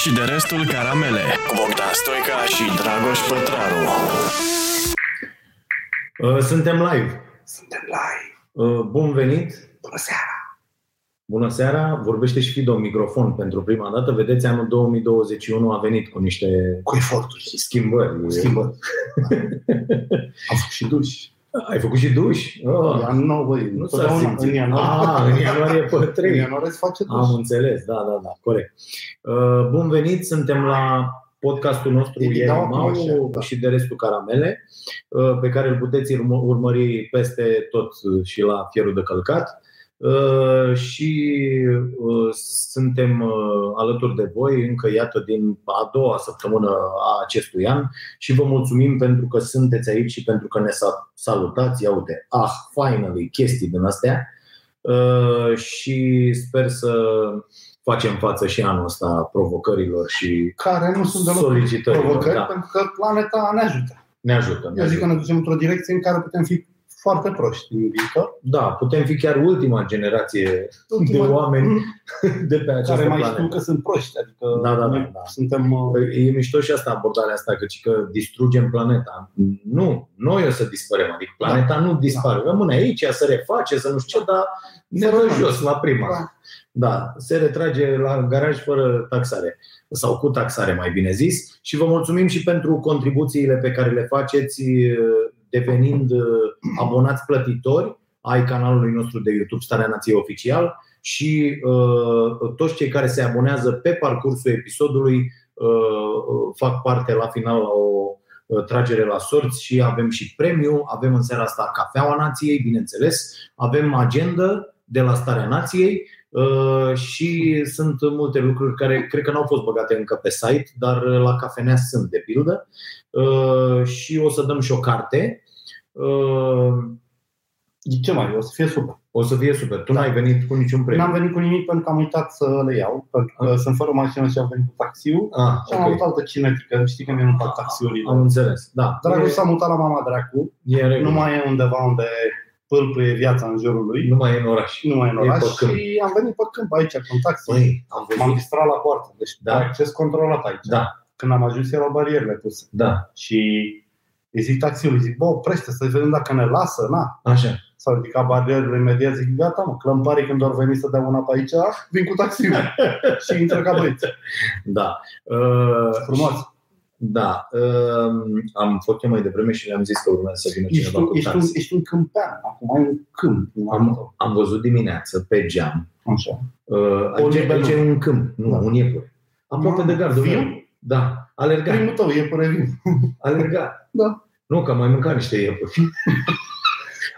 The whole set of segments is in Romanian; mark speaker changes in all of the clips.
Speaker 1: și de restul caramele cu Bogdan Stoica și Dragoș Pătraru.
Speaker 2: Uh, Suntem live.
Speaker 3: Suntem live.
Speaker 2: Uh, Bun venit.
Speaker 3: Bună seara.
Speaker 2: Bună seara. Vorbește și Fido în microfon pentru prima dată. Vedeți, anul 2021 a venit cu niște
Speaker 3: Cu eforturi.
Speaker 2: schimbări.
Speaker 3: Schimbă. Am făcut și duși.
Speaker 2: Ai făcut și duș?
Speaker 3: Oh.
Speaker 2: Oh.
Speaker 3: Anul nou, băi,
Speaker 2: Nu s-a
Speaker 3: totdeauna,
Speaker 2: simțit.
Speaker 3: în ianuarie. Păi,
Speaker 2: Ah, în ianuarie pe
Speaker 3: În
Speaker 2: 3.
Speaker 3: ianuarie se face duș.
Speaker 2: Am înțeles, da, da, da, corect. Uh, Bun venit, suntem la podcastul nostru
Speaker 3: Ei,
Speaker 2: Ieri
Speaker 3: da, acum
Speaker 2: Mau
Speaker 3: așa, da.
Speaker 2: și de restul caramele, uh, pe care îl puteți urmă- urmări peste tot uh, și la Fierul de Călcat. Uh, Și uh, suntem uh, alături de voi încă, iată, din a doua săptămână a acestui an și vă mulțumim pentru că sunteți aici și pentru că ne sa- salutați. Ia uite, ah, finally, chestii din astea. Uh, și sper să facem față și anul ăsta provocărilor și
Speaker 3: Care nu sunt deloc
Speaker 2: solicitărilor.
Speaker 3: provocări,
Speaker 2: Da,
Speaker 3: pentru că planeta ne ajută.
Speaker 2: ne ajută. Ne
Speaker 3: Eu zic că
Speaker 2: ajută.
Speaker 3: ne ducem într-o direcție în care putem fi foarte proști în viitor.
Speaker 2: Da, putem fi chiar ultima generație de oameni de pe această
Speaker 3: care mai
Speaker 2: planetă.
Speaker 3: știu că sunt proști, adică
Speaker 2: Da, da, da,
Speaker 3: noi
Speaker 2: da.
Speaker 3: suntem uh,
Speaker 2: Păi E mișto și asta, abordarea asta, că, ci că distrugem planeta. Nu, noi o să dispărem, adică planeta nu dispare. Rămâne aici, ea se reface, să nu știu ce, dar ne dă jos la prima.
Speaker 3: Da.
Speaker 2: Da, se retrage la garaj fără taxare sau cu taxare, mai bine zis. Și vă mulțumim și pentru contribuțiile pe care le faceți eh, devenind eh, abonați plătitori ai canalului nostru de YouTube Starea Nației Oficial și uh, toți cei care se abonează pe parcursul episodului uh, uh, fac parte la final la o uh, tragere la sorți și avem și premiu, avem în seara asta Cafeaua Nației, bineînțeles, avem agenda de la Starea Nației uh, și sunt multe lucruri care cred că n-au fost băgate încă pe site, dar uh, la cafenea sunt, de pildă. Uh, Și o să dăm și o carte. Uh,
Speaker 3: ce mai, o să fie super.
Speaker 2: O să fie super. Tu n-ai venit cu niciun premiu.
Speaker 3: Da. N-am venit cu nimic pentru că am uitat să le iau, pentru că sunt fără mașină și am venit cu taxiul.
Speaker 2: Ah,
Speaker 3: Și am avut
Speaker 2: ok.
Speaker 3: altă cinetică, știi că mie nu fac taxiurile.
Speaker 2: Am înțeles, da.
Speaker 3: Dragoș
Speaker 2: E-
Speaker 3: s-a mutat la mama dracu,
Speaker 2: E în regulă.
Speaker 3: nu mai e undeva unde pâlpâie viața în jurul lui,
Speaker 2: nu mai e în oraș.
Speaker 3: nu mai e în
Speaker 2: E
Speaker 3: oraș
Speaker 2: pe câmp.
Speaker 3: și am venit pe câmp aici, cu un taxi.
Speaker 2: Păi, am
Speaker 3: M-am
Speaker 2: văzut.
Speaker 3: distrat la poartă, deci
Speaker 2: Da.
Speaker 3: da. acces controlat aici.
Speaker 2: Da,
Speaker 3: Când am ajuns erau barierele puse
Speaker 2: da,
Speaker 3: și îi zic taxiul, îi zic, bă, oprește să vedem dacă ne lasă, na.
Speaker 2: așa.
Speaker 3: S-au ridicat barierele imediat, zic, gata mă, clămparii când doar veni să dea una pe aici, vin cu taxiul și intră ca băieți.
Speaker 2: Da. Uh,
Speaker 3: Frumos.
Speaker 2: Da. Uh, am făcut eu mai devreme și le-am zis că urmează să vină
Speaker 3: Ești
Speaker 2: cineva Deci
Speaker 3: un,
Speaker 2: cu
Speaker 3: ești, un,
Speaker 2: taxi.
Speaker 3: ești un câmpean, acum ai un câmp. în
Speaker 2: Am-
Speaker 3: al tău.
Speaker 2: Am văzut dimineață pe geam.
Speaker 3: Așa.
Speaker 2: Uh, aici,
Speaker 3: iepure.
Speaker 2: aici e un câmp, nu,
Speaker 3: Da.
Speaker 2: un iepure. Aproape
Speaker 3: Mamă,
Speaker 2: de gardul
Speaker 3: viu?
Speaker 2: meu. Da, alerga,
Speaker 3: Primul tău e previn.
Speaker 2: alerga.
Speaker 3: Da.
Speaker 2: Nu, că am mai mâncat niște iepuri.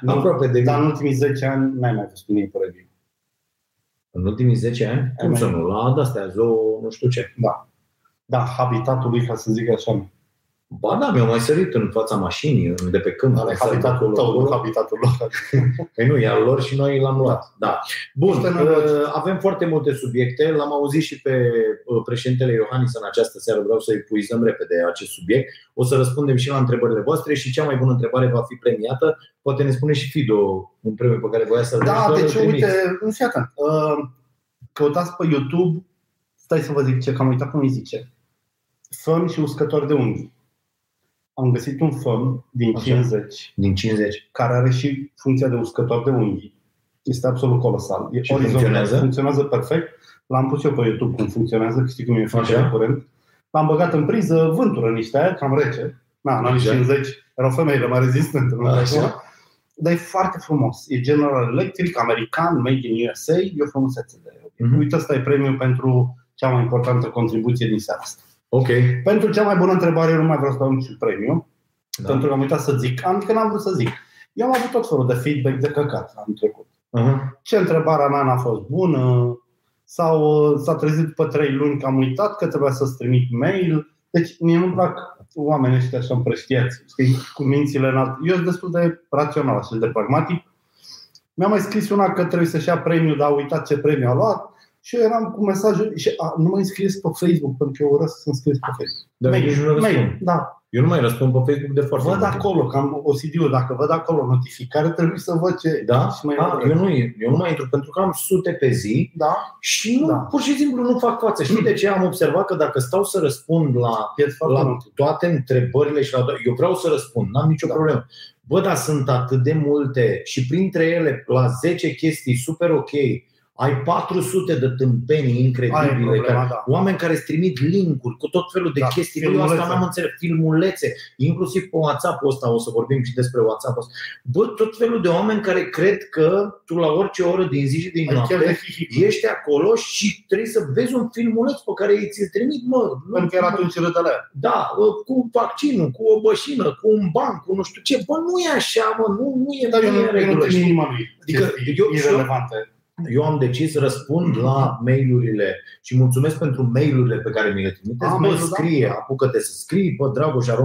Speaker 3: Da.
Speaker 2: Aproape de
Speaker 3: Dar
Speaker 2: viu.
Speaker 3: în ultimii 10 ani n-ai mai văzut un e previn.
Speaker 2: În ultimii 10 ani, cum
Speaker 3: mai-
Speaker 2: să nu, la de-astea, zoo, nu știu ce.
Speaker 3: Da, habitatul lui, ca să zic așa, nu.
Speaker 2: Ba da, mi-au mai sărit în fața mașinii, în- de pe câmp.
Speaker 3: Dar
Speaker 2: mai
Speaker 3: e
Speaker 2: sar
Speaker 3: habitatul
Speaker 2: acolo,
Speaker 3: Exact. tău,
Speaker 2: acolo.
Speaker 3: nu habitatul lor.
Speaker 2: Păi nu, e al lor și noi l-am luat. Da. Bun,
Speaker 3: Niște
Speaker 2: uh,
Speaker 3: noroc.
Speaker 2: avem foarte multe subiecte. L-am auzit și pe uh, președintele Iohannis în această seară. Vreau să epuizăm repede acest subiect. O să răspundem și la întrebările voastre și cea mai bună întrebare va fi premiată. Poate ne spune și Fido un premiu pe care voia să-l
Speaker 3: Da,
Speaker 2: dăm,
Speaker 3: deci
Speaker 2: îl trimiți.
Speaker 3: uite, nu fii atent. Uh, Căutați pe YouTube, stai să vă zic ce, că am uitat cum îi zice. Făm și uscători de unghii. Am găsit un făm din
Speaker 2: Așa.
Speaker 3: 50
Speaker 2: Din 50.
Speaker 3: care are și funcția de uscător de unghii. Este absolut colosal. E
Speaker 2: Și
Speaker 3: orizontal,
Speaker 2: funcționează?
Speaker 3: funcționează perfect. L-am pus eu pe YouTube cum funcționează, că știi cum e foarte
Speaker 2: Așa.
Speaker 3: de curent. L-am băgat în priză, vântură niște aia, cam rece. Na, în anii
Speaker 2: Așa.
Speaker 3: 50 erau femeile mai rezistente, nu
Speaker 2: Așa.
Speaker 3: acum. Dar e foarte frumos. E General Electric, american, made in USA. E o frumusețe de
Speaker 2: Mhm.
Speaker 3: Uite, ăsta e premiul pentru cea mai importantă contribuție din seara asta.
Speaker 2: Ok.
Speaker 3: Pentru cea mai bună întrebare, eu nu mai vreau să dau niciun premiu. Da.
Speaker 2: Da.
Speaker 3: Pentru că am uitat să zic, am, că n-am vrut să zic. Eu am avut tot felul de feedback de căcat am trecut.
Speaker 2: Aha.
Speaker 3: Ce întrebarea mea n-a fost bună, sau uh, s-a trezit după trei luni că am uitat că trebuia să-ți trimit mail. Deci mie nu-mi plac oamenii ăștia așa împrăștiați, știi, cu mințile înalte. Eu sunt destul de rațional așa, de pragmatic. Mi-a mai scris una că trebuie să-și ia premiu, dar a uitat ce premiu a luat. și eu eram cu mesajul și a, nu mă înscrieți pe Facebook, pentru că eu urăsc să înscrieți pe Facebook.
Speaker 2: Dar nici nu răspund.
Speaker 3: Mail, da.
Speaker 2: Eu nu mai răspund pe Facebook de foarte
Speaker 3: Văd
Speaker 2: mult.
Speaker 3: acolo, că am OCD-ul, dacă văd acolo notificare, trebuie să văd ce...
Speaker 2: Da?
Speaker 3: Și mai
Speaker 2: A, eu, nu, eu nu mai intru pentru că am sute pe zi
Speaker 3: Da,
Speaker 2: și nu,
Speaker 3: Da.
Speaker 2: pur și simplu nu fac față. Știi de ce? Am observat că dacă stau să răspund la
Speaker 3: pierzi foarte
Speaker 2: la
Speaker 3: mult.
Speaker 2: toate întrebările și la toate. Eu vreau să răspund, n-am nicio
Speaker 3: Da.
Speaker 2: problemă. Bă, dar sunt atât de multe și printre ele, la 10 chestii super ok, ai 400 de tâmpenii
Speaker 3: Aia e
Speaker 2: incredibile. Care,
Speaker 3: problema, da.
Speaker 2: oameni care îți trimit link-uri cu tot felul de
Speaker 3: Da,
Speaker 2: chestii. Bă, Eu
Speaker 3: filmulețe.
Speaker 2: asta n-am înțeles. Filmulețe, inclusiv pe WhatsApp-ul ăsta, o să vorbim și despre WhatsApp-ul ăsta. Bă, tot felul de oameni care cred că tu la orice oră din zi și din
Speaker 3: Ai Adică chiar
Speaker 2: noapte
Speaker 3: de hihi.
Speaker 2: ești acolo și trebuie să vezi un filmuleț pe care ei ți-l trimit, mă. nu-
Speaker 3: Pentru că era atunci rădălea.
Speaker 2: da, cu vaccinul, cu o bășină, cu un banc, cu nu știu ce, bă, nu e așa, mă, nu, nu e
Speaker 3: Dar eu
Speaker 2: nu e
Speaker 3: Păi nu, eu nu
Speaker 2: regulă.
Speaker 3: țin inima lui.
Speaker 2: Adică eu- și eu-
Speaker 3: irelevante.
Speaker 2: Eu am decis să răspund la mailurile și mulțumesc pentru mailurile pe care mi le trimiteți.
Speaker 3: Ah,
Speaker 2: Mă
Speaker 3: mail-ul, da.
Speaker 2: scrie, apucă-te să scrii pe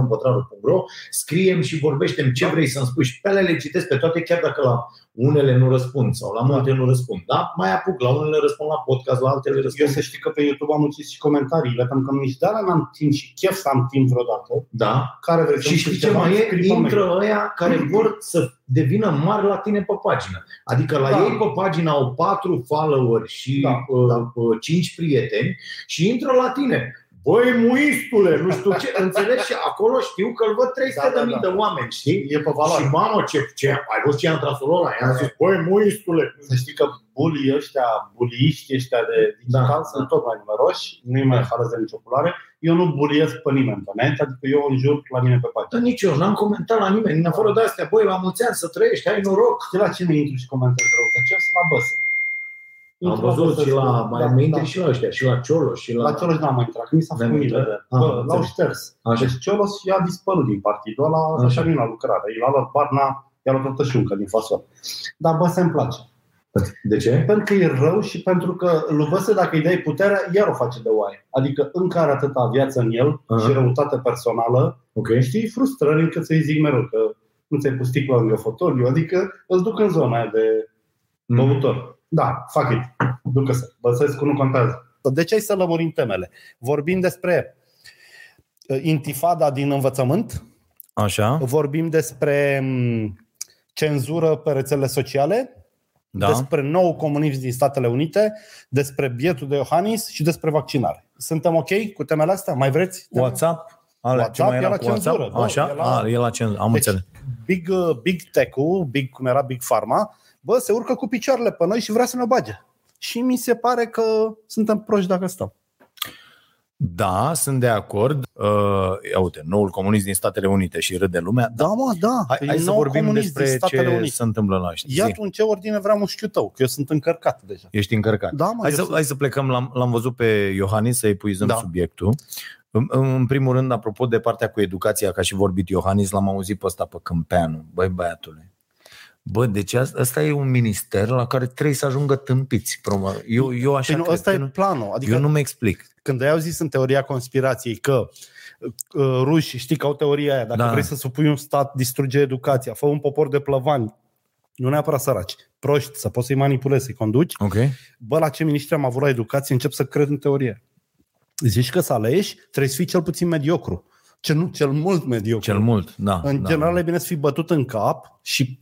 Speaker 2: dragoșaronpătraru.ro, scriem și vorbește ce
Speaker 3: Da.
Speaker 2: vrei să-mi spui și pe alea le citesc pe toate, chiar dacă la unele nu răspund sau la multe nu răspund. Da? Mai apuc, la unele răspund la podcast, la altele
Speaker 3: Eu
Speaker 2: răspund.
Speaker 3: să știi că pe YouTube am ucis și comentariile, pentru că nici de alea n-am timp și chef să am timp vreodată.
Speaker 2: Da?
Speaker 3: Care vrei să
Speaker 2: Și știi ce mai e? Intră ăia care vor să devină mari la tine pe pagină. Adică la
Speaker 3: Da.
Speaker 2: ei pe pagină au patru follower și
Speaker 3: Da,
Speaker 2: uh, uh, cinci prieteni și intră la tine. Băi, muistule, nu știu ce, înțelegi? Și acolo știu că îl văd 300
Speaker 3: Da, da,
Speaker 2: de mii
Speaker 3: da.
Speaker 2: de oameni, știi?
Speaker 3: E pe
Speaker 2: Valoare.
Speaker 3: valoare.
Speaker 2: Și mamă, ce, ce, ai văzut ce am tras ăla? I-am zis, băi, muistule.
Speaker 3: Să știi că bulii ăștia, buliiști ăștia de digital
Speaker 2: Da.
Speaker 3: sunt tot mai numeroși, nu-i mai halăz de nicio culoare. Eu nu buliesc pe nimeni pe net, adică eu înjur la mine pe pagină.
Speaker 2: Dar nici eu, n-am comentat la nimeni, în afară de astea, băi, la mulți ani să trăiești, ai noroc.
Speaker 3: Știi la cine intru și comentez răutăcios? La Băsă.
Speaker 2: Am
Speaker 3: Intru la
Speaker 2: văzut
Speaker 3: Băsă
Speaker 2: și la, mai
Speaker 3: da,
Speaker 2: da,
Speaker 3: da.
Speaker 2: și la ăștia, și la Cioloș, și la...
Speaker 3: La Ciolos n-am mai intrat, că mi s-a
Speaker 2: Ne-am
Speaker 3: făcut milă
Speaker 2: uitat.
Speaker 3: de...
Speaker 2: Ah,
Speaker 3: Bă, L-au
Speaker 2: înțeleg.
Speaker 3: șters.
Speaker 2: Așa.
Speaker 3: Deci Ciolos i-a dispărut din partidul ăla
Speaker 2: Așa.
Speaker 3: așa nu la lucrare. I l-a luat Barna, i-a luat toată șuncă din fasol. Dar bă, se-mi place.
Speaker 2: De ce?
Speaker 3: Pentru că e rău și pentru că lui Băse, dacă îi dai puterea, iar o face de oaie. Adică încă are atâta viață în el
Speaker 2: Aha.
Speaker 3: și răutate personală.
Speaker 2: Ok.
Speaker 3: Știi, frustrări încât să-i zic mereu că nu ți-ai pus sticla lângă fotoliu. Adică îți duc în zona aia de
Speaker 2: Mm.
Speaker 3: Băutor. Da, fuck it. Ducă-se. Băsescu nu contează. Deci hai să lămurim temele. Vorbim despre uh, intifada din învățământ,
Speaker 4: Așa,
Speaker 3: vorbim despre m, cenzură pe rețele sociale,
Speaker 4: da.
Speaker 3: despre nou comunism din Statele Unite, despre bietul de Iohannis și despre vaccinare. Suntem ok cu temele astea? Mai vreți?
Speaker 4: WhatsApp? Ale,
Speaker 3: WhatsApp
Speaker 4: ce mai
Speaker 3: e
Speaker 4: era
Speaker 3: la
Speaker 4: cu WhatsApp?
Speaker 3: cenzură, bă,
Speaker 4: Așa,
Speaker 3: e la-
Speaker 4: A, e la cenzură, am
Speaker 3: Deci-
Speaker 4: înțeles.
Speaker 3: Big, uh, big tech-ul, big, cum era Big Pharma, bă, se urcă cu picioarele pe noi și vrea să ne bage. Și mi se pare că suntem proști dacă stăm.
Speaker 4: Da, sunt de acord. Uh, ia uite, noul comunist din Statele Unite și râde lumea.
Speaker 3: Da, mă, da.
Speaker 4: Hai,
Speaker 3: E
Speaker 4: hai să
Speaker 3: nou
Speaker 4: vorbim
Speaker 3: comunism din
Speaker 4: despre ce
Speaker 3: Statele Unite.
Speaker 4: se întâmplă la zi.
Speaker 3: Ia tu în ce ordine vreau mușchiul tău, că eu sunt încărcat deja.
Speaker 4: Ești încărcat.
Speaker 3: Da, mă,
Speaker 4: Hai
Speaker 3: eu
Speaker 4: să,
Speaker 3: sunt-
Speaker 4: hai să plecăm, l-am, l-am văzut pe Iohannis să epuizăm
Speaker 3: Da.
Speaker 4: da. subiectul. În, în primul rând, apropo de partea cu educația, ca și vorbit Iohannis, l-am auzit pe ăsta pe Câmpeanu. Băi, băiatule. Bă, deci asta, asta e un minister la care trebuie să ajungă tâmpiți. probabil. Eu, eu așa
Speaker 3: Păi nu,
Speaker 4: cred.
Speaker 3: ăsta
Speaker 4: că
Speaker 3: e
Speaker 4: nu,
Speaker 3: planul. Adică
Speaker 4: eu
Speaker 3: nu...
Speaker 4: nu mi explic.
Speaker 3: când ai auzit în teoria conspirației că uh, ruși, știi că au teoria aia, dacă da.
Speaker 4: Da.
Speaker 3: vrei să supui un stat, distruge educația, fă un popor de plăvani, nu neapărat săraci, proști, să poți să-i manipulezi, să-i conduci,
Speaker 4: Ok.
Speaker 3: bă, la ce ministri am avut la educație, încep să cred în teorie. Zici că să alegi, trebuie să fii cel puțin mediocru. Cel, nu, cel mult mediocru.
Speaker 4: Cel mult, da.
Speaker 3: În
Speaker 4: da.
Speaker 3: general e bine să fii bătut în cap și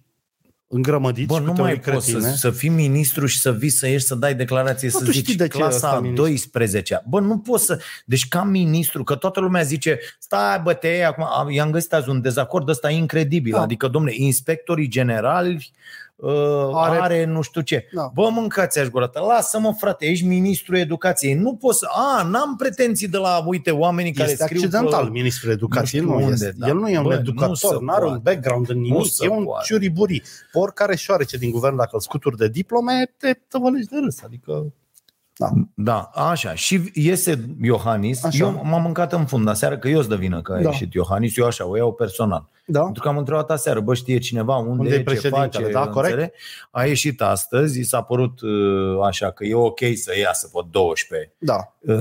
Speaker 3: îngrămădit
Speaker 4: Bă,
Speaker 3: și cu
Speaker 4: nu mai
Speaker 3: teorii
Speaker 4: poți să,
Speaker 3: cretine.
Speaker 4: să fii ministru și să vii să ieși să dai declarație,
Speaker 3: Bă,
Speaker 4: să
Speaker 3: tu
Speaker 4: zici
Speaker 3: știi de ce ăsta
Speaker 4: clasa a
Speaker 3: ministru?
Speaker 4: 12 Bă, nu poți să... Deci ca ministru, că toată lumea zice stai bă, te iei acum... Am- I-am găsit azi un dezacord ăsta incredibil.
Speaker 3: Da.
Speaker 4: Da. Adică, domne, inspectorii generali uh,
Speaker 3: Are-
Speaker 4: are... are nu știu ce.
Speaker 3: Da.
Speaker 4: Bă, mâncați aș gurată. Lasă-mă, frate, ești ministru educației. Nu poți să... A, n-am pretenții de la, uite, oamenii care
Speaker 3: este
Speaker 4: scriu...
Speaker 3: accidental
Speaker 4: Bă,
Speaker 3: ministrul educației.
Speaker 4: nu
Speaker 3: Nu
Speaker 4: știu unde,
Speaker 3: este.
Speaker 4: da.
Speaker 3: El nu e un
Speaker 4: Bă, nu
Speaker 3: educator,
Speaker 4: se
Speaker 3: nu are un
Speaker 4: poate.
Speaker 3: background în nimic.
Speaker 4: Nu se
Speaker 3: E un
Speaker 4: poate.
Speaker 3: ciuriburi. Pe oricare șoarece din guvern, dacă îl scuturi de diplome, te tăvălești de râs. Adică
Speaker 4: Da, așa. Și iese Iohannis.
Speaker 3: Așa.
Speaker 4: Așa. Eu m-am mâncat în fund aseară că eu sunt de vină că a
Speaker 3: Da.
Speaker 4: ieșit Iohannis. Eu așa, o iau personal.
Speaker 3: da,
Speaker 4: Pentru că am întrebat aseară, bă, știe cineva unde,
Speaker 3: Unde e
Speaker 4: e, ce
Speaker 3: președintele,
Speaker 4: face,
Speaker 3: da, corect.
Speaker 4: înțeleg? A ieșit astăzi, i s-a părut uh, așa că e ok să iasă pe 12
Speaker 3: da.
Speaker 4: uh,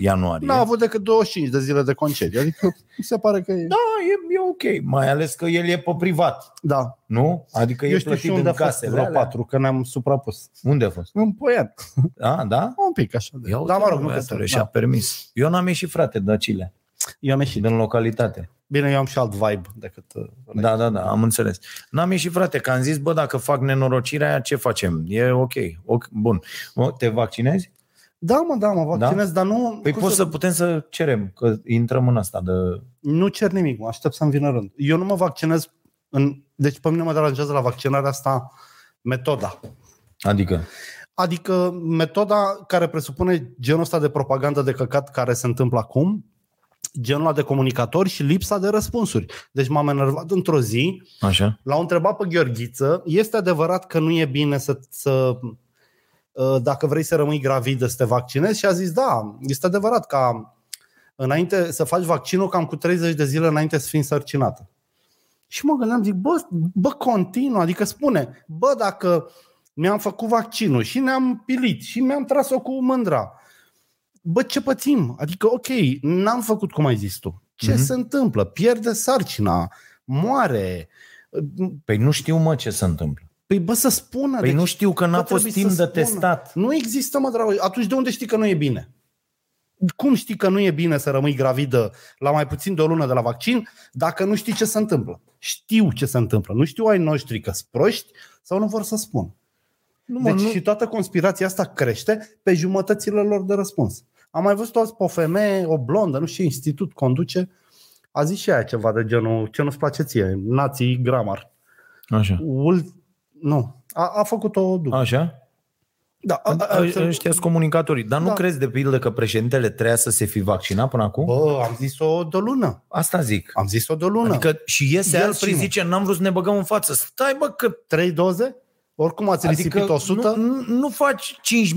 Speaker 4: ianuarie.
Speaker 3: N-a avut decât 25 de zile de concediu. Adică mi se pare că e...
Speaker 4: Da, e, e ok, mai ales că el e pe privat.
Speaker 3: da.
Speaker 2: Nu? Adică
Speaker 3: Eu
Speaker 2: e
Speaker 3: știu și
Speaker 2: plătit
Speaker 3: unde
Speaker 2: în
Speaker 3: a fost
Speaker 2: casele
Speaker 3: vreo
Speaker 2: alea?
Speaker 3: patru, că ne-am suprapus.
Speaker 2: Unde a fost?
Speaker 3: În poiat.
Speaker 2: A, da?
Speaker 3: Un pic așa. De...
Speaker 2: Ia uite,
Speaker 3: Dar mă rog, nu
Speaker 2: băiatule,
Speaker 3: că
Speaker 2: și-a
Speaker 3: da.
Speaker 2: permis. Eu n-am ieșit, frate, Dacile,
Speaker 3: Eu am ieșit.
Speaker 2: din localitate.
Speaker 3: Bine, eu am și alt vibe decât... uh, ăla.
Speaker 2: Da, da, da, am înțeles. N-am ieșit, frate, că am zis, bă, dacă fac nenorocirea aia, ce facem? E ok, ok bun. O, Te vaccinezi?
Speaker 3: Da, mă, da, mă vaccinez, dar nu...
Speaker 2: Păi
Speaker 3: cum
Speaker 2: poți să putem să cerem, că intrăm în asta de...
Speaker 3: Nu cer nimic, mă, aștept să-mi vină rând. Eu nu mă vaccinez în... Deci pe mine mă deranjează la vaccinarea asta metoda.
Speaker 2: Adică,
Speaker 3: Adică metoda care presupune genul ăsta de propagandă de căcat care se întâmplă acum, genul ăla de comunicatori și lipsa de răspunsuri. Deci m-am enervat într-o zi,
Speaker 2: așa,
Speaker 3: l-au întrebat pe Gheorghiță, este adevărat că nu e bine să, să uh, dacă vrei să rămâi gravidă să te vaccinezi? Și a zis, da, este adevărat ca înainte să faci vaccinul cam cu 30 de zile înainte să fii însărcinată. Și mă gândeam, zic, bă, bă, continuu, adică spune, bă, dacă mi-am făcut vaccinul și ne-am pilit și mi-am tras-o cu mândra, bă, ce pățim? Adică, ok, n-am făcut cum ai zis tu. Ce
Speaker 2: Mhm.
Speaker 3: se întâmplă? Pierde sarcina, moare.
Speaker 2: păi nu știu, mă, ce se întâmplă.
Speaker 3: Păi bă, să spună.
Speaker 2: Păi
Speaker 3: deci
Speaker 2: nu știu că n-a
Speaker 3: bă,
Speaker 2: fost
Speaker 3: trebuie
Speaker 2: timp
Speaker 3: să
Speaker 2: de
Speaker 3: spună.
Speaker 2: testat.
Speaker 3: Nu există, mă, dragă. Atunci de unde știi că nu e bine? Cum știi că nu e bine să rămâi gravidă la mai puțin de o lună de la vaccin dacă nu știi ce se întâmplă? Știu ce se întâmplă. Nu știu ai noștri că proști sau nu vor să spun.
Speaker 2: Nu,
Speaker 3: Deci și toată conspirația asta crește pe jumătățile lor de răspuns. Am mai văzut toți pe o femeie, o blondă, nu știu, institut conduce, a zis și aia ceva de genul, ce nu-ți place ție, nații, gramar.
Speaker 2: Așa.
Speaker 3: Ul... Nu, a, a făcut-o după.
Speaker 2: Așa?
Speaker 3: Da, a, a, a,
Speaker 2: Ă- Ăștia sunt comunicatorii. Dar nu
Speaker 3: Da.
Speaker 2: crezi, de pildă, că președintele trebuia să se fi vaccinat până acum?
Speaker 3: Bă, am zis-o de o lună.
Speaker 2: Asta zic.
Speaker 3: Am zis-o de o lună. Adică
Speaker 2: Adică și iese
Speaker 3: El
Speaker 2: El și
Speaker 3: cine?
Speaker 2: zice, n-am vrut să ne băgăm în față. Stai, bă, că...
Speaker 3: trei doze? Oricum ați risipit
Speaker 2: Adică
Speaker 3: 100? Nu,
Speaker 2: nu, nu faci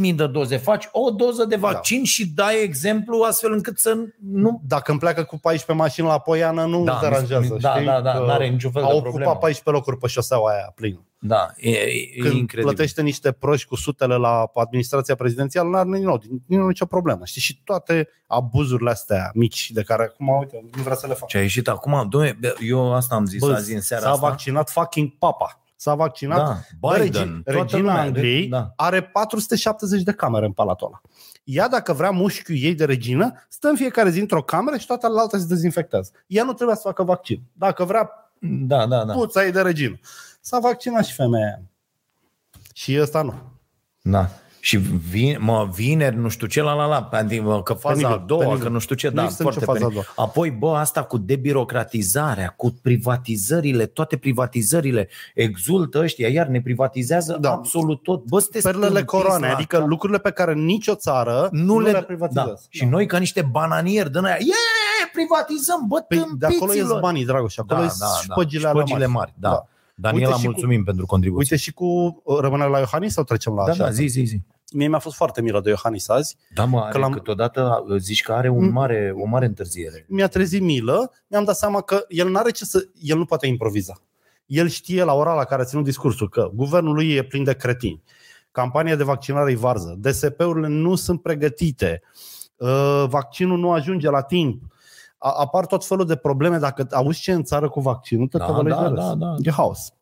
Speaker 2: 5.000 de doze, faci o doză de
Speaker 3: Da.
Speaker 2: vaccin și dai exemplu astfel încât să nu...
Speaker 3: Dacă îmi pleacă cu 14 mașini la Poiană, nu da, deranjează.
Speaker 2: da,
Speaker 3: știi?
Speaker 2: da, da,
Speaker 3: Că
Speaker 2: n-are niciun fel
Speaker 3: Au
Speaker 2: de
Speaker 3: ocupat
Speaker 2: problemă.
Speaker 3: 14 locuri pe șoseaua aia plină.
Speaker 2: Da, e, e
Speaker 3: Când
Speaker 2: incredibil.
Speaker 3: plătește niște proști cu sutele la administrația prezidențială, n-are din nou, nu nicio problemă. Știi? Și toate abuzurile astea mici de care acum, uite, nu vrea să le fac.
Speaker 2: Ce a ieșit acum, domne, eu asta am zis
Speaker 3: Bă,
Speaker 2: azi în seara
Speaker 3: S-a
Speaker 2: asta.
Speaker 3: vaccinat fucking papa. S-a vaccinat
Speaker 2: Da,
Speaker 3: Bă,
Speaker 2: Biden,
Speaker 3: regi-
Speaker 2: toată
Speaker 3: regina
Speaker 2: lumea,
Speaker 3: Angliei
Speaker 2: Da.
Speaker 3: are 470 de camere în palatul ăla. Ea, dacă vrea mușchiul ei de regină, stă în fiecare zi într-o cameră și toată la alta se dezinfectează. Ea nu trebuia să facă vaccin. Dacă vrea,
Speaker 2: da, da, da.
Speaker 3: puța ei de regină. S-a vaccinat și femeia aia. Și ăsta nu.
Speaker 2: Da. Și vin, mă, vineri, nu știu ce, la la la, adică, mă, că faza
Speaker 3: Penibil,
Speaker 2: a doua,
Speaker 3: penibil.
Speaker 2: că nu știu ce,
Speaker 3: Nu
Speaker 2: da,
Speaker 3: există
Speaker 2: foarte
Speaker 3: nicio faza a
Speaker 2: penibil. Apoi, bă, asta cu debirocratizarea, cu privatizările, toate privatizările, exultă ăștia, iar ne privatizează
Speaker 3: Da.
Speaker 2: da. absolut tot. Bă, sunteți
Speaker 3: Perlele
Speaker 2: tâmpiți
Speaker 3: coroane,
Speaker 2: la
Speaker 3: adică lucrurile pe care nicio țară
Speaker 2: da. nu, le,
Speaker 3: privatizează.
Speaker 2: Da. Și noi ca niște bananieri din aia, yeah, privatizăm, bă,
Speaker 3: Păi, de acolo e
Speaker 2: tâmpiților!
Speaker 3: banii, Dragoș, acolo
Speaker 2: da,
Speaker 3: e
Speaker 2: da,
Speaker 3: șpăgile,
Speaker 2: da.
Speaker 3: alea
Speaker 2: șpăgile
Speaker 3: mari.
Speaker 2: mari. Da.
Speaker 3: Da.
Speaker 2: da. Daniela,
Speaker 3: și cu-
Speaker 2: mulțumim pentru contribuție.
Speaker 3: Uite și cu... uh, Rămâne la Iohannis sau trecem la
Speaker 2: da,
Speaker 3: așa?
Speaker 2: da, zi, zi, zi.
Speaker 3: Mie mi-a fost foarte milă de Iohannis azi.
Speaker 2: Da, mă,
Speaker 3: Că
Speaker 2: are,
Speaker 3: l-am- Mm.
Speaker 2: câteodată zici că are un mare, o mare întârziere.
Speaker 3: mi-a trezit milă, mi-am dat seama că el nu are ce să. el nu poate improviza. El știe la ora la care a ținut discursul că guvernul lui e plin de cretini, campania de vaccinare e varză, DSP-urile nu sunt pregătite, uh, vaccinul nu ajunge la timp, a- apar tot felul de probleme. Dacă auzi ce e în țară cu vaccinul, te
Speaker 2: Da,
Speaker 3: tăvălești
Speaker 2: da,
Speaker 3: de râs.
Speaker 2: da, da.
Speaker 3: E haos.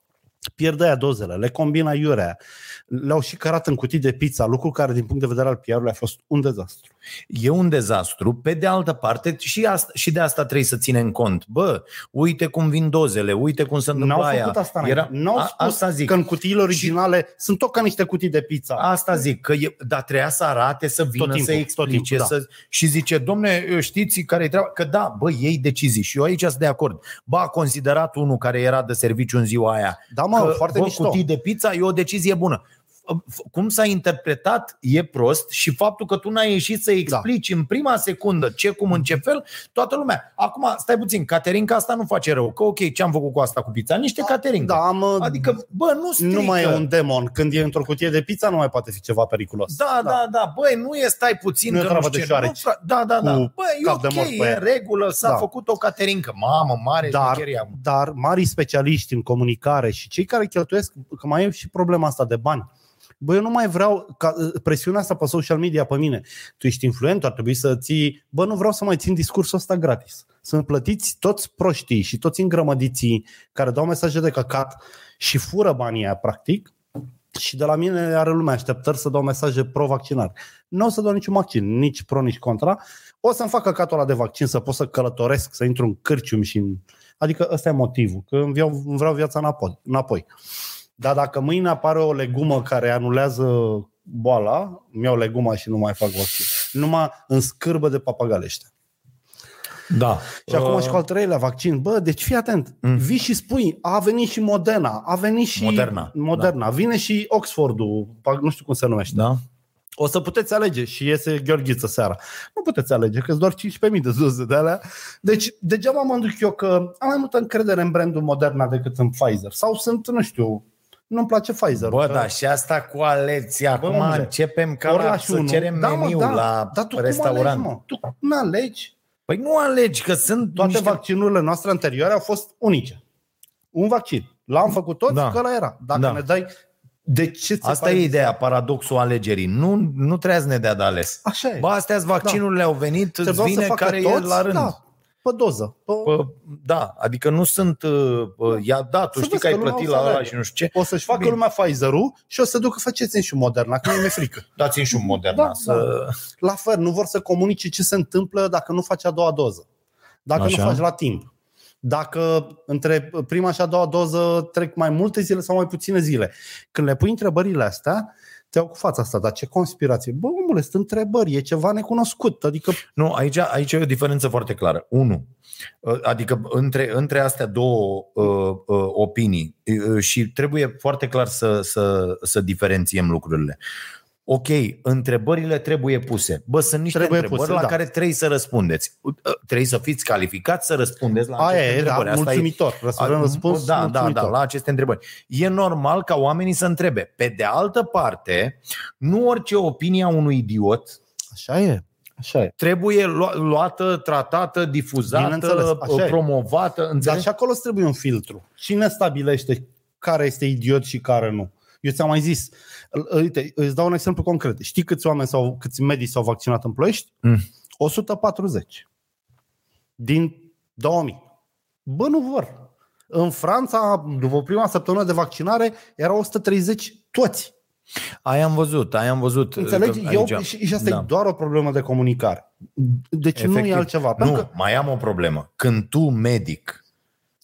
Speaker 3: Pierde aia dozele, le combina iurea, le-au și cărat în cutii de pizza, lucru care din punct de vedere al PR-ului a fost un dezastru.
Speaker 2: E un dezastru. Pe de altă parte, și, asta, și de asta trebuie să ținem cont. Bă, uite cum vin dozele, uite cum se întâmplă
Speaker 3: N-au
Speaker 2: aia.
Speaker 3: făcut asta Era... N-au
Speaker 2: a-
Speaker 3: spus
Speaker 2: asta zic.
Speaker 3: că în cutiile originale și... sunt tot ca niște cutii de pizza. A,
Speaker 2: Asta zic, că e, dar trebuia să arate, să vină,
Speaker 3: timpul,
Speaker 2: să
Speaker 3: tot
Speaker 2: explice
Speaker 3: timpul, da.
Speaker 2: să, și zice, domne, știți care e treaba? Că da, bă, ei decizii și eu aici sunt de acord. Ba, a considerat unul care era de serviciu în ziua aia
Speaker 3: da, mă,
Speaker 2: că,
Speaker 3: foarte
Speaker 2: bă,
Speaker 3: mișto.
Speaker 2: cutii de pizza e o decizie bună. F- Cum s-a interpretat e prost și faptul că tu n-ai ieșit să explici da. în prima secundă ce, cum, în ce fel, toată lumea. Acum, stai puțin, Caterinca asta nu face rău, că ok, ce am făcut cu asta cu pizza? Niște Caterinca.
Speaker 3: Da, mă, adică
Speaker 2: Adică, bă, nu strică.
Speaker 3: nu mai e un demon. Când e într-o cutie de pizza, nu mai poate fi ceva periculos.
Speaker 2: Da, da,
Speaker 3: Da.
Speaker 2: da, da. Băi, nu e stai puțin
Speaker 3: Nu e
Speaker 2: că
Speaker 3: treaba
Speaker 2: știu
Speaker 3: de
Speaker 2: ce. Nu,
Speaker 3: șoareci.
Speaker 2: fra- Da, da, da.
Speaker 3: Cu
Speaker 2: Bă, e
Speaker 3: cap de
Speaker 2: ok,
Speaker 3: mort pe
Speaker 2: e
Speaker 3: ea.
Speaker 2: în regulă, s-a
Speaker 3: Da.
Speaker 2: făcut o caterincă. Mamă, mare
Speaker 3: Dar-
Speaker 2: șmecheria.
Speaker 3: Dar mari specialiști în comunicare și cei care cheltuiesc, că mai e și problema asta de bani, Bă, eu nu mai vreau ca, uh, presiunea asta pe social media pe mine. Tu ești influent, ar trebui să ții... Bă, nu vreau să mai țin discursul ăsta gratis. Să-mi plătiți toți proștii și toți îngrămădiții care dau mesaje de căcat și fură banii aia, practic, și de la mine are lumea așteptări să dau mesaje pro-vaccinare. Nu o să dau niciun vaccin, nici pro, nici contra. O să-mi fac căcatul ăla de vaccin să pot să călătoresc, să intru în cârcium și în... Adică ăsta e motivul, că îmi vreau, îmi vreau viața înapoi. înapoi. Dar dacă mâine apare o legumă care anulează boala, îmi iau leguma și nu mai fac vaccin. Numai în scârbă de papagalește.
Speaker 2: Da.
Speaker 3: Și acum și cu al treilea vaccin. Bă, deci fii atent.
Speaker 2: Mm.
Speaker 3: Mm. Vii și spui, a venit și Moderna, a venit și
Speaker 2: Moderna,
Speaker 3: Moderna. Da. vine și Oxfordul, pac- nu știu cum se numește.
Speaker 2: Da?
Speaker 3: O să puteți alege și iese Gheorghiță seara. Nu puteți alege, că doar 15.000 de doze de alea. Deci degeaba mă duc eu că am mai multă încredere în brandul Moderna decât în Pfizer. Sau sunt, nu știu, nu-mi place Pfizer.
Speaker 2: Bă,
Speaker 3: că-
Speaker 2: da, și asta cu aleții. Acum
Speaker 3: mă,
Speaker 2: începem ca
Speaker 3: Ori
Speaker 2: la,
Speaker 3: lași
Speaker 2: să
Speaker 3: unul.
Speaker 2: cerem
Speaker 3: Da, mă,
Speaker 2: meniu
Speaker 3: da.
Speaker 2: la
Speaker 3: Dar tu cum
Speaker 2: restaurant.
Speaker 3: Alegi, mă? Tu nu alegi.
Speaker 2: păi nu alegi, că sunt
Speaker 3: toate
Speaker 2: niște...
Speaker 3: niște... vaccinurile noastre anterioare au fost unice. Un vaccin. L-am făcut toți,
Speaker 2: Da.
Speaker 3: da. că ăla era. Dacă
Speaker 2: Da.
Speaker 3: da. ne dai... De ce ți se
Speaker 2: Asta
Speaker 3: pare-
Speaker 2: e ideea, paradoxul alegerii. Nu, nu trebuie să ne dea de ales.
Speaker 3: Așa e.
Speaker 2: Ba, astea vaccinurile au venit, îți
Speaker 3: Trebuiau Da. să
Speaker 2: vine
Speaker 3: facă
Speaker 2: care e la rând.
Speaker 3: Da. Pe doză. Pe...
Speaker 2: Bă, da, adică nu sunt... Uh, uh, ia, da, tu
Speaker 3: Să
Speaker 2: știi
Speaker 3: vezi
Speaker 2: că ai
Speaker 3: că lumea
Speaker 2: plătit
Speaker 3: o să
Speaker 2: la ăla
Speaker 3: aleagă.
Speaker 2: și nu știu ce.
Speaker 3: O să-și facă
Speaker 2: Bine.
Speaker 3: lumea Pfizer-ul și o să ducă faceți și Moderna, că mi-e frică.
Speaker 2: Dați-mi și un Moderna.
Speaker 3: Da,
Speaker 2: să...
Speaker 3: La fel, nu vor să comunice ce se întâmplă dacă nu faci a doua doză. Dacă
Speaker 2: Așa.
Speaker 3: Așa. nu faci la timp. Dacă între prima și a doua doză trec mai multe zile sau mai puține zile. Când le pui întrebările astea, te iau cu fața asta. Dar ce conspirație? Bă, omule, sunt întrebări, e ceva necunoscut. Adică,
Speaker 2: Nu, aici, aici e o diferență foarte clară. Unu, uh, adică între, între astea două uh, uh, opinii uh, și trebuie foarte clar să, să, să diferențiem lucrurile. Ok, întrebările trebuie puse. Bă, sunt niște
Speaker 3: Trebuie
Speaker 2: întrebări
Speaker 3: puse,
Speaker 2: la
Speaker 3: da.
Speaker 2: care trebuie să răspundeți. Uh, uh, Trebuie să fiți calificați să răspundeți la
Speaker 3: aia
Speaker 2: aceste
Speaker 3: e, da,
Speaker 2: întrebări. Asta e
Speaker 3: mulțumitor. Vrei să vrem
Speaker 2: a-
Speaker 3: răspuns?
Speaker 2: da, da,
Speaker 3: mulțumitor.
Speaker 2: da, la aceste întrebări. E normal ca oamenii să întrebe. Pe de altă parte, nu orice opinie a unui idiot
Speaker 3: Așa e. Așa e.
Speaker 2: trebuie lua- luată, tratată,
Speaker 3: Bineînțeles,
Speaker 2: difuzată,
Speaker 3: așa e.
Speaker 2: promovată.
Speaker 3: Dar
Speaker 2: Înțelegi?
Speaker 3: și acolo îți trebuie un filtru. Cine stabilește care este idiot și care nu? Eu ți-am mai zis, Îl- uite, îți dau un exemplu concret. Știi câți oameni sau câți medii s-au vaccinat în Ploiești?
Speaker 2: Mm.
Speaker 3: 140. Din 2000. Bă, nu vor. În Franța, după prima săptămână de vaccinare, erau 130 toți.
Speaker 2: Aia am văzut, aia am văzut.
Speaker 3: Înțelegi?
Speaker 2: Că-
Speaker 3: Eu,
Speaker 2: aici-
Speaker 3: și, și asta
Speaker 2: da.
Speaker 3: e doar o problemă de comunicare. Deci nu e
Speaker 2: Efectiv.
Speaker 3: altceva.
Speaker 2: Nu,
Speaker 3: Pentru că
Speaker 2: mai am o problemă. Când tu, medic,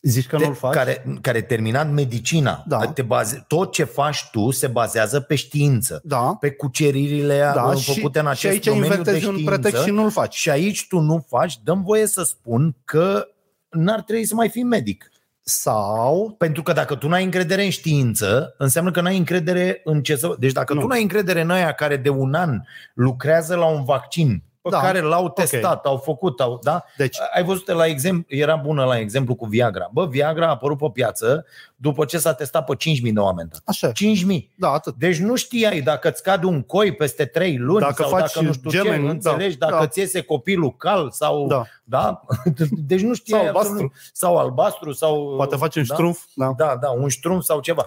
Speaker 3: zici că
Speaker 2: te,
Speaker 3: nu-l faci.
Speaker 2: care, care ai terminat medicina,
Speaker 3: Da.
Speaker 2: te baze, tot ce faci tu se bazează pe știință.
Speaker 3: da.
Speaker 2: Pe cuceririle
Speaker 3: Da,
Speaker 2: uh,
Speaker 3: și,
Speaker 2: făcute în
Speaker 3: și
Speaker 2: acest
Speaker 3: aici
Speaker 2: domeniu de
Speaker 3: inventezi
Speaker 2: știință.
Speaker 3: un pretext și nu-l faci.
Speaker 2: Și aici tu nu faci, dăm voie să spun că n-ar trebui să mai fii medic.
Speaker 3: Sau,
Speaker 2: Pentru că dacă tu n-ai încredere în știință, înseamnă că n-ai încredere în ce să... Deci dacă nu.
Speaker 3: Nu.
Speaker 2: tu n-ai încredere în aia care de un an lucrează la un vaccin pe da.
Speaker 3: Da.
Speaker 2: care l-au testat, okay. au făcut, au, da?
Speaker 3: deci,
Speaker 2: Ai văzut la exemplu, era bună la exemplu cu Viagra. Bă, Viagra a apărut pe piață după ce s-a testat pe 5.000 de oameni.
Speaker 3: așa,
Speaker 2: 5.000.
Speaker 3: da, atât.
Speaker 2: Deci nu știai dacă îți cade un coi peste 3 luni
Speaker 3: Dacă
Speaker 2: sau
Speaker 3: faci
Speaker 2: dacă nu știu
Speaker 3: gemeni,
Speaker 2: ce,
Speaker 3: da,
Speaker 2: înțelegi,
Speaker 3: da.
Speaker 2: dacă îți iese copilul cal sau...
Speaker 3: Da.
Speaker 2: da? Deci nu știai
Speaker 3: Sau
Speaker 2: absolut-
Speaker 3: albastru.
Speaker 2: Sau albastru sau...
Speaker 3: Poate faci un
Speaker 2: da?
Speaker 3: ștrumf, da.
Speaker 2: Da, da, un ștrumf sau ceva.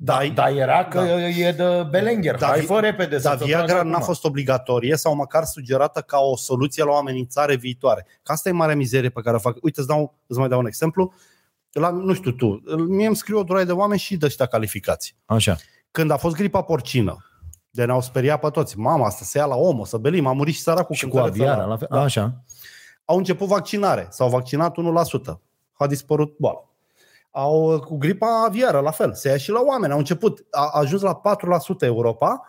Speaker 2: Da,
Speaker 3: Da,
Speaker 2: da era că
Speaker 3: da.
Speaker 2: e de Belenger. Da,
Speaker 3: Da,
Speaker 2: Hai
Speaker 3: vi-
Speaker 2: fă repede
Speaker 3: Dar
Speaker 2: să-ți o
Speaker 3: Viagra
Speaker 2: trag
Speaker 3: n-a
Speaker 2: acum.
Speaker 3: fost obligatorie sau măcar sugerată ca o soluție la o amenințare viitoare. Că asta e marea mizerie pe care o fac. Uite, îți, dau, îți mai dau un exemplu. La, nu știu tu, mie îmi scriu o droaie de oameni și de ăștia calificați.
Speaker 2: Așa.
Speaker 3: Când a fost gripa porcină, de ne-au speriat pe toți. Mama, asta se ia la om, o să belim, a murit și săracul.
Speaker 2: Și
Speaker 3: când
Speaker 2: cu
Speaker 3: tăreța
Speaker 2: aviara, la fel. Da. Așa.
Speaker 3: Au început vaccinare, s-au vaccinat 1%, a dispărut boala. Au cu gripa aviară, la fel, se ia și la oameni, au început, a a ajuns la 4% Europa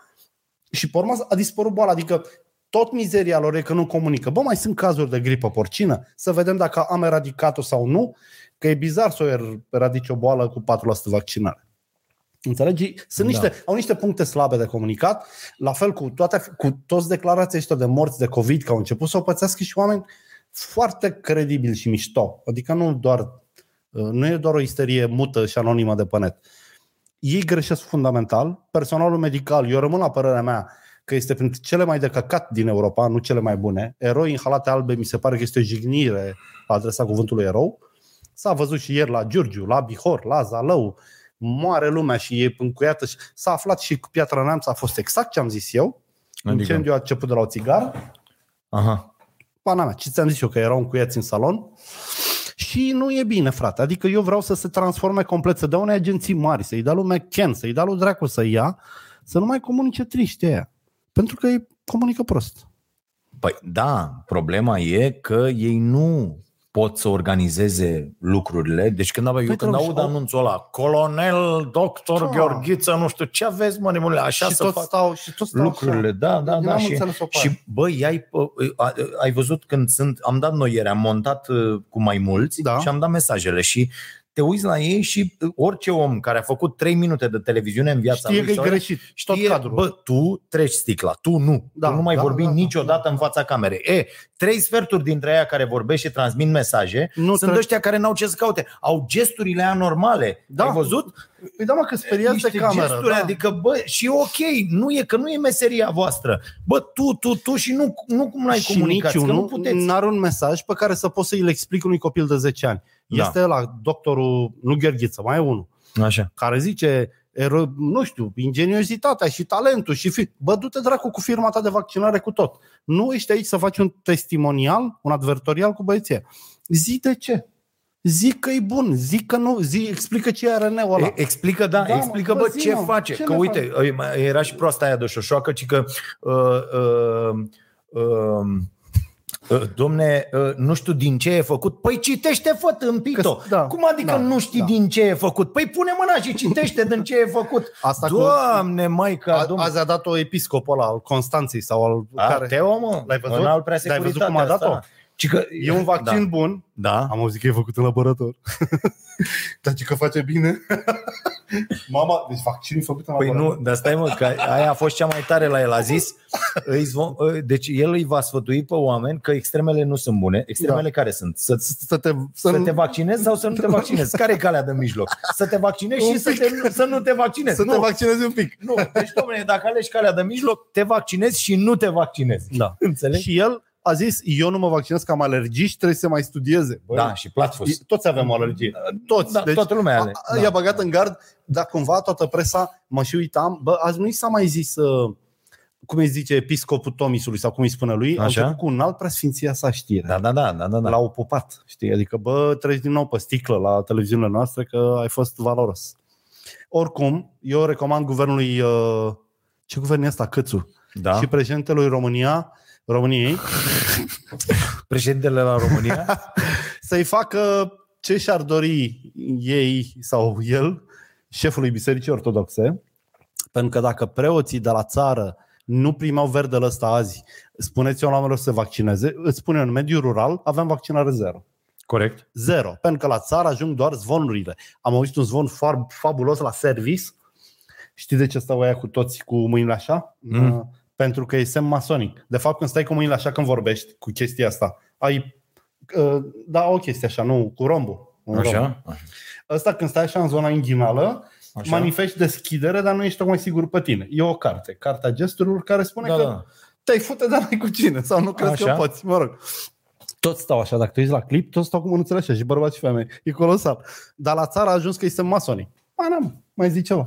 Speaker 3: și pe urmă a dispărut boala, adică tot mizeria lor e că nu comunică. Bă, mai sunt cazuri de gripă porcină, să vedem dacă am eradicat-o sau nu, că e bizar să o er- eradici o boală cu 4% vaccinare. Înțelegi?
Speaker 2: Da.
Speaker 3: Sunt niște, Au niște puncte slabe de comunicat, la fel cu, toate, cu toți declarații ăștia de morți de COVID, că au început să o pățească și oameni foarte credibil și mișto. Adică nu doar uh, nu e doar o isterie mută și anonimă de pe net. Ei greșesc fundamental, personalul medical, eu rămân la părerea mea că este printre cele mai de căcat din Europa, nu cele mai bune. Eroi în halate albe mi se pare că este o jignire la adresa cuvântului erou. S-a văzut și ieri la Giurgiu, la Bihor, la Zalău, moare lumea și e încuiată. Și... S-a aflat și cu Piatra Neamț, a fost exact ce am zis eu. Adică...
Speaker 2: Adică,
Speaker 3: Incendiul a început de la o țigară.
Speaker 2: aha.
Speaker 3: Pana mea, ce ți-am zis eu, că erau încuiați în salon. Și nu e bine, frate. Adică eu vreau să se transforme complet, să dea unei agenții mari, să-i dea lumea Ken, să-i dea lui Dracu să ia, să nu mai comunice triște aia. Pentru că ei comunică prost.
Speaker 2: Păi da, problema e că ei nu pot să organizeze lucrurile. Deci când, aveau, eu
Speaker 3: Păi,
Speaker 2: când
Speaker 3: trebuie
Speaker 2: aud
Speaker 3: și-
Speaker 2: anunțul ăla, colonel, doctor,
Speaker 3: Da.
Speaker 2: Gheorghiță, nu știu ce aveți, mă, nebunule, așa
Speaker 3: și
Speaker 2: să
Speaker 3: tot
Speaker 2: fac
Speaker 3: stau, și tot stau
Speaker 2: lucrurile. Da, da,
Speaker 3: Așa.
Speaker 2: da.
Speaker 3: N-am
Speaker 2: Și,
Speaker 3: înțeles o și...
Speaker 2: și bă, ai, ai văzut când sunt, am dat noi ieri, am montat uh, cu mai mulți
Speaker 3: Da.
Speaker 2: și am dat mesajele și te uiți la ei și uh, orice om care a făcut 3 minute de televiziune în viața
Speaker 3: Știe
Speaker 2: lui
Speaker 3: că e
Speaker 2: sau-
Speaker 3: greșit. Și tot
Speaker 2: știe,
Speaker 3: cadrul.
Speaker 2: Bă, tu treci sticla, tu nu.
Speaker 3: Da,
Speaker 2: Da, tu nu mai
Speaker 3: da,
Speaker 2: da, vorbi
Speaker 3: da,
Speaker 2: da,
Speaker 3: da,
Speaker 2: niciodată da. în fața camerei. E, trei sferturi dintre aia care vorbesc și transmit mesaje
Speaker 3: Nu
Speaker 2: nu sunt
Speaker 3: tre-
Speaker 2: ăștia care n-au ce să caute. Au gesturile aia normale.
Speaker 3: Da.
Speaker 2: Da. Ai văzut?
Speaker 3: Păi da, mă, că speriați de
Speaker 2: Niște
Speaker 3: cameră.
Speaker 2: gesturi,
Speaker 3: Da. Adică...
Speaker 2: adică bă, și ok, nu e că nu e meseria voastră. Bă, tu, tu, tu și nu, nu cum n-ai
Speaker 3: Și
Speaker 2: comunicat, că nu
Speaker 3: niciunul
Speaker 2: puteți.
Speaker 3: nu are un mesaj pe care să poți să-l explic unui copil de 10 ani.
Speaker 2: Da.
Speaker 3: Este la doctorul, nu Gherghiță, mai e unul,
Speaker 2: Așa.
Speaker 3: care zice, ero, nu știu, ingeniozitatea și talentul și fi... Bă, du-te dracu cu firma ta de vaccinare cu tot. Nu ești aici să faci un testimonial, un advertorial cu băieție. Zi de ce. Zic că e bun, zic că nu, zi, explică ce e RN-ul ăla.
Speaker 2: E, explică, da,
Speaker 3: Da,
Speaker 2: da
Speaker 3: mă,
Speaker 2: explică,
Speaker 3: bă,
Speaker 2: bă,
Speaker 3: zi,
Speaker 2: ce
Speaker 3: mă,
Speaker 2: face.
Speaker 3: ce
Speaker 2: că
Speaker 3: ne
Speaker 2: uite, era și proasta aia de șoșoacă, ci că uh, uh, uh, uh, domne, uh, nu știu din ce e făcut. Păi citește, fă tâmpito.
Speaker 3: Că- da,
Speaker 2: da, Cum adică
Speaker 3: da,
Speaker 2: da, nu știi
Speaker 3: da.
Speaker 2: da. din ce e făcut? Păi pune mâna și citește din ce e făcut.
Speaker 3: Asta cu-
Speaker 2: Doamne, maica,
Speaker 3: A,
Speaker 2: domnule.
Speaker 3: azi a dat-o episcopul ăla, al Constanței sau al...
Speaker 2: A, Teo, mă,
Speaker 3: L-ai văzut?
Speaker 2: în alt prea
Speaker 3: Dar ai văzut cum a
Speaker 2: securitatea
Speaker 3: dat-o?
Speaker 2: asta. Ci că,
Speaker 3: E un vaccin
Speaker 2: Da.
Speaker 3: da. bun.
Speaker 2: da.
Speaker 3: Am auzit că e făcut în laborator. Dar ce că face bine. Mama, deci vaccinul e făcut în
Speaker 2: Păi
Speaker 3: laborator.
Speaker 2: nu, dar stai mă, că aia a fost cea mai tare la el, a zis, îi zvo, deci el îi va sfătui pe oameni că extremele nu sunt bune. Extremele da. care sunt? Să, să,
Speaker 3: Să te, să
Speaker 2: să
Speaker 3: nu,
Speaker 2: te vaccinezi sau să
Speaker 3: Da.
Speaker 2: nu te vaccinezi? Care e calea de mijloc? Să te vaccinezi
Speaker 3: Un
Speaker 2: și să, te, să nu te vaccinezi.
Speaker 3: să
Speaker 2: nu,
Speaker 3: te vaccinezi un pic.
Speaker 2: nu, deci domnule, dacă alegi calea de mijloc, te vaccinezi și nu te vaccinezi.
Speaker 3: Da.
Speaker 2: Înțelegi?
Speaker 3: Și el a zis, eu nu mă vaccinez că am alergii și trebuie să mai studieze. Bă,
Speaker 2: Da, și platfus.
Speaker 3: e- Toți avem o alergie. Toți.
Speaker 2: Da,
Speaker 3: deci,
Speaker 2: toată lumea
Speaker 3: a,
Speaker 2: are.
Speaker 3: a, i-a băgat în gard, dar cumva toată presa, mă și uitam, bă, azi nu i s-a mai zis, uh, cum îi zice, episcopul Tomisului sau cum îi spune lui, a
Speaker 2: Așa?
Speaker 3: început cu un alt preasfinția sa știre.
Speaker 2: Da, da, da, da, da, da.
Speaker 3: l-au pupat, știi? Adică, bă, treci din nou pe sticlă la televiziunile noastre că ai fost valoros. Oricum, eu recomand guvernului, uh, ce guvern e ăsta? Cățu. Da.
Speaker 2: da.
Speaker 3: Și președintelui România, României,
Speaker 2: președintele la România.
Speaker 3: să-i facă ce și-ar dori ei sau el, șefului Bisericii Ortodoxe, pentru că dacă preoții de la țară nu primeau verdele ăsta azi, spuneți-o oamenilor să se vaccineze, îți spune în mediul rural avem vaccinare zero.
Speaker 2: Corect.
Speaker 3: Zero. Pentru că la țară ajung doar zvonurile. Am auzit un zvon far- fabulos la service. Știi de ce stau aia cu toți cu mâinile așa?
Speaker 2: Mm.
Speaker 3: Uh, Pentru că e semn masonic. De fapt, când stai cu mâinile așa când vorbești cu chestia asta, ai... uh, Da, o chestie așa, nu, cu rombul. Un Romb.
Speaker 2: Așa?
Speaker 3: Asta când stai așa în zona inghinală, așa. manifesti deschidere, dar nu ești tocmai sigur pe tine. E o carte, Cartea Gesturilor, care spune
Speaker 2: Da,
Speaker 3: că
Speaker 2: da.
Speaker 3: te-ai fute, dar n-ai cu cine sau nu crezi că
Speaker 2: Așa.
Speaker 3: poți, mă rog. Toți stau așa, dacă te uiți la clip, toți stau cu mânuțele așa și bărbați și femei. E colosal. Dar la țară a ajuns că este masonii. Ba n-am, mai zic ceva.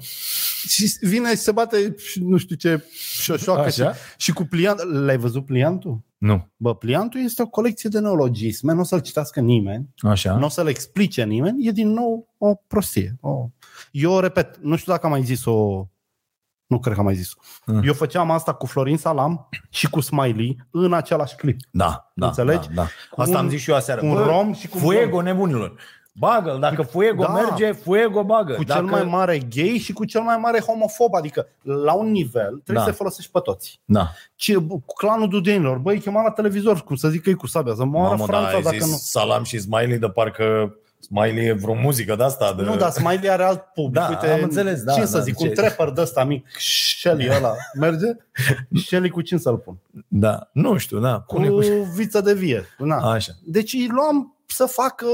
Speaker 3: Și vine și se bate și nu știu ce șoșoacă și,
Speaker 2: Așa?
Speaker 3: și cu pliant. L-ai văzut pliantul?
Speaker 2: Nu.
Speaker 3: Bă, pliantul este o colecție de neologisme, nu o să-l citească nimeni,
Speaker 2: Așa.
Speaker 3: nu o să-l explice nimeni, e din nou o prostie. O... Eu repet, nu știu dacă am mai zis-o, nu cred că am mai zis-o.
Speaker 2: Mm.
Speaker 3: Eu făceam asta cu Florin Salam și cu Smiley în același clip.
Speaker 2: Da, da.
Speaker 3: Înțelegi?
Speaker 2: Da, da. Asta
Speaker 3: un-
Speaker 2: am zis și eu aseară.
Speaker 3: cu un
Speaker 2: Bă,
Speaker 3: rom și cu un
Speaker 2: Fuego nebunilor. Bagă-l, dacă Fuego
Speaker 3: Da.
Speaker 2: da. merge, Fuego bagă.
Speaker 3: Cu
Speaker 2: dacă...
Speaker 3: cel mai mare gay și cu cel mai mare homofob, adică la un nivel
Speaker 2: Da.
Speaker 3: trebuie să folosești pe toți.
Speaker 2: Da.
Speaker 3: Ce, bu- cu clanul Dudenilor, băi, chema la televizor, cum să zic că e cu sabia, să moară
Speaker 2: Mamă, da,
Speaker 3: Franța
Speaker 2: ai
Speaker 3: dacă
Speaker 2: zis
Speaker 3: nu.
Speaker 2: Salam și Smiley, de parcă Smiley e vreo muzică de asta. De...
Speaker 3: Nu, dar Smiley are alt public.
Speaker 2: Da,
Speaker 3: Uite,
Speaker 2: am înțeles, da,
Speaker 3: Ce
Speaker 2: da,
Speaker 3: să zic,
Speaker 2: ce-
Speaker 3: un trapper de ăsta mic, Shelly ăla, merge? Shelly cu cine să-l pun?
Speaker 2: da. Nu știu, da.
Speaker 3: Cu
Speaker 2: Pune cu...
Speaker 3: viță de vie. Na.
Speaker 2: Așa.
Speaker 3: Deci îi luam să facă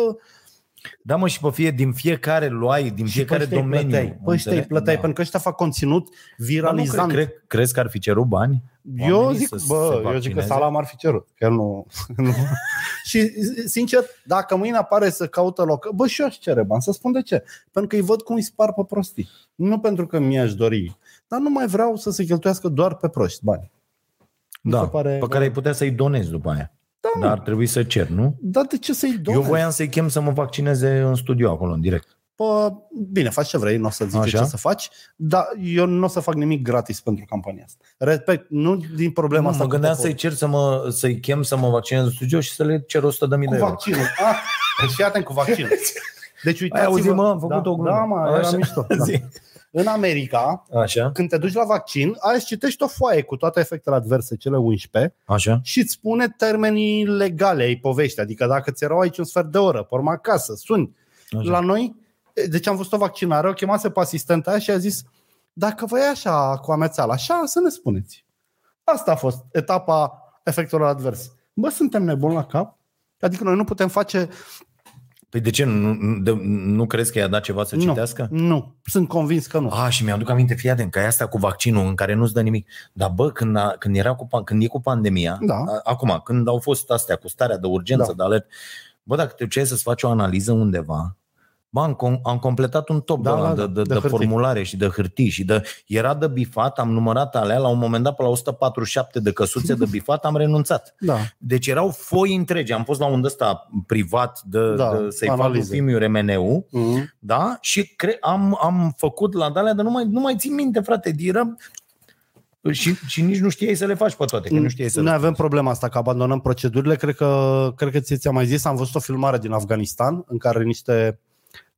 Speaker 2: Da, mă, și pe fie, din fiecare luai, din fiecare
Speaker 3: ăștia îi
Speaker 2: domeniu.
Speaker 3: Plăteai, păi ăștia îi
Speaker 2: înțelegi?
Speaker 3: plăteai,
Speaker 2: Da.
Speaker 3: pentru că ăștia fac conținut
Speaker 2: Dar nu
Speaker 3: viralizant.
Speaker 2: cre- cre- crezi că ar fi cerut bani?
Speaker 3: eu
Speaker 2: oamenii
Speaker 3: zic,
Speaker 2: să se
Speaker 3: bă, eu zic că
Speaker 2: vaccineze?
Speaker 3: salam ar fi cerut. Că el nu... nu. și, sincer, dacă mâine apare să caută loc, bă, și eu aș cere bani, să spun de ce. Pentru că îi văd cum îi spar pe prostii. Nu pentru că mi-aș dori, dar nu mai vreau să se cheltuiască doar pe proști bani. Mi
Speaker 2: Da,
Speaker 3: se pare-
Speaker 2: pare, pe care ai putea să-i donezi după aia.
Speaker 3: Da,
Speaker 2: Dar
Speaker 3: da.
Speaker 2: ar trebui să cer, nu?
Speaker 3: Dar de ce să-i
Speaker 2: Eu
Speaker 3: donezi?
Speaker 2: voiam să-i chem să mă vaccineze în studio acolo, în direct.
Speaker 3: Pă, bine, faci ce vrei, nu o să zic eu
Speaker 2: Așa.
Speaker 3: ce să faci, dar eu nu o să fac nimic gratis pentru campania asta. Respect, nu din problema
Speaker 2: Nu,
Speaker 3: asta.
Speaker 2: mă
Speaker 3: cu
Speaker 2: gândeam
Speaker 3: popor.
Speaker 2: să-i cer să mă, să-i chem să mă vaccinez în studio și să le cer 100.000 de
Speaker 3: Cu
Speaker 2: euro.
Speaker 3: vaccinul. Ah, și atent cu vaccinul. Deci uitați-vă.
Speaker 2: auzit, mă, am făcut
Speaker 3: da,
Speaker 2: o glumă.
Speaker 3: Da, mă, era
Speaker 2: Așa.
Speaker 3: mișto. Da.
Speaker 2: Zi.
Speaker 3: În America,
Speaker 2: Așa,
Speaker 3: când te duci la vaccin, ai îți citești o foaie cu toate efectele adverse, cele 11,
Speaker 2: așa.
Speaker 3: și îți spune termenii legale ai poveștii. Adică dacă ți erau aici un sfert de oră, pe urmă acasă, suni.
Speaker 2: Așa.
Speaker 3: Așa. La noi, deci am văzut o vaccinare, o chemase pe asistenta aia și a zis dacă vă e așa cu amețeală, așa să ne spuneți. Asta a fost etapa efectelor adverse. Bă, suntem nebuni la cap? Adică noi nu putem face...
Speaker 2: Păi de ce? Nu, nu, de, nu crezi că i-a dat ceva să citească? Ah.
Speaker 3: Nu, nu, sunt convins că nu.
Speaker 2: A, și mi-aduc aminte, fii atent, că e asta cu vaccinul în care nu-ți dă nimic. Dar bă, când, a, când, era cu, pan- când e cu pandemia,
Speaker 3: Da.
Speaker 2: a, acum, când au fost astea cu starea de urgență, da. de alert, bă, dacă te duceai să-ți faci o analiză undeva, bă, am, com- am completat un top da,
Speaker 3: Da,
Speaker 2: de,
Speaker 3: da,
Speaker 2: da,
Speaker 3: da,
Speaker 2: de, de,
Speaker 3: de
Speaker 2: de, de
Speaker 3: hârtii.
Speaker 2: formulare și de hârtii și de, era de bifat, am numărat alea, la un moment dat pe la 147 de căsuțe de bifat am renunțat.
Speaker 3: Da.
Speaker 2: Deci erau foi întregi. Am fost la un ăsta privat de,
Speaker 3: Da,
Speaker 2: da, de să-i fac un
Speaker 3: analize.
Speaker 2: film RMNU
Speaker 3: Mm.
Speaker 2: da? Și cre- am, am făcut la dalea, dar nu mai, nu mai țin minte, frate, era... Și, și nici nu știai să le faci pe toate, că nu știai să
Speaker 3: Noi
Speaker 2: le...
Speaker 3: avem problema asta, că abandonăm procedurile. Cred că, cred că ți- ți-am mai zis, am văzut o filmare din Afganistan în care niște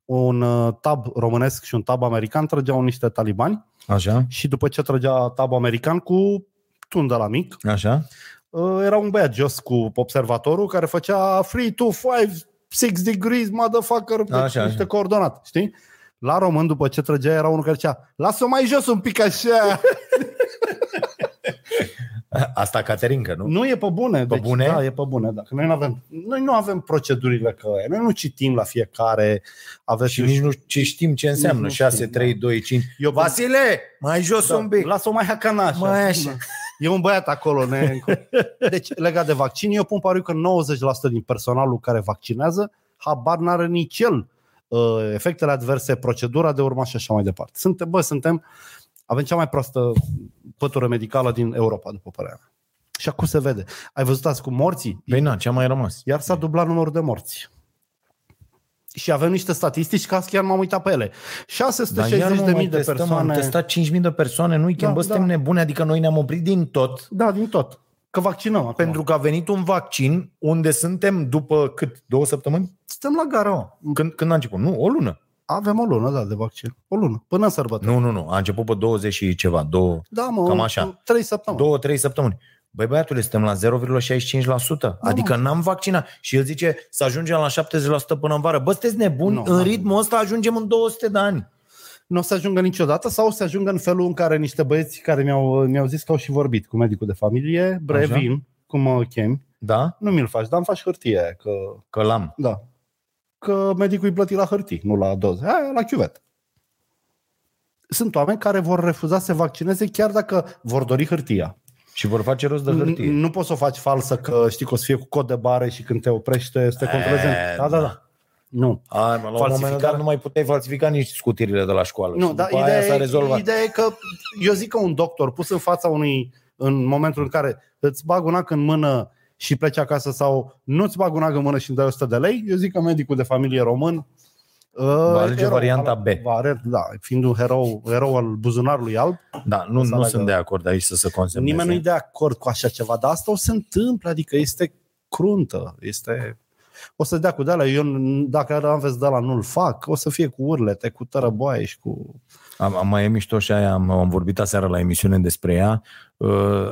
Speaker 3: un uh, tab românesc și un tab american trăgeau niște talibani
Speaker 2: Așa,
Speaker 3: și după ce trăgea tabul american cu tundă la mic,
Speaker 2: așa,
Speaker 3: uh, era un băiat jos cu observatorul care făcea free to five, six degrees, motherfucker, pe
Speaker 2: Da, Așa,
Speaker 3: așa, niște
Speaker 2: așa.
Speaker 3: coordonate, știi? La român, după ce trăgea, era unul care zicea, lasă-o mai jos un pic așa.
Speaker 2: Asta Caterinca, nu?
Speaker 3: Nu e pe bune.
Speaker 2: Pe
Speaker 3: deci,
Speaker 2: bune?
Speaker 3: Da, e pe bune. Dacă noi, nu avem, noi nu avem procedurile că noi nu citim la fiecare. Aveți
Speaker 2: Și nici nu ce știm ce
Speaker 3: Nici
Speaker 2: înseamnă,
Speaker 3: nu da.
Speaker 2: 6,
Speaker 3: știm,
Speaker 2: 3, 2, 5...
Speaker 3: Eu Da,
Speaker 2: Vasile, mai jos un pic!
Speaker 3: Lasă-o mai hacana așa.
Speaker 2: Mai așa.
Speaker 3: Da. E un băiat acolo. Ne... Deci, legat de vaccin, eu pun pariu că 90% din personalul care vaccinează, habar n-are nici el uh, efectele adverse, procedura de urma și așa mai departe. Suntem, bă, suntem, avem cea mai proastă pătură medicală din Europa, după părerea mea. Și acum se vede. Ai văzut azi cu morții?
Speaker 2: Păi na, ce-a mai rămas?
Speaker 3: Iar s-a dublat numărul de morți. Și avem niște statistici, ca chiar m-am uitat pe ele. 660.000 de
Speaker 2: am
Speaker 3: persoane.
Speaker 2: testat 5.000 de persoane în weekend,
Speaker 3: Da,
Speaker 2: da, bă,
Speaker 3: da.
Speaker 2: suntem nebune, adică noi ne-am oprit din tot,
Speaker 3: Da, din tot. Că vaccinăm acum.
Speaker 2: pentru că a venit un vaccin unde suntem după cât? Două săptămâni?
Speaker 3: Stăm la gara, mă.
Speaker 2: Când, când a început? Nu, o lună.
Speaker 3: Avem o lună, da, de vaccin. O lună. Până în sărbători.
Speaker 2: Nu, nu, nu. A început pe 20 și ceva, două,
Speaker 3: Da, mă.
Speaker 2: Cam așa.
Speaker 3: Trei săptămâni.
Speaker 2: două, trei săptămâni. Băi, băiatule, suntem la 0,65%. Adică n-am vaccinat. Și el zice să ajungem la 70% până în vară. Bă, sunteți nebuni?
Speaker 3: Nu,
Speaker 2: No, în
Speaker 3: n-am.
Speaker 2: ritmul ăsta ajungem în 200 de ani.
Speaker 3: Nu o să ajungă niciodată sau o să ajungă în felul în care niște băieți care mi-au, mi-au zis că au și vorbit cu medicul de familie, Brevin, cum mă chem,
Speaker 2: Da?
Speaker 3: nu mi-l faci, dar îmi faci hârtie, că
Speaker 2: Că l-am.
Speaker 3: Da. Că medicul îi plăti la hârtii, nu la doze. Aia e la chiuvet. Sunt oameni care vor refuza să se vaccineze chiar dacă vor dori hârtia.
Speaker 2: Și vor face rost de
Speaker 3: N-
Speaker 2: hârtie.
Speaker 3: Nu poți să o faci falsă că știi că o să fie cu cod de bare și când te oprește să te controleze. Da, da, da. Nu.
Speaker 2: Ai, mă, la un moment
Speaker 3: Falsificare.
Speaker 2: dat nu mai puteai falsifica nici scutirile de la școală.
Speaker 3: Nu,
Speaker 2: și
Speaker 3: dar
Speaker 2: după aia
Speaker 3: da, ideea,
Speaker 2: s-a rezolvat.
Speaker 3: e, ideea e că eu zic că un doctor pus în fața unui în momentul în care îți bag un ac în mână și pleci acasă sau nu-ți bag un ac în mână și îmi dai 100 de lei, eu zic că medicul de familie român uh,
Speaker 2: alege varianta B.
Speaker 3: Va alege, da, fiind un herou, erou al buzunarului alb,
Speaker 2: Da, nu,
Speaker 3: O să
Speaker 2: nu
Speaker 3: aleagă-
Speaker 2: sunt de acord aici să se consemneze.
Speaker 3: nimeni nu e de acord cu așa ceva, dar asta o se întâmplă, adică este cruntă, este... O să dea cu de eu n- dacă am vezi de la nu-l fac, o să fie cu urlete, cu tărăboaie și cu
Speaker 2: Am, am mai e mișto și aia, am, am vorbit aseară la emisiune despre ea, uh,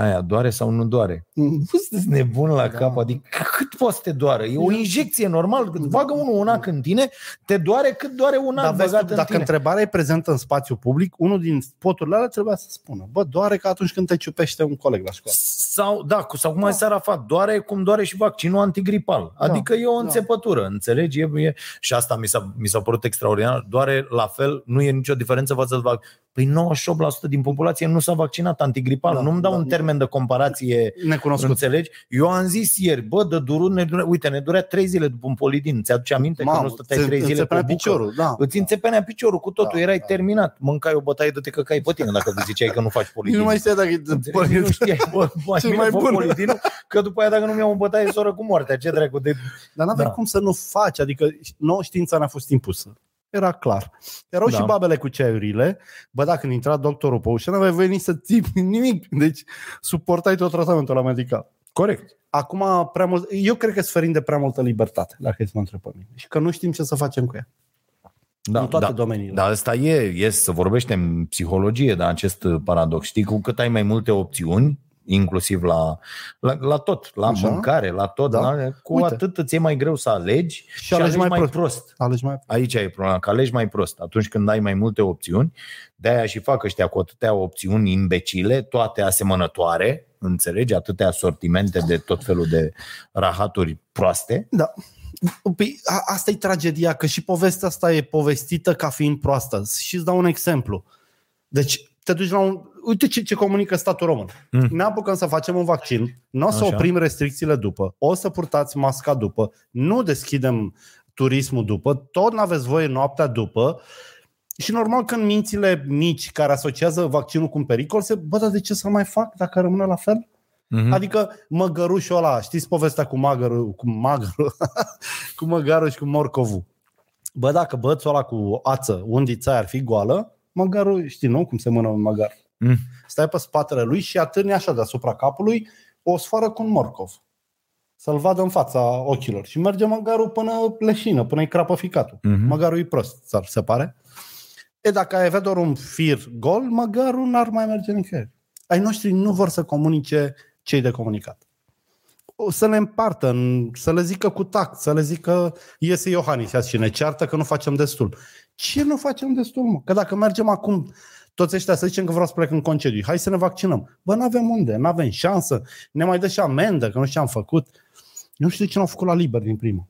Speaker 2: aia doare sau nu doare. Bă, Păi, sunteți nebun la da. cap, adică cât poți să te doară? E o
Speaker 3: Da.
Speaker 2: injecție normal, când bagă unul un ac în tine, te doare cât doare un
Speaker 3: Dar
Speaker 2: ac
Speaker 3: vezi,
Speaker 2: băgat
Speaker 3: tu,
Speaker 2: în
Speaker 3: dacă
Speaker 2: tine.
Speaker 3: întrebarea e prezentă în spațiu public, unul din spoturile alea trebuia să spună. Bă, doare ca atunci când te ciupește un coleg la școală.
Speaker 2: Sau, da, cu- sau cum ai Arafat, doare cum doare și vaccinul antigripal.
Speaker 3: Da.
Speaker 2: Adică e o înțepătură, înțelegi? E, e, și asta mi s-a, mi s-a părut extraordinar. Doare la fel, nu e nicio diferență față de vac. Păi 98% din populație nu s-a vaccinat antigripal.
Speaker 3: Da,
Speaker 2: Nu-mi dau
Speaker 3: da.
Speaker 2: un termen de comparație
Speaker 3: Necunoscut.
Speaker 2: Înțelegi? Eu am zis ieri, bă, de durut, ne durea, uite, ne durea trei zile după un polidin. Ți-aduce aminte că nu stăteai
Speaker 3: ți-
Speaker 2: trei zile pe
Speaker 3: înțepenea
Speaker 2: o bucă?
Speaker 3: piciorul, da.
Speaker 2: Îți înțepenea piciorul cu totul,
Speaker 3: Da,
Speaker 2: erai
Speaker 3: da.
Speaker 2: terminat. Mâncai o bătaie de te căcai pe tine dacă îți ziceai că nu faci
Speaker 3: Nici
Speaker 2: polidin.
Speaker 3: nu mai știa dacă e păi,
Speaker 2: Înțelegi? Nu știai, bă, mai
Speaker 3: Cel
Speaker 2: bine
Speaker 3: mai
Speaker 2: fă
Speaker 3: bun.
Speaker 2: polidinul, că după aia dacă nu mi-au o bătaie soră cu moartea, ce dracu de...
Speaker 3: Dar n-aveai
Speaker 2: Da.
Speaker 3: cum să nu faci, adică nouă știința ne-a fost impusă. Era clar. Erau
Speaker 2: Da.
Speaker 3: și babele cu ceaiurile. Bă, dacă când intra doctorul pe ușă, n-aveai voie nici să ții nimic. Deci suportai tot tratamentul la medical.
Speaker 2: Corect.
Speaker 3: Acum, prea mult, eu cred că sferim de prea multă libertate, dacă e să mă întreb pe mine. Și că nu știm ce să facem cu ea.
Speaker 2: Da,
Speaker 3: în toate
Speaker 2: da.
Speaker 3: domeniile.
Speaker 2: Dar asta e, e să vorbește în psihologie, dar acest uh, paradox. Știi, cu cât ai mai multe opțiuni, inclusiv la, la, la tot, la
Speaker 3: Așa.
Speaker 2: Așa? mâncare, la tot,
Speaker 3: Da.
Speaker 2: da. la, cu
Speaker 3: Uite.
Speaker 2: Uite. atât îți e mai greu să alegi și,
Speaker 3: alegi
Speaker 2: alegi
Speaker 3: mai
Speaker 2: mai, mai
Speaker 3: prost.
Speaker 2: prost. prost.
Speaker 3: Alegi mai...
Speaker 2: Aici e problema, că alegi mai prost. Atunci când ai mai multe opțiuni, de-aia și fac ăștia cu atâtea opțiuni imbecile, toate asemănătoare, înțelegi, atâtea sortimente de tot felul de rahaturi proaste.
Speaker 3: Păi, a- asta e tragedia, că și povestea asta e povestită ca fiind proastă. Și îți dau un exemplu. Deci, te duci la un... Uite ce, ce comunică statul român.
Speaker 2: Mm.
Speaker 3: Ne apucăm să facem un vaccin, nu o să
Speaker 2: Așa.
Speaker 3: oprim restricțiile după, o să purtați masca după, nu deschidem turismul după, tot nu aveți voie noaptea după. Și normal că în mințile mici care asociază vaccinul cu un pericol, se bă, dar de ce să mai fac dacă rămâne la fel?
Speaker 2: Mm-hmm.
Speaker 3: Adică măgărușul ăla, știți povestea cu magărul, cu magărul, cu măgarul și cu morcovul. Bă, dacă bățul ăla cu ață, undița aia ar fi goală, măgarul, știi nu cum se mână un măgar?
Speaker 2: Mm.
Speaker 3: Stai pe spatele lui și atârni așa deasupra capului o sfoară cu un morcov. Să-l vadă în fața ochilor. Și merge măgarul până leșină, până-i crapă ficatul.
Speaker 2: Mhm.
Speaker 3: Măgarul e prost, s-ar se pare. E, dacă ai avea doar un fir gol, măgarul n-ar mai merge nicăieri. Ai noștri nu vor să comunice cei de comunicat. O să le împartă, în- să le zică cu tact, să le zică iese Iohannis azi și ne ceartă că nu facem destul. Ce nu facem destul, mă? Că dacă mergem acum, toți ăștia să zicem că vreau să plec în concediu, hai să ne vaccinăm. Bă, n-avem unde, n-avem șansă, ne mai dă și amendă, că nu știu ce am făcut. Eu nu știu de ce n-au făcut la liber din primă.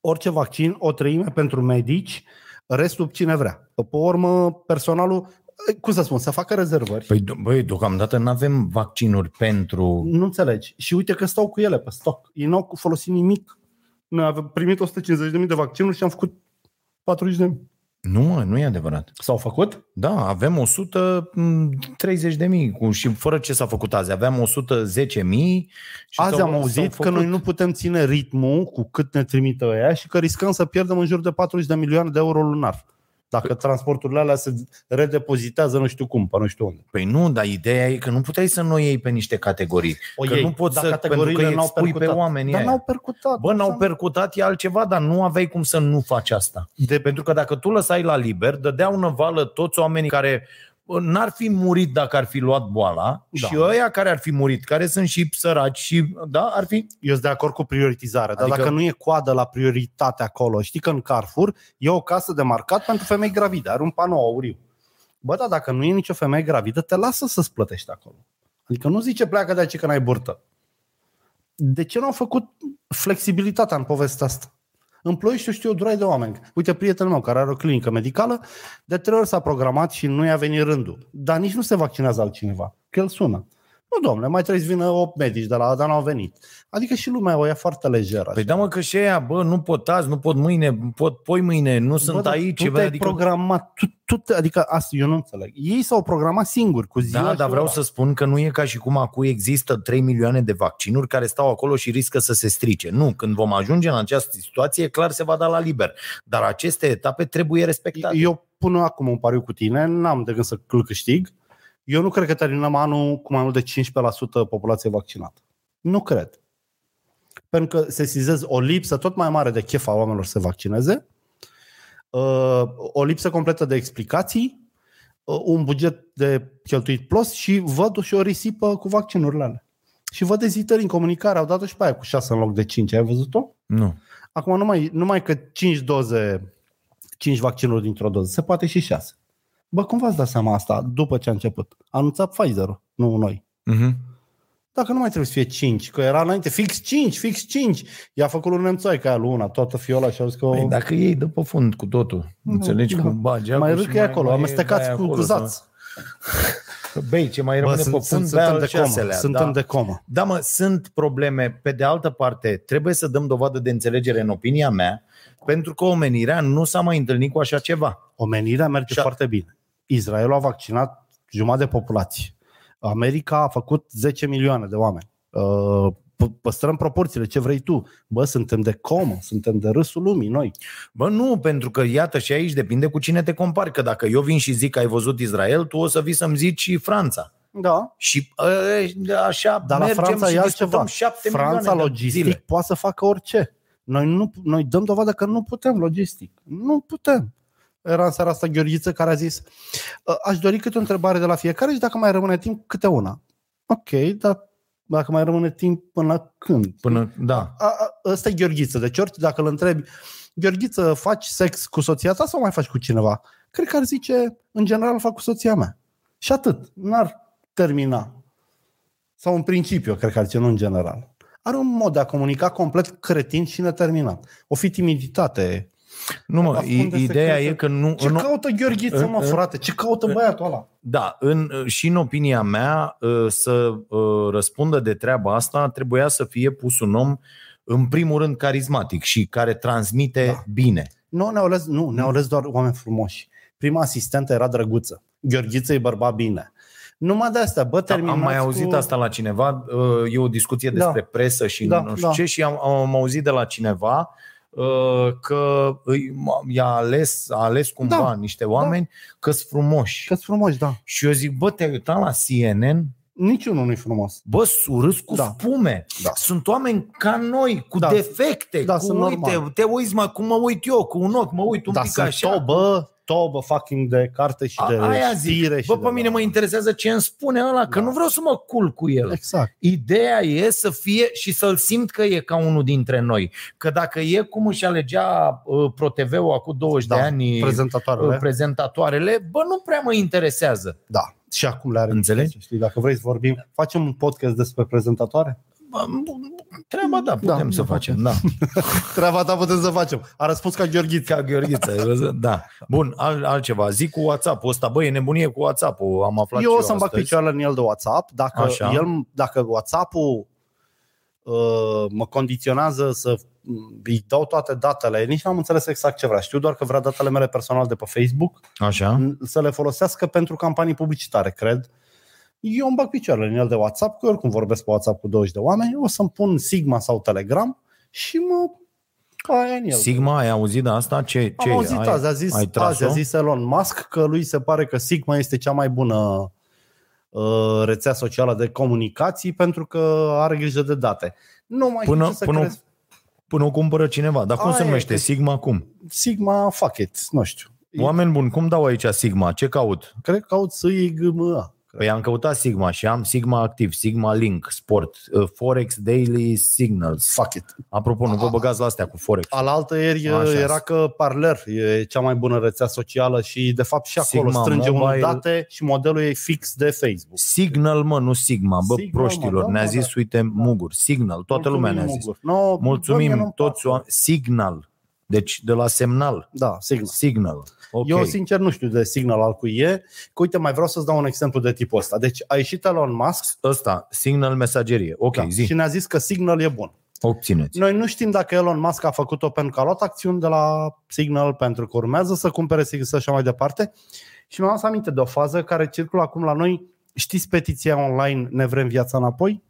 Speaker 3: Orice vaccin, o treime pentru medici, restul cine vrea. Pe urmă, personalul, eh, cum să spun, să facă rezervări.
Speaker 2: Păi, do- băi, deocamdată nu avem vaccinuri pentru...
Speaker 3: Nu înțelegi. Și uite că stau cu ele pe stoc. Ei n-au folosit nimic. Noi am primit 150.000 de vaccinuri și am făcut 40.000.
Speaker 2: Nu, mă, nu e adevărat.
Speaker 3: S-au făcut?
Speaker 2: Da, avem 130 de mii cu, și fără ce s-a făcut azi. Aveam 110 mii și
Speaker 3: Azi
Speaker 2: s-au-
Speaker 3: am
Speaker 2: s-au
Speaker 3: auzit că
Speaker 2: făcut.
Speaker 3: noi nu putem ține ritmul cu cât ne trimită ea și că riscăm să pierdem în jur de 40 de milioane de euro lunar. Dacă transporturile alea se redepozitează nu știu cum, pe nu știu unde.
Speaker 2: Păi nu, dar ideea e că nu puteai să nu o iei pe niște categorii.
Speaker 3: O
Speaker 2: că
Speaker 3: iei,
Speaker 2: nu poți
Speaker 3: dar
Speaker 2: să, pentru că
Speaker 3: categoriile
Speaker 2: îi
Speaker 3: n-au
Speaker 2: expui pe
Speaker 3: percutat.
Speaker 2: oamenii
Speaker 3: Dar
Speaker 2: aia.
Speaker 3: n-au percutat. da.
Speaker 2: Bă, n-au percutat, e altceva, dar nu aveai cum să nu faci asta.
Speaker 3: De
Speaker 2: Pentru că dacă tu lăsai la liber, dădea în vală toți oamenii care bă, n-ar fi murit dacă ar fi luat boala
Speaker 3: Da.
Speaker 2: da. și ăia care ar fi murit, care sunt și săraci și, da, ar fi
Speaker 3: Eu sunt de acord cu prioritizarea, adică... dar
Speaker 2: Adică-
Speaker 3: dacă nu e coadă la prioritate acolo, știi că în Carrefour e o casă de marcat pentru femei gravide, are un panou auriu. Bă, dar dacă nu e nicio femeie gravidă, te lasă să-ți plătești acolo. Adică nu zice pleacă de aici că n-ai burtă. De ce nu au făcut flexibilitatea în povestea asta? În ploiești, eu știu, durai de oameni. Uite, prietenul meu care are o clinică medicală, de trei ori s-a programat și nu i-a venit rândul. Dar nici nu se vaccinează altcineva, că el sună. Nu, domnule, mai trebuie să vină 8 medici de la, dar n-au venit. Adică și lumea o ia foarte lejeră.
Speaker 2: Păi da, mă, că și aia, bă, nu pot azi, nu pot mâine, pot poi mâine, nu sunt
Speaker 3: dar
Speaker 2: aici.
Speaker 3: Tu
Speaker 2: bă, adică-
Speaker 3: te-ai programat, tu, tu te, adică asta eu nu înțeleg. Ei s-au programat singuri cu ziua
Speaker 2: da,
Speaker 3: și
Speaker 2: dar vreau
Speaker 3: ora.
Speaker 2: să spun că nu e ca și cum acum există 3 milioane de vaccinuri care stau acolo și riscă să se strice. Nu, când vom ajunge în această situație, clar se va da la liber. Dar aceste etape trebuie respectate.
Speaker 3: Eu pun acum un pariu cu tine, n-am de gând să îl câștig. Eu nu cred că terminăm anul cu mai mult de 15% populație vaccinată. Nu cred. Pentru că sesizez o lipsă tot mai mare de chef a oamenilor să se vaccineze, uh, o lipsă completă de explicații, uh, un buget de cheltuit plus și văd și o risipă cu vaccinurile alea. Și văd ezitări în comunicare, au dat-o și pe aia cu 6 în loc de 5, ai văzut-o?
Speaker 2: Nu.
Speaker 3: Acum numai, numai că 5 doze, 5 vaccinuri dintr-o doză, se poate și 6. Bă, cum v-ați dat seama asta după ce a început? A anunțat Pfizer-ul, nu noi.
Speaker 2: Uh-huh.
Speaker 3: Mhm. Dacă nu mai trebuie să fie 5, că era înainte fix 5, fix 5. I-a făcut un nemțoi ca luna, toată fiola și au zis că...
Speaker 2: Păi, dacă iei de pe fund cu totul, înțelegi
Speaker 3: da.
Speaker 2: cum bagi
Speaker 3: mai
Speaker 2: acul
Speaker 3: râd
Speaker 2: și
Speaker 3: că e acolo,
Speaker 2: mai
Speaker 3: amestecați
Speaker 2: dai
Speaker 3: cu,
Speaker 2: acolo,
Speaker 3: cu zaț.
Speaker 2: sau- Bei, ce mai
Speaker 3: Bă,
Speaker 2: rămâne
Speaker 3: sunt,
Speaker 2: pe
Speaker 3: sunt,
Speaker 2: fund, bea
Speaker 3: suntem
Speaker 2: al
Speaker 3: de comă.
Speaker 2: șaselea,
Speaker 3: Suntem
Speaker 2: da.
Speaker 3: de comă.
Speaker 2: Da, mă, sunt probleme. Pe de altă parte, trebuie să dăm dovadă de înțelegere în opinia mea, pentru că omenirea nu s-a mai întâlnit cu așa ceva.
Speaker 3: Omenirea merge
Speaker 2: Și a-
Speaker 3: foarte bine. Israelul a vaccinat jumătate de populație. America a făcut 10 milioane de oameni. Uh, p- Păstrăm proporțiile, ce vrei tu. Bă, suntem de comă, suntem de râsul lumii noi.
Speaker 2: Bă, nu, pentru că, iată, și aici depinde cu cine te compari. Că dacă eu vin și zic că ai văzut Israel, tu o să vii să-mi zici și Franța.
Speaker 3: Da.
Speaker 2: Și e, așa
Speaker 3: Dar la
Speaker 2: mergem
Speaker 3: Franța
Speaker 2: și
Speaker 3: e
Speaker 2: discutăm
Speaker 3: altceva.
Speaker 2: șapte
Speaker 3: Franța
Speaker 2: milioane de
Speaker 3: logistic
Speaker 2: zile.
Speaker 3: poate să facă orice. Noi, nu, noi dăm dovadă că nu putem logistic. Nu putem. Era în seara asta Gheorghiță care a zis "Ă, aș dori câte o întrebare de la fiecare și dacă mai rămâne timp, câte una. Ok, dar dacă mai rămâne timp până la când?
Speaker 2: Până, da.
Speaker 3: A, a, ăsta e Gheorghiță. Deci orice, dacă îl întrebi Gheorghiță, faci sex cu soția ta sau mai faci cu cineva? Cred că ar zice, în general, fac cu soția mea. Și atât. N-ar termina. Sau în principiu, cred că ar zice, nu în general. Are un mod de a comunica complet cretin și neterminat. O fi timiditate.
Speaker 2: Nu, mă,
Speaker 3: Ascunde
Speaker 2: i- ideea
Speaker 3: secrete.
Speaker 2: e că nu...
Speaker 3: Ce
Speaker 2: nu
Speaker 3: caută Gheorghiță, mă,
Speaker 2: În- în-
Speaker 3: frate? Ce caută
Speaker 2: în-
Speaker 3: băiatul ăla?
Speaker 2: Da, în, și în opinia mea, ă, să ă, răspundă de treaba asta, trebuia să fie pus un om, în primul rând, carismatic și care transmite
Speaker 3: Da.
Speaker 2: da. bine.
Speaker 3: Nu, ne-au ales, nu, ne-au ales doar oameni frumoși. Prima asistentă era drăguță. Gheorghiță e bărbat bine. Numai de asta, bă,
Speaker 2: Da,
Speaker 3: terminați
Speaker 2: am mai
Speaker 3: cu-
Speaker 2: auzit asta la cineva, ă, e o discuție
Speaker 3: Da.
Speaker 2: despre presă și
Speaker 3: Da,
Speaker 2: da, nu știu
Speaker 3: da.
Speaker 2: da. ce, și am, am auzit de la cineva ă, că îi- i-a ales, a ales cumva
Speaker 3: Da,
Speaker 2: da. niște oameni da. că-s frumoși.
Speaker 3: că sunt frumoși, da.
Speaker 2: Și eu zic, bă, te-ai uitat la CNN?
Speaker 3: Niciunul nu-i frumos.
Speaker 2: Bă, surâs cu
Speaker 3: Da.
Speaker 2: da. spume.
Speaker 3: Da.
Speaker 2: Da. Sunt oameni ca noi, cu
Speaker 3: Da.
Speaker 2: da. defecte,
Speaker 3: Da,
Speaker 2: cu
Speaker 3: sunt
Speaker 2: uite,
Speaker 3: normal.
Speaker 2: te uiți mă, cum mă uit eu, cu un ochi, mă uit un
Speaker 3: Dar
Speaker 2: pic
Speaker 3: sunt
Speaker 2: așa.
Speaker 3: tobă, tobă fucking de carte și
Speaker 2: A,
Speaker 3: de
Speaker 2: aia zic,
Speaker 3: știre și
Speaker 2: bă,
Speaker 3: de
Speaker 2: pe mine mă interesează ce îmi spune ăla, că
Speaker 3: Da.
Speaker 2: nu vreau să mă culc cu el.
Speaker 3: Exact.
Speaker 2: Ideea e să fie și să-l simt că e ca unul dintre noi. Că dacă e cum își alegea uh, ProTV-ul acum 20
Speaker 3: Da,
Speaker 2: de ani uh,
Speaker 3: Prezentatoarele.
Speaker 2: prezentatoarele, bă, nu prea mă interesează.
Speaker 3: Da. Și acum le are.
Speaker 2: Înțelegi?
Speaker 3: Să Știi, dacă vrei să vorbim, facem un podcast despre prezentatoare?
Speaker 2: Bă, Treaba, da,
Speaker 3: Da,
Speaker 2: putem să
Speaker 3: da.
Speaker 2: facem, da.
Speaker 3: Treaba ta putem să facem. A răspuns ca Gheorghiță.
Speaker 2: Ca Gheorghiță, ai văzut? da. Bun, al, altceva. Zic cu WhatsApp-ul ăsta. Băi, e nebunie cu WhatsApp-ul. Am aflat
Speaker 3: Eu
Speaker 2: și
Speaker 3: o să-mi bag
Speaker 2: astăzi.
Speaker 3: picioarele în el de WhatsApp. Dacă,
Speaker 2: Așa.
Speaker 3: el, dacă WhatsApp-ul uh, mă condiționează să m, îi dau toate datele, nici n-am înțeles exact ce vrea. Știu doar că vrea datele mele personale de pe Facebook
Speaker 2: Așa.
Speaker 3: N- să le folosească pentru campanii publicitare, cred. Eu îmi bag picioarele în el de WhatsApp, că oricum vorbesc pe WhatsApp cu 20 de oameni, o să-mi pun Sigma sau Telegram și mă aia în el.
Speaker 2: Sigma, ai auzit de asta? Ce, ce
Speaker 3: Am auzit
Speaker 2: ai,
Speaker 3: azi, a zis,
Speaker 2: ai
Speaker 3: azi
Speaker 2: tras-o?
Speaker 3: a zis Elon Musk că lui se pare că Sigma este cea mai bună uh, rețea socială de comunicații pentru că are grijă de date. Nu mai
Speaker 2: Până-
Speaker 3: știu ce să
Speaker 2: până-
Speaker 3: crezi.
Speaker 2: Până o cumpără cineva. Dar cum
Speaker 3: Aia
Speaker 2: se
Speaker 3: e, deci-
Speaker 2: numește?
Speaker 3: că-
Speaker 2: Sigma cum?
Speaker 3: Sigma, fuck it, nu știu.
Speaker 2: Oameni buni, cum dau aici Sigma? Ce caut?
Speaker 3: Cred că au SIGMA.
Speaker 2: Păi am căutat Sigma și am Sigma activ, Sigma Link, Sport, uh, Forex Daily Signals.
Speaker 3: Fuck it.
Speaker 2: Apropo,
Speaker 3: Ah.
Speaker 2: nu vă băgați la astea cu Forex.
Speaker 3: Alaltă ieri
Speaker 2: Așa.
Speaker 3: era că Parler e cea mai bună rețea socială și de fapt și acolo
Speaker 2: Sigma
Speaker 3: strânge unul
Speaker 2: Mobile.
Speaker 3: date și modelul e fix de Facebook.
Speaker 2: Signal, mă, nu Sigma, bă,
Speaker 3: Signal, mă,
Speaker 2: proștilor.
Speaker 3: da,
Speaker 2: ne-a
Speaker 3: da,
Speaker 2: zis,
Speaker 3: da.
Speaker 2: uite, Mugur, Signal, toată lumea ne-a
Speaker 3: Mulțumim,
Speaker 2: zis.
Speaker 3: Mugur. No, doamne,
Speaker 2: Mulțumim
Speaker 3: nu-mi
Speaker 2: toți
Speaker 3: pasă.
Speaker 2: oameni. Signal. Deci de la semnal.
Speaker 3: Da, Sigma.
Speaker 2: Signal. Ok.
Speaker 3: Okay. Eu sincer nu știu de Signal al cui e. Că uite, mai vreau să-ți dau un exemplu de tipul ăsta. Deci a ieșit Elon Musk
Speaker 2: Ăsta, Signal mesagerie. Ok,
Speaker 3: da,
Speaker 2: da. zi.
Speaker 3: și ne-a zis că Signal e bun.
Speaker 2: Obțineți.
Speaker 3: Noi nu știm dacă Elon Musk a făcut-o pentru că a luat acțiuni de la Signal pentru că urmează să cumpere Signal și așa mai departe. Și mi-am adus aminte de o fază care circulă acum la noi. Știți petiția online Ne vrem viața înapoi?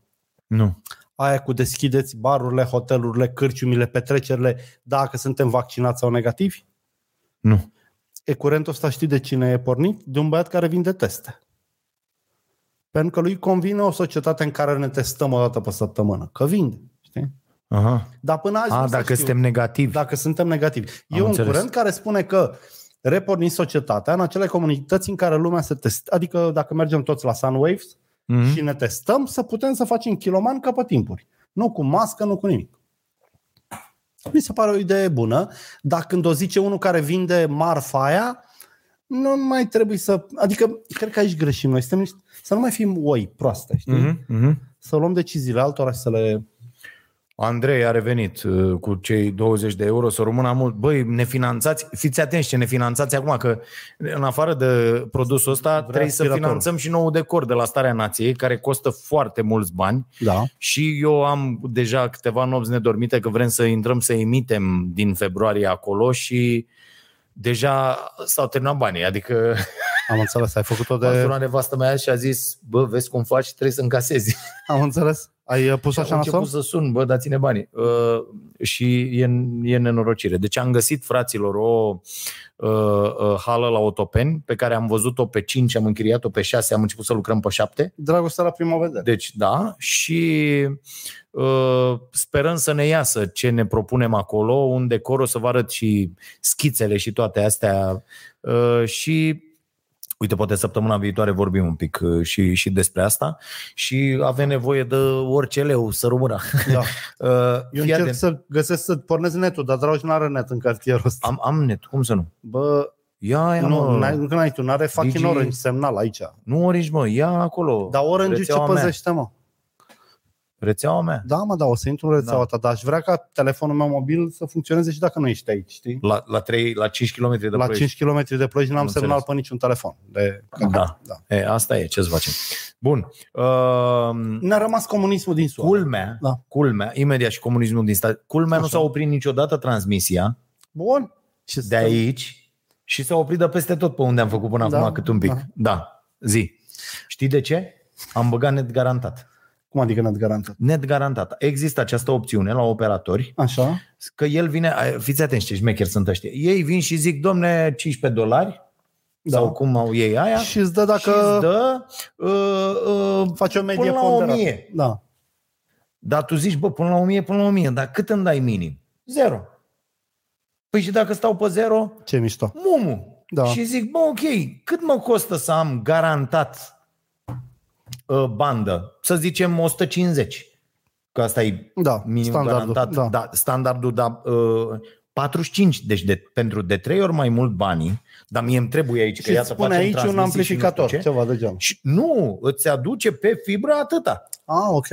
Speaker 2: Nu.
Speaker 3: Aia cu deschideți barurile, hotelurile, cârciumile, petrecerile dacă suntem vaccinați sau negativi?
Speaker 2: Nu.
Speaker 3: E curentul ăsta știi de cine e pornit? De un băiat care vinde teste. Pentru că lui convine o societate în care ne testăm o dată pe săptămână. Că vinde. Știi?
Speaker 2: Aha.
Speaker 3: Dar până azi
Speaker 2: A,
Speaker 3: nu s-a
Speaker 2: dacă
Speaker 3: știut
Speaker 2: suntem negativi. Da.
Speaker 3: dacă suntem negativi.
Speaker 2: Am
Speaker 3: e un
Speaker 2: înțeles.
Speaker 3: curent care spune că reporni societatea în acele comunități în care lumea se testează. Adică dacă mergem toți la Sunwaves
Speaker 2: Mhm.
Speaker 3: mm-hmm. și ne testăm, să putem să facem kiloman ca pe timpuri. Nu cu mască, nu cu nimic. Mi se pare o idee bună, dar când o zice unul care vinde marfa aia, nu mai trebuie să... Adică, cred că aici greșim noi. Suntem niște, să nu mai fim oi proaste, știi? Mm-hmm.
Speaker 2: Mm-hmm.
Speaker 3: Să luăm deciziile altora și să le...
Speaker 2: Andrei a revenit uh, cu cei 20 de euro să rămână mult. Băi, ne finanțați, fiți atenți ce ne finanțați acum, că în afară de produsul ăsta Vrea trebuie să
Speaker 3: aspiratorul.
Speaker 2: finanțăm și nou decor de la Starea Nației, care costă foarte mulți bani
Speaker 3: Da.
Speaker 2: și eu am deja câteva nopți nedormite că vrem să intrăm să emitem din februarie acolo și deja s-au terminat banii, adică
Speaker 3: Am înțeles, ai făcut-o
Speaker 2: de... a
Speaker 3: de...
Speaker 2: sunat nevastă mea și a zis, bă, vezi cum faci, trebuie să încasezi.
Speaker 3: Am înțeles. Ai uh, pus
Speaker 2: Și
Speaker 3: așa
Speaker 2: am
Speaker 3: nasol?
Speaker 2: început să sun, bă, dați-ne banii. Uh, și e, e nenorocire. Deci am găsit fraților o uh, uh, hală la Otopeni, pe care am văzut-o pe 5, am închiriat-o pe 6, am început să lucrăm pe 7.
Speaker 3: Dragoste la prima vedere.
Speaker 2: Deci, da, și uh, sperăm să ne iasă ce ne propunem acolo, un decor, o să vă arăt și schițele și toate astea. Uh, și Uite, poate săptămâna viitoare vorbim un pic uh, și, și despre asta și avem nevoie de orice leu să rămână.
Speaker 3: Da.
Speaker 2: Uh,
Speaker 3: Eu
Speaker 2: fii
Speaker 3: încerc
Speaker 2: atent.
Speaker 3: să găsesc, să pornesc netul, dar Dragoș nu are net în cartierul ăsta.
Speaker 2: Am, am net, cum să nu?
Speaker 3: Bă,
Speaker 2: Ia, ia,
Speaker 3: nu,
Speaker 2: mă.
Speaker 3: n-ai, nu că n-ai tu, n-are fucking
Speaker 2: Digi-
Speaker 3: Orange semnal aici.
Speaker 2: nu orange, mă, ia acolo.
Speaker 3: Dar Orange ce
Speaker 2: rețeaua mea.
Speaker 3: păzește, mă?
Speaker 2: Rețeaua mea.
Speaker 3: Da, mă, da, o să intru în rețeaua
Speaker 2: Da.
Speaker 3: ta, dar aș vrea ca telefonul meu mobil să funcționeze și dacă nu ești aici, știi?
Speaker 2: La, la, 3, la 5 km de
Speaker 3: De la
Speaker 2: Ploiești.
Speaker 3: 5 km de Ploiești n-am
Speaker 2: Am
Speaker 3: semnal
Speaker 2: înțeles.
Speaker 3: pe niciun telefon. De...
Speaker 2: Da.
Speaker 3: da.
Speaker 2: E, asta e, ce să facem. Bun. Uh,
Speaker 3: Ne-a rămas comunismul din SUA.
Speaker 2: culmea,
Speaker 3: Da.
Speaker 2: culmea, imediat și comunismul din stat, culmea nu
Speaker 3: Așa.
Speaker 2: s-a oprit niciodată transmisia
Speaker 3: Bun. Ce
Speaker 2: de aici și s-a oprit de peste tot pe unde am făcut până
Speaker 3: Da,
Speaker 2: acum cât un pic.
Speaker 3: da.
Speaker 2: Da. zi. Știi de ce? Am băgat net garantat.
Speaker 3: Cum adică ne-ați garantat?
Speaker 2: Net garantat. Există această opțiune la operatori
Speaker 3: Așa.
Speaker 2: că el vine, ai, fiți atenți ce șmecheri sunt ăștia, ei vin și zic, domne, 15 dolari,
Speaker 3: Da.
Speaker 2: da. sau cum au ei aia,
Speaker 3: Și îți dă
Speaker 2: și îți
Speaker 3: dacă
Speaker 2: dă uh, uh,
Speaker 3: faci o medie
Speaker 2: până la
Speaker 3: ponderată.
Speaker 2: 1000.
Speaker 3: Da.
Speaker 2: Dar tu zici, bă, până la 1000, până la 1000, dar cât îmi dai minim? Zero. Păi și dacă stau pe zero,
Speaker 3: Ce mișto.
Speaker 2: mumu.
Speaker 3: Da.
Speaker 2: Și zic, bă, ok, cât mă costă să am garantat uh, bandă? Să zicem 150. Că asta e
Speaker 3: Da,
Speaker 2: minim
Speaker 3: standardul.
Speaker 2: garantat.
Speaker 3: Da.
Speaker 2: Da, standardul, da, uh, 45, deci de, pentru de trei ori mai mult banii, dar mie îmi trebuie aici că
Speaker 3: Și îți
Speaker 2: iată
Speaker 3: spune
Speaker 2: facem
Speaker 3: aici un
Speaker 2: transmisii și nu știu
Speaker 3: amplificator,
Speaker 2: ce.
Speaker 3: ceva de genul.
Speaker 2: Și nu, îți aduce pe fibră atâta.
Speaker 3: Ah, ok.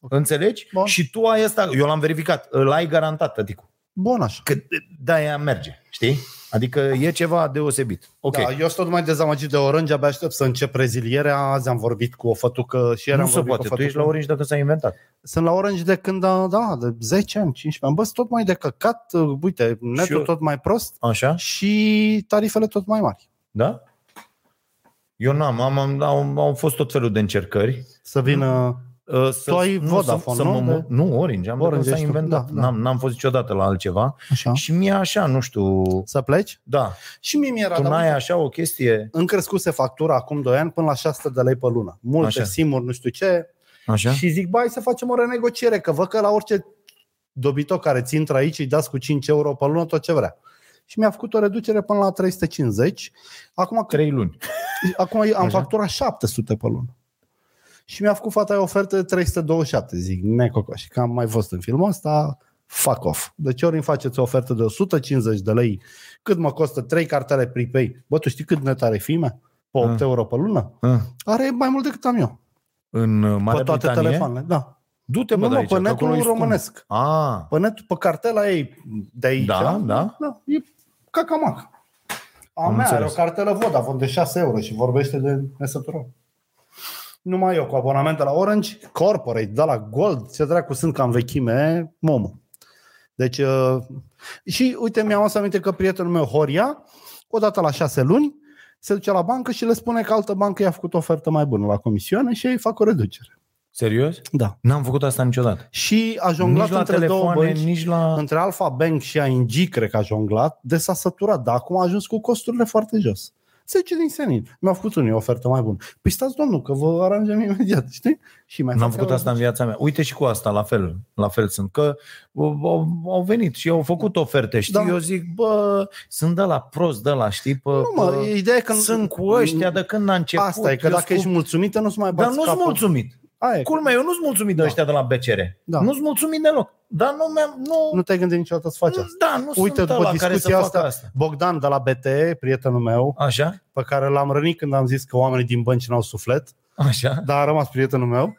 Speaker 2: Înțelegi?
Speaker 3: Bun.
Speaker 2: Și tu ai asta, eu l-am verificat, îl ai garantat, tăticu.
Speaker 3: Bun așa.
Speaker 2: Că de-aia merge, știi? Adică e ceva deosebit. Ok.
Speaker 3: Da, eu sunt tot mai dezamăgit de Orange, abia aștept să încep rezilierea. Azi am vorbit cu o fătucă și ieri
Speaker 2: nu
Speaker 3: am
Speaker 2: se
Speaker 3: vorbit
Speaker 2: poate,
Speaker 3: cu o
Speaker 2: tu ești
Speaker 3: fătucă.
Speaker 2: la Orange dacă s-a inventat.
Speaker 3: Sunt la Orange de când, a- da, de 10 ani, 15 ani. Bă, sunt tot mai de căcat, uh, uite, netul
Speaker 2: eu-
Speaker 3: tot mai prost
Speaker 2: Așa?
Speaker 3: și tarifele tot mai mari.
Speaker 2: Da? Eu n-am, am, am, am, au fost tot felul de încercări.
Speaker 3: Să vină...
Speaker 2: Uh, Să,
Speaker 3: Tu ai
Speaker 2: nu,
Speaker 3: Vodafone,
Speaker 2: să, să
Speaker 3: nu?
Speaker 2: Mă,
Speaker 3: De-
Speaker 2: nu, Orange, am
Speaker 3: Orange
Speaker 2: Orange s-a
Speaker 3: ești tu.
Speaker 2: inventat.
Speaker 3: Da, da.
Speaker 2: N-am, n-am fost niciodată la altceva.
Speaker 3: Așa.
Speaker 2: Și mie așa, nu știu,
Speaker 3: Să pleci?
Speaker 2: da,
Speaker 3: Și mie mi-era...
Speaker 2: tu
Speaker 3: dar
Speaker 2: n-ai
Speaker 3: uite,
Speaker 2: așa o chestie,
Speaker 3: Îmi crescuse factura acum 2 ani până la 600 de lei pe lună. Multe
Speaker 2: Așa.
Speaker 3: simuri, nu știu ce.
Speaker 2: așa?
Speaker 3: Și zic, bai să facem o renegociere, că văd că la orice dobitoc care ți intră aici îi dați cu 5 euro pe lună tot ce vrea. Și mi-a făcut o reducere până la 350. Acum,
Speaker 2: Trei luni.
Speaker 3: acum eu am
Speaker 2: Așa.
Speaker 3: factura 700 pe lună. Și mi-a făcut fata o ofertă de 327. Zic, necocoș, că am mai fost în filmul ăsta, fuck off. Deci ori îmi faceți o ofertă de 150 de lei, cât mă costă 3 cartele prepay. Bă, tu știi cât net are fime? Pe 8
Speaker 2: Ah.
Speaker 3: euro pe lună?
Speaker 2: Ah,
Speaker 3: Are mai mult decât am eu.
Speaker 2: În uh,
Speaker 3: Pe
Speaker 2: Marea
Speaker 3: toate
Speaker 2: Britanie?
Speaker 3: telefoanele, da.
Speaker 2: Du-te, bă,
Speaker 3: Nu,
Speaker 2: de
Speaker 3: nu,
Speaker 2: aici,
Speaker 3: pe
Speaker 2: că acolo e
Speaker 3: netul
Speaker 2: scump.
Speaker 3: românesc.
Speaker 2: Ah,
Speaker 3: Pe net, pe cartela ei de Păi aici.
Speaker 2: Da, da.
Speaker 3: da e cacamac. A
Speaker 2: Am
Speaker 3: mea are o
Speaker 2: înțeles.
Speaker 3: cartelă Vodafone de 6 euro și vorbește de nesătură. Numai eu cu abonament de la Orange, Corporate, de la Gold, ce dracu sunt cam vechime, momu. Deci, uh, și uite, mi-am adus aminte că prietenul meu, Horia, odată la șase luni, se duce la bancă și le spune că altă bancă i-a făcut o ofertă mai bună la comisioane și ei fac o reducere.
Speaker 2: serios?
Speaker 3: Da.
Speaker 2: N-am făcut asta niciodată.
Speaker 3: Și a jonglat
Speaker 2: Nici la
Speaker 3: între două
Speaker 2: telefoane,
Speaker 3: bănci.
Speaker 2: nici la...
Speaker 3: Între Alpha Bank și ING, cred că a jonglat, de s-a săturat, dar acum a ajuns cu costurile foarte jos. Se zice din senin. Mi-au făcut unii o ofertă mai bună. Păi stați, domnul, că vă aranjăm imediat, știi? Și mai
Speaker 2: N-am
Speaker 3: fac
Speaker 2: făcut
Speaker 3: eu-
Speaker 2: asta în viața mea. Uite și cu asta, la fel, la fel sunt. Că au, au venit și au făcut oferte, știi?
Speaker 3: Da.
Speaker 2: Da. Eu zic, bă, sunt de la prost, de la, știi? Pe,
Speaker 3: Nu, mă, ideea e că...
Speaker 2: sunt cu ăștia de când a început.
Speaker 3: Asta e, că
Speaker 2: eu
Speaker 3: dacă
Speaker 2: sunt
Speaker 3: ești
Speaker 2: cu-
Speaker 3: mulțumită, nu-ți mai
Speaker 2: Dar
Speaker 3: bați
Speaker 2: nu-s
Speaker 3: capul.
Speaker 2: mulțumit.
Speaker 3: Aia e,
Speaker 2: Culmea, eu nu-s mulțumit de
Speaker 3: Da.
Speaker 2: ăștia de la BCR.
Speaker 3: Da.
Speaker 2: Nu-s mulțumit deloc. Dar nu mi-am... Nu,
Speaker 3: nu te-ai gândit niciodată să faci asta.
Speaker 2: da, nu
Speaker 3: Uite,
Speaker 2: sunt
Speaker 3: după
Speaker 2: ăla care să
Speaker 3: discuția
Speaker 2: facă
Speaker 3: asta-
Speaker 2: asta. asta.
Speaker 3: Bogdan de la BTE, prietenul meu,
Speaker 2: Așa,
Speaker 3: pe care l-am rănit când am zis că oamenii din bănci n-au suflet,
Speaker 2: așa.
Speaker 3: dar a rămas prietenul meu.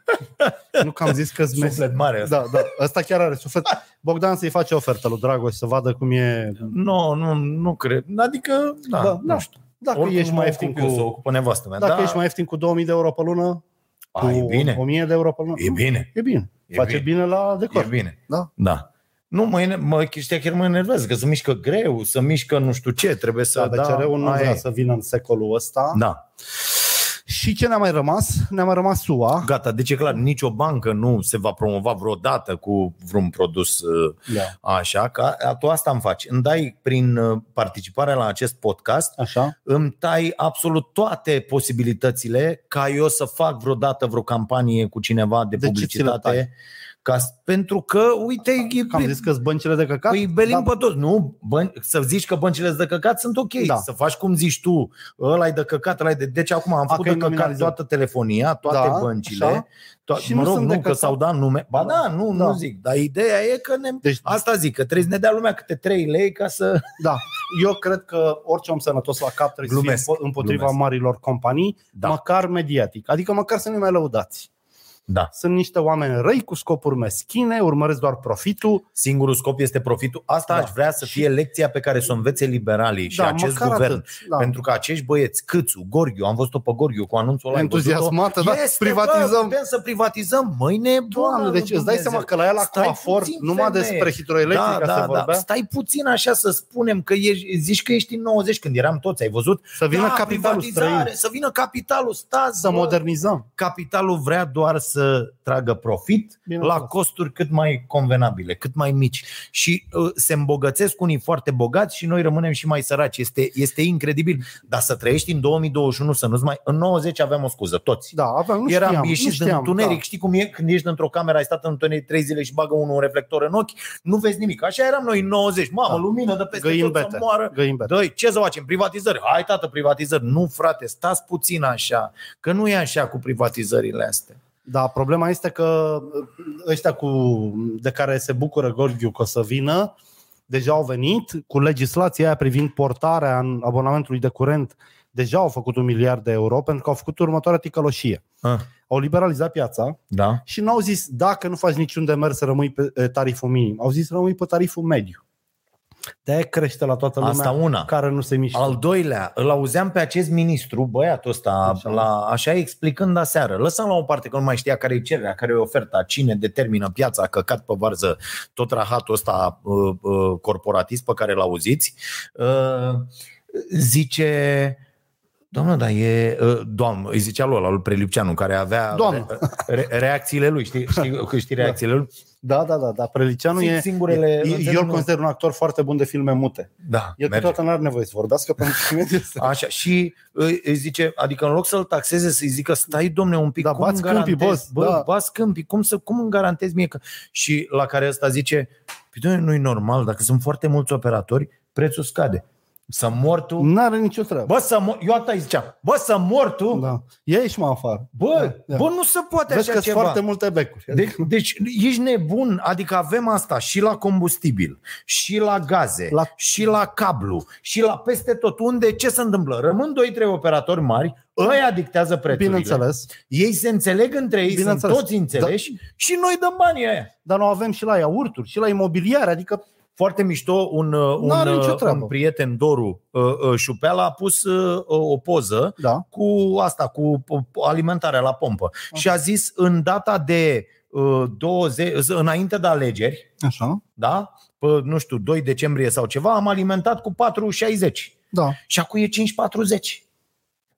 Speaker 3: nu că am zis că
Speaker 2: Suflet mare ăsta.
Speaker 3: Da, da, ăsta chiar are suflet. Bogdan să-i face ofertă lui Dragoș să vadă cum e...
Speaker 2: Nu, nu, nu cred. Adică, da,
Speaker 3: Da,
Speaker 2: da
Speaker 3: da.
Speaker 2: nu știu.
Speaker 3: Dacă
Speaker 2: Oricum
Speaker 3: ești mai ieftin
Speaker 2: Eu să
Speaker 3: cu...
Speaker 2: ocupă nevastă mea.
Speaker 3: Dacă
Speaker 2: da,
Speaker 3: ești mai ieftin cu 2000 de euro pe lună, cu
Speaker 2: A, e bine.
Speaker 3: 1000 de euro pe lună,
Speaker 2: E bine.
Speaker 3: e bine.
Speaker 2: E
Speaker 3: Face
Speaker 2: bine.
Speaker 3: bine la
Speaker 2: E
Speaker 3: decor.
Speaker 2: bine.
Speaker 3: Da.
Speaker 2: Da. Nu, mă, ene- mă, știa chiar mă enervează, că se mișcă greu, să mișcă nu știu ce, trebuie să...
Speaker 3: Da, dar CR-ul nu
Speaker 2: aia
Speaker 3: vrea
Speaker 2: e.
Speaker 3: să vină în secolul ăsta.
Speaker 2: Da,
Speaker 3: Și ce ne-a mai rămas? Ne-a mai rămas SUA.
Speaker 2: gata, deci e clar, nicio bancă nu se va promova vreodată cu vreun produs uh,
Speaker 3: Da.
Speaker 2: așa, că a- tu asta îmi faci. Îmi dai prin uh, participarea la acest podcast,
Speaker 3: Așa?
Speaker 2: îmi tai absolut toate posibilitățile ca eu să fac vreodată vreo campanie cu cineva de,
Speaker 3: De ce ți le
Speaker 2: publicitate. Ca, s- pentru că, uite, e,
Speaker 3: Că am zis că sunt băncile de căcat.
Speaker 2: Păi belim
Speaker 3: da.
Speaker 2: pe toți. Nu, bă, să zici că băncile de căcat sunt ok.
Speaker 3: Da.
Speaker 2: Da. Să faci cum zici tu, ăla e de căcat, ăla e de... Deci acum am făcut
Speaker 3: că îi
Speaker 2: de căcat
Speaker 3: nominalizăm.
Speaker 2: toată telefonia, toate
Speaker 3: Da,
Speaker 2: da, băncile.
Speaker 3: așa.
Speaker 2: To-
Speaker 3: Și
Speaker 2: mă
Speaker 3: nu
Speaker 2: rog,
Speaker 3: sunt
Speaker 2: nu,
Speaker 3: de
Speaker 2: că
Speaker 3: căcat.
Speaker 2: s-au dat nume. Ba
Speaker 3: Da.
Speaker 2: da, nu,
Speaker 3: Da.
Speaker 2: nu zic. Dar ideea e că ne...
Speaker 3: Deci,
Speaker 2: Asta zic, că trebuie să ne dea lumea câte 3 lei ca să...
Speaker 3: da, eu cred că orice om sănătos la cap trebuie
Speaker 2: Glumesc,
Speaker 3: să fie împo- împotriva
Speaker 2: glumesc.
Speaker 3: marilor companii,
Speaker 2: Da.
Speaker 3: da. măcar mediatic. Adică măcar să nu mai lăudați.
Speaker 2: Da.
Speaker 3: Sunt niște oameni răi cu scopuri meschine, urmăresc doar profitul.
Speaker 2: Singurul scop este profitul. Asta
Speaker 3: Da.
Speaker 2: da. aș vrea să
Speaker 3: Și-
Speaker 2: fie lecția pe care să o învețe liberalii și
Speaker 3: da,
Speaker 2: acest
Speaker 3: măcar
Speaker 2: guvern.
Speaker 3: atât. Da.
Speaker 2: Pentru că acești băieți, Câțu, Gorghiu, am văzut-o pe Gorghiu cu anunțul ăla. ai văzut-o?
Speaker 3: Entuziasmată, da,
Speaker 2: Este, Bă,
Speaker 3: privatizăm.
Speaker 2: putem să privatizăm, măi nebună.
Speaker 3: Doamne, deci îți dai
Speaker 2: Dumnezeu.
Speaker 3: seama că la ea la
Speaker 2: Stai
Speaker 3: coafor
Speaker 2: puțin,
Speaker 3: numai
Speaker 2: femeie.
Speaker 3: despre hidroelectrica
Speaker 2: da,
Speaker 3: se
Speaker 2: da,
Speaker 3: vorbea.
Speaker 2: da. Stai puțin așa să spunem că ești, zici că ești în 90 când eram toți, ai văzut?
Speaker 3: Să vină
Speaker 2: da,
Speaker 3: capitalul
Speaker 2: privatizare,
Speaker 3: străin.
Speaker 2: Să vină capitalul, stați,
Speaker 3: Să
Speaker 2: bă.
Speaker 3: modernizăm.
Speaker 2: Capitalul vrea doar să tragă profit
Speaker 3: Bine
Speaker 2: la
Speaker 3: înțeles.
Speaker 2: costuri cât mai convenabile, cât mai mici. Și uh, se îmbogățesc unii foarte bogați și noi rămânem și mai săraci. Este, este incredibil. Dar să trăiești în 2021, să nu-ți mai... În 90 aveam o scuză, toți.
Speaker 3: Da, aveam, nu
Speaker 2: Eram
Speaker 3: știam, nu
Speaker 2: ieșiți din
Speaker 3: știam,
Speaker 2: întuneric,
Speaker 3: Da.
Speaker 2: știi cum e când ești într-o cameră, ai stat în întuneric 3 zile și bagă unul un reflector în ochi, nu vezi nimic. Așa eram noi în 90, mamă,
Speaker 3: Da.
Speaker 2: lumină de peste
Speaker 3: Găini
Speaker 2: tot
Speaker 3: bete.
Speaker 2: să moară.
Speaker 3: Găim bete.
Speaker 2: Doi, ce să facem? Privatizări. Hai, tată, privatizări. Nu, frate, stați puțin așa, că nu e așa cu privatizările astea.
Speaker 3: Da, problema este că uh, ăștia cu, de care se bucură Gorghiu că o să vină, deja au venit cu legislația aia privind portarea în abonamentului de curent, deja au făcut un miliard de euro pentru că au făcut următoarea ticăloșie.
Speaker 2: Ah.
Speaker 3: Au liberalizat piața
Speaker 2: Da?
Speaker 3: și n-au zis dacă nu faci niciun demers să rămâi pe eh, tariful minim. Au zis rămâi pe tariful mediu. De-aia crește la toată lumea
Speaker 2: Asta una.
Speaker 3: care nu se mișcă.
Speaker 2: Al doilea, îl auzeam pe acest ministru, băiatul ăsta,
Speaker 3: Așa.
Speaker 2: așa, la, așa explicând aseară. Lăsăm la o parte că nu mai știa care e cererea, care e oferta, cine determină piața, căcat pe varză, tot rahatul ăsta uh, uh, corporatist pe care l-auziți. Uh, zice... Doamnă, dar e... uh, Doamnă, îi zicea lui ăla, lui Prelipceanu, care avea
Speaker 3: Doamnă.
Speaker 2: Re, re, reacțiile lui, știi, știi, că știi reacțiile lui?
Speaker 3: Da, da, da, dar Preliceanu
Speaker 2: Sing-
Speaker 3: e,
Speaker 2: singurele-
Speaker 3: e- eu îl
Speaker 2: înțeleg, nu.
Speaker 3: consider un actor foarte bun de filme mute.
Speaker 2: Da,
Speaker 3: El
Speaker 2: merge.
Speaker 3: câteodată nu are nevoie să vorbească pentru că mediul este-
Speaker 2: Așa, și îi îi zice, adică în loc să-l taxeze, să-i zică, stai domne un pic,
Speaker 3: Da,
Speaker 2: cum
Speaker 3: bați
Speaker 2: îmi garantezi,
Speaker 3: câmpii, boss,
Speaker 2: bă,
Speaker 3: da.
Speaker 2: bați câmpii, cum, să, cum îmi garantezi mie că... Și la care ăsta zice, păi domne, nu-i normal, dacă sunt foarte mulți operatori, prețul scade. Să mor tu...
Speaker 3: N-are nicio treabă.
Speaker 2: Bă, să mor... Eu atâta îi ziceam, bă, să mor tu...
Speaker 3: Da. Ia ieși mă afară.
Speaker 2: Bă,
Speaker 3: Da, da.
Speaker 2: bă, nu se poate
Speaker 3: Vezi
Speaker 2: așa
Speaker 3: că sunt
Speaker 2: ceva.
Speaker 3: foarte multe becuri.
Speaker 2: Deci, deci ești nebun, adică avem asta și la combustibil, și la gaze,
Speaker 3: La-
Speaker 2: la... și la cablu, și la peste tot. Unde, ce se întâmplă? Rămân 2-3 operatori mari, ăia dictează prețurile.
Speaker 3: Bineînțeles.
Speaker 2: Ei se înțeleg între ei, sunt
Speaker 3: Bineînțeles.
Speaker 2: toți înțeleși da. și noi dăm banii aia.
Speaker 3: Dar nu avem și la iaurturi, și la imobiliare, adică
Speaker 2: Foarte mișto, un, uh, un,
Speaker 3: N-are nicio
Speaker 2: uh,
Speaker 3: treabă.
Speaker 2: un prieten, Doru uh, uh, Șupeala, a pus uh, uh, o poză
Speaker 3: da.
Speaker 2: cu asta, cu p- alimentarea la pompă. Și a zis în data de uh, 20, înainte de alegeri,
Speaker 3: Așa.
Speaker 2: da? Pe, nu știu, 2 decembrie sau ceva, am alimentat cu 4,60.
Speaker 3: Da.
Speaker 2: Și acum e 5,40.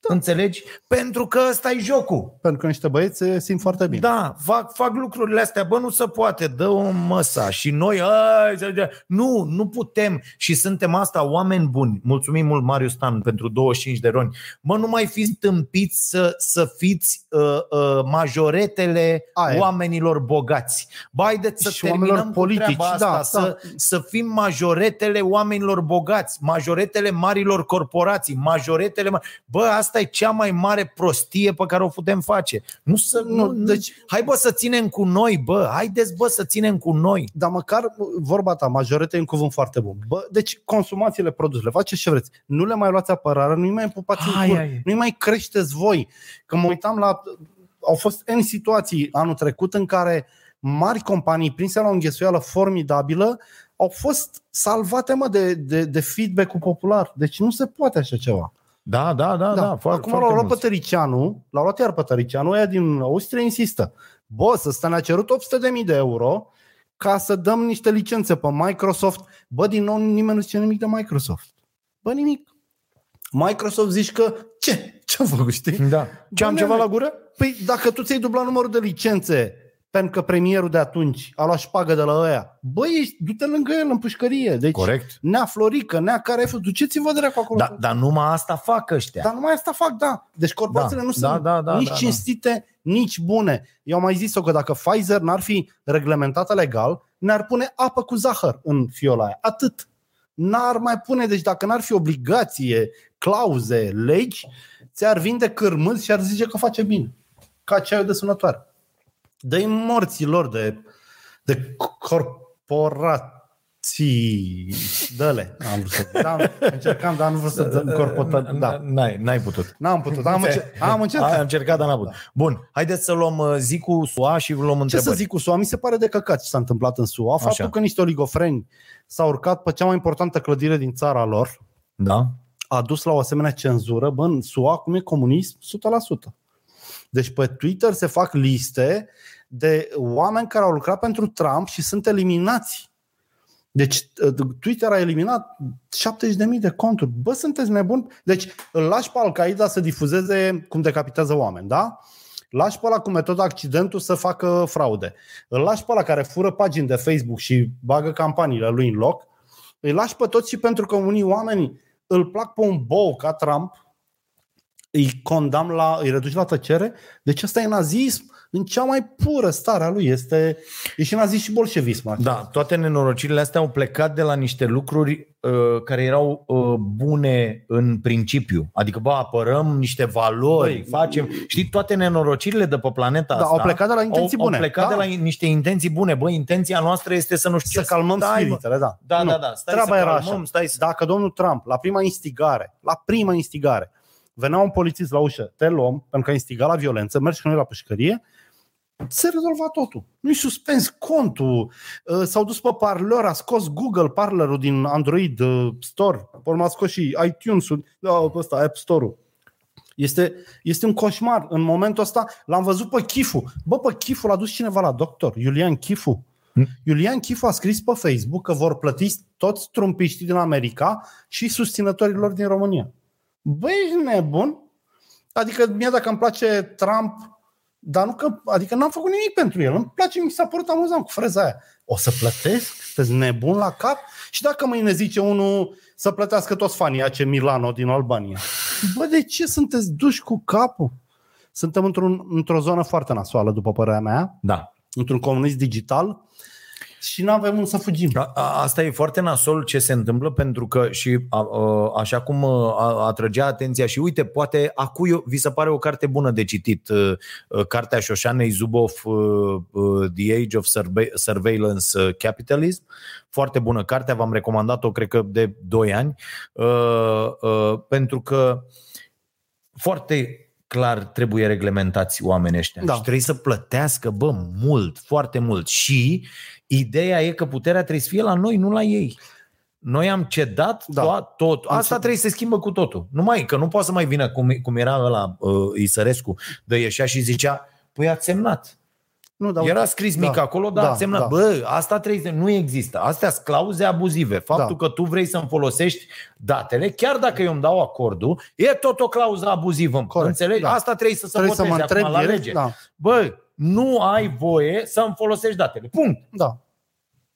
Speaker 2: Da. Înțelegi? Pentru că ăsta e jocul.
Speaker 3: Pentru că niște băieți se simt foarte bine.
Speaker 2: Da, fac, fac lucrurile astea, bă, nu se poate, dă o măsa și noi, ai, să- de- nu, nu putem și suntem asta oameni buni. Mulțumim mult, Marius Stan, pentru 25 de roni. Mă, nu mai fiți tâmpiți să, să fiți uh, uh, majoretele
Speaker 3: Aia e.
Speaker 2: oamenilor bogați. Bă, haideți să
Speaker 3: Și
Speaker 2: terminăm
Speaker 3: oamenilor
Speaker 2: cu treaba
Speaker 3: politici,
Speaker 2: asta,
Speaker 3: da,
Speaker 2: să,
Speaker 3: da.
Speaker 2: să fim majoretele oamenilor bogați, majoretele marilor corporații, majoretele... ma- Bă, asta e cea mai mare prostie pe care o putem face. Nu să... Nu,
Speaker 3: Nu,
Speaker 2: nu, deci...
Speaker 3: deci-
Speaker 2: Hai bă să ținem cu noi, bă. Haideți bă să ținem cu noi.
Speaker 3: Dar măcar vorba ta, majorete e un cuvânt foarte bun. Bă, deci consumați-le produsele, faceți ce vreți. Nu le mai luați apărare, nu-i mai pupați
Speaker 2: Ai,
Speaker 3: în cur,
Speaker 2: ai.
Speaker 3: nu-i mai creșteți voi. Că mă uitam la... Au fost N situații anul trecut în care mari companii prinse la o înghesuială formidabilă au fost salvate mă, de, de, de feedback-ul popular. Deci nu se poate așa ceva.
Speaker 2: Da, da, da,
Speaker 3: Acum l-au luat pe Tăricianu, l-au luat iar pe Tăricianu, ăia din Austria insistă. Bă, să ne-a cerut 800.000 de euro ca să dăm niște licențe pe Microsoft. Bă, din nou nimeni nu zice nimic de Microsoft. Bă, nimic. Microsoft zici că ce? Ce-am făcut, știi?
Speaker 2: Da. Ce am
Speaker 3: Bă,
Speaker 2: ceva
Speaker 3: nene,
Speaker 2: la gură?
Speaker 3: Păi dacă tu ți-ai dublat numărul de licențe pentru că premierul de atunci a luat șpagă de la ăia, bă, ești, du-te lângă el în pușcărie. Deci,
Speaker 2: Corect.
Speaker 3: Nea Florică, nea care ai fost, duceți-vă dracu acolo.
Speaker 2: Da, dar numai asta fac ăștia.
Speaker 3: Dar numai asta fac, da. Deci corporațiile
Speaker 2: Da,
Speaker 3: nu
Speaker 2: da,
Speaker 3: sunt
Speaker 2: da, da,
Speaker 3: nici
Speaker 2: da, da.
Speaker 3: cinstite, nici bune. Eu am mai zis-o că dacă Pfizer n-ar fi reglementată legal, ne-ar pune apă cu zahăr în fiola aia. Atât. N-ar mai pune, deci dacă n-ar fi obligație, clauze, legi, ți-ar vinde cârmâzi și ar zice că face bine. Ca ceaiul de sunătoare. Dă-i morților de, de corporații. Dă-le. Am vrut să, da, încercam, dar nu vreau să dăm corporat. Da.
Speaker 2: N-ai, n-ai putut.
Speaker 3: N-am putut, am, încer- am
Speaker 2: Ai
Speaker 3: încercat. Da.
Speaker 2: încercat, dar n-am putut. Bun, haideți să luăm uh, zi cu SUA și luăm
Speaker 3: Ce
Speaker 2: întrebări.
Speaker 3: să zic cu SUA? Mi se pare de căcat ce s-a întâmplat în SUA. Faptul
Speaker 2: Așa.
Speaker 3: că niște oligofreni s-au urcat pe cea mai importantă clădire din țara lor
Speaker 2: Da?
Speaker 3: a dus la o asemenea cenzură. Bă, în SUA cum e comunism 100%. Deci pe Twitter se fac liste de oameni care au lucrat pentru Trump și sunt eliminați. Deci t- Twitter a eliminat 70.000 de conturi. Bă, sunteți nebuni? Deci îl lași pe Al-Qaeda să difuzeze cum decapitează oameni, da? Lași pe ăla cu metoda accidentul să facă fraude. Îl lași pe ăla care fură pagini de Facebook și bagă campaniile lui în loc. Îi lași pe toți și pentru că unii oameni îl plac pe un bou ca Trump, îi condamn la, îi reduci la tăcere. Deci asta e nazism în cea mai pură stare a lui. Este, e și nazism și bolșevism. acesta.
Speaker 2: Da, toate nenorocirile astea au plecat de la niște lucruri uh, care erau uh, bune în principiu. Adică, bă, apărăm niște valori, Băi,
Speaker 3: Băi,
Speaker 2: facem... Știi, toate nenorocirile de pe planeta
Speaker 3: Da,
Speaker 2: asta...
Speaker 3: au plecat de la intenții
Speaker 2: au,
Speaker 3: bune.
Speaker 2: Au plecat
Speaker 3: Da.
Speaker 2: de la in- niște intenții bune. Bă, intenția noastră este să nu știu
Speaker 3: să
Speaker 2: ce...
Speaker 3: calmăm
Speaker 2: stai, bă.
Speaker 3: spiritele, da.
Speaker 2: Da,
Speaker 3: Nu.
Speaker 2: da, da. Stai
Speaker 3: Treaba
Speaker 2: să
Speaker 3: era
Speaker 2: calmăm,
Speaker 3: așa.
Speaker 2: stai să...
Speaker 3: Dacă domnul Trump, la prima instigare, la prima instigare, venea un polițist la ușă, te luăm, pentru că a instigat la violență, mergi cu noi la pușcărie, se rezolva totul. Nu-i suspens contul, uh, s-au dus pe parlor, a scos Google parlerul din Android uh, Store, pe urmă a scos și iTunes-ul, da, pe ăsta, App Store-ul. Este, este un coșmar. În momentul ăsta l-am văzut pe Chifu. Bă, pe Chifu l-a dus cineva la doctor, Iulian Chifu. Iulian Chifu a scris pe Facebook că vor plăti toți trumpiștii din America și susținătorii lor din România. Băi, ești nebun? Adică mie dacă îmi place Trump, dar nu că, adică n-am făcut nimic pentru el. Îmi place, mi s-a părut amuzant cu freza aia. O să plătesc? Sunteți nebun la cap? Și dacă mâine zice unul să plătească toți fanii AC Milano din Albania. Bă, de ce sunteți duși cu capul? Suntem într-un, într-o zonă foarte nasoală, după părerea mea
Speaker 2: Da.
Speaker 3: într-un comunism digital și nu avem unde să fugim.
Speaker 2: A, Da, a, asta e foarte nasol ce se întâmplă pentru că și a, a, așa cum a, a- atrăgea atenția și uite, poate acu vi se pare o carte bună de citit, uh, uh, cartea Șoșanei Zubov, uh, uh, The Age of Surve- Surveillance Capitalism, foarte bună carte, v-am recomandat-o cred că de 2 ani, uh, uh, pentru că foarte clar trebuie reglementați oamenii ăștia
Speaker 3: Da.
Speaker 2: și trebuie să plătească, bă, mult, foarte mult și ideea e că puterea trebuie să fie la noi, nu la ei. Noi am cedat
Speaker 3: Da.
Speaker 2: da. tot. Asta
Speaker 3: Înțeleg.
Speaker 2: trebuie să se schimbă cu totul. Numai că nu poate să mai vină cum, cum era ăla uh, Isărescu, de ieșea și zicea, păi ați semnat.
Speaker 3: Nu, dar
Speaker 2: Era scris mic
Speaker 3: Da,
Speaker 2: acolo, dar
Speaker 3: da,
Speaker 2: da, semna,
Speaker 3: da.
Speaker 2: da. bă, asta trebuie să... Nu există. Astea sunt clauze abuzive. Faptul da. că tu vrei să-mi folosești datele, chiar dacă eu îmi dau acordul, e tot o clauză abuzivă.
Speaker 3: Corect,
Speaker 2: Corect, înțelegi?
Speaker 3: da.
Speaker 2: Da. Asta trebuie să se
Speaker 3: trebuie să mă
Speaker 2: voteze
Speaker 3: întreb
Speaker 2: acum la
Speaker 3: direct,
Speaker 2: lege. Da.
Speaker 3: Da,
Speaker 2: Bă, nu ai voie să-mi folosești datele. Punct.
Speaker 3: da.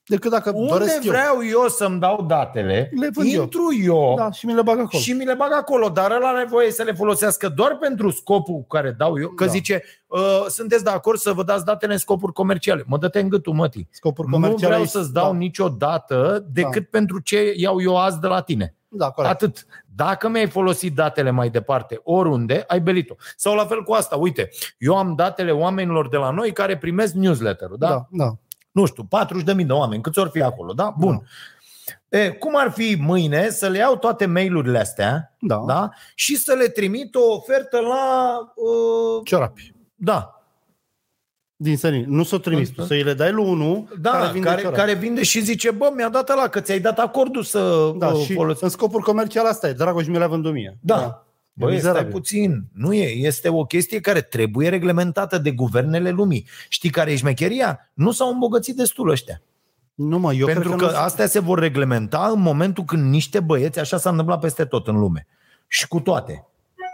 Speaker 3: Decât dacă
Speaker 2: Unde
Speaker 3: doresc eu.
Speaker 2: vreau eu să-mi dau datele,
Speaker 3: Le vând eu.
Speaker 2: intru eu,
Speaker 3: Da, și mi le bag acolo.
Speaker 2: și mi le bag acolo, dar ăla are voie să le folosească doar pentru scopul cu care dau eu, că
Speaker 3: Da.
Speaker 2: da. zice, "Ă, sunteți de acord să vă dați datele în scopuri comerciale. Mă dă în gâtul, mătii.
Speaker 3: Scopuri
Speaker 2: Nu
Speaker 3: comerciale.
Speaker 2: vreau să-ți dau da. niciodată decât da. pentru ce iau eu azi de la tine.
Speaker 3: Da, da corect.
Speaker 2: Corect. Atât. Dacă mi-ai folosit datele mai departe, oriunde, ai belit-o. Sau la fel cu asta, uite, eu am datele oamenilor de la noi care primesc newsletter-ul, da? da.
Speaker 3: da, da.
Speaker 2: Nu știu, 40.000 de oameni, câți ori fi acolo, da? Bun. Da. E, cum ar fi mâine să le iau toate mail-urile astea,
Speaker 3: Da.
Speaker 2: da? da? Și să le trimit o ofertă la... Uh,
Speaker 3: Ciorapi.
Speaker 2: da,
Speaker 3: Din senin. Nu s-o trimis tu, să îi le dai lui unul
Speaker 2: Da,
Speaker 3: care
Speaker 2: care
Speaker 3: vinde
Speaker 2: vinde, care,
Speaker 3: ciorapi.
Speaker 2: care vinde și zice, bă, mi-a dat ăla că ți-ai dat acordul să
Speaker 3: Da,
Speaker 2: da,
Speaker 3: și
Speaker 2: folosești.
Speaker 3: în scopuri comerciale asta e. Dragoș mi le-a vândut mie.
Speaker 2: Da.
Speaker 3: E
Speaker 2: Bă, stai
Speaker 3: mizerabil.
Speaker 2: puțin. Nu e. Este o chestie care trebuie reglementată de guvernele lumii. Știi care e șmecheria? Nu s-au îmbogățit destul ăștia.
Speaker 3: Nu mă, eu
Speaker 2: Eu Pentru
Speaker 3: cred
Speaker 2: că,
Speaker 3: că,
Speaker 2: că
Speaker 3: nu-
Speaker 2: astea se vor reglementa în momentul când niște băieți, așa s-a întâmplat peste tot în lume. Și cu toate.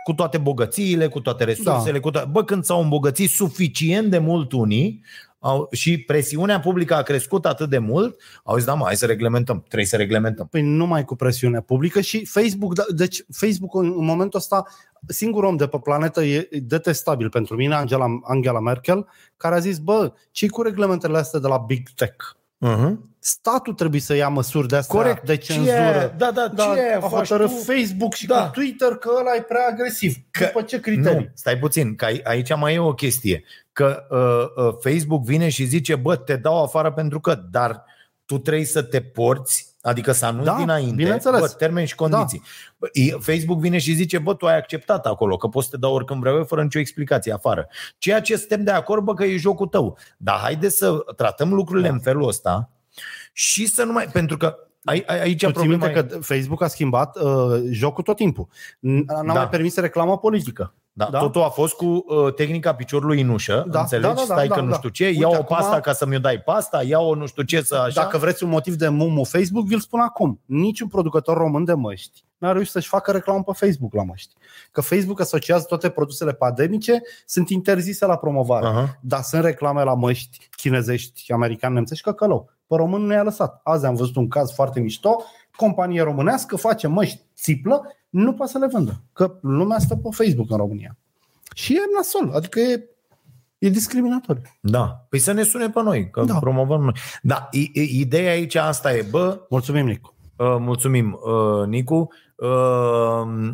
Speaker 2: Cu toate bogățiile, cu toate resursele,
Speaker 3: Da.
Speaker 2: cu toate... Bă, când s-au îmbogățit suficient de mult unii au, și presiunea publică a crescut atât de mult, au zis, da, mă, hai să reglementăm, trebuie să reglementăm.
Speaker 3: Păi numai cu presiunea publică și Facebook, da- deci Facebook în în momentul ăsta, singurul om de pe planetă e detestabil pentru mine, Angela, Angela Merkel, care a zis, bă, ce cu reglementele astea de la Big Tech?
Speaker 2: Uh-huh.
Speaker 3: Statul trebuie să ia măsuri de astea
Speaker 2: Corect.
Speaker 3: de
Speaker 2: Ce,
Speaker 3: cenzură.
Speaker 2: da, da,
Speaker 3: Dar
Speaker 2: ce
Speaker 3: a
Speaker 2: faci
Speaker 3: hotărât
Speaker 2: tu?
Speaker 3: Facebook și da.
Speaker 2: Da.
Speaker 3: cu Twitter că ăla e prea agresiv. Că...
Speaker 2: Că-
Speaker 3: După ce criterii?
Speaker 2: Nu, stai puțin, că ai- aici mai e o chestie. Că uh, uh, Facebook vine și zice, bă, te dau afară pentru că, dar tu trebuie să te porți, adică să anunți
Speaker 3: Da,
Speaker 2: dinainte,
Speaker 3: bineînțeles.
Speaker 2: bă, termeni și condiții. Da. Facebook vine și zice, bă, tu ai acceptat acolo, că poți să te dau oricând vreau eu, fără nicio explicație afară. Ceea ce suntem de acord, bă, că e jocul tău. Dar haide să tratăm lucrurile da. în felul ăsta și să nu mai... Pentru că ai, ai, aici
Speaker 3: Tu ții
Speaker 2: problema
Speaker 3: minte
Speaker 2: e-
Speaker 3: că Facebook a schimbat uh, jocul tot timpul. N- N-a
Speaker 2: Da.
Speaker 3: mai permis reclama politică.
Speaker 2: Da,
Speaker 3: Da?
Speaker 2: da? Totul a fost cu uh, tehnica piciorului în ușă,
Speaker 3: Da,
Speaker 2: da, înțelegi? Da, da, Stai da, că
Speaker 3: da.
Speaker 2: nu știu ce,
Speaker 3: Uite,
Speaker 2: ia o
Speaker 3: acum-
Speaker 2: pasta ca să-mi dai pasta, ia o nu știu ce să așa.
Speaker 3: Dacă vreți un motiv de mumu Facebook, vi-l spun acum. Niciun producător român de măști n-a reușit să-și facă reclamă pe Facebook la măști. Că Facebook asociază toate produsele pandemice, sunt interzise la promovare.
Speaker 2: Aha.
Speaker 3: Dar sunt reclame la măști chinezești, americani, nemțești, că călău. Pe român nu i-a lăsat. Azi am văzut un caz foarte mișto, companie românească face măști țiplă, nu poate să le vândă. Că lumea stă pe Facebook în România. Și e nasol, adică e, e discriminatoriu.
Speaker 2: Da. Păi să ne sune pe noi, că
Speaker 3: Da.
Speaker 2: da. promovăm noi. Da, i- i- ideea aici asta e, bă,
Speaker 3: Mulțumim, Nicu.
Speaker 2: Uh, mulțumim, uh, Nicu. Uh,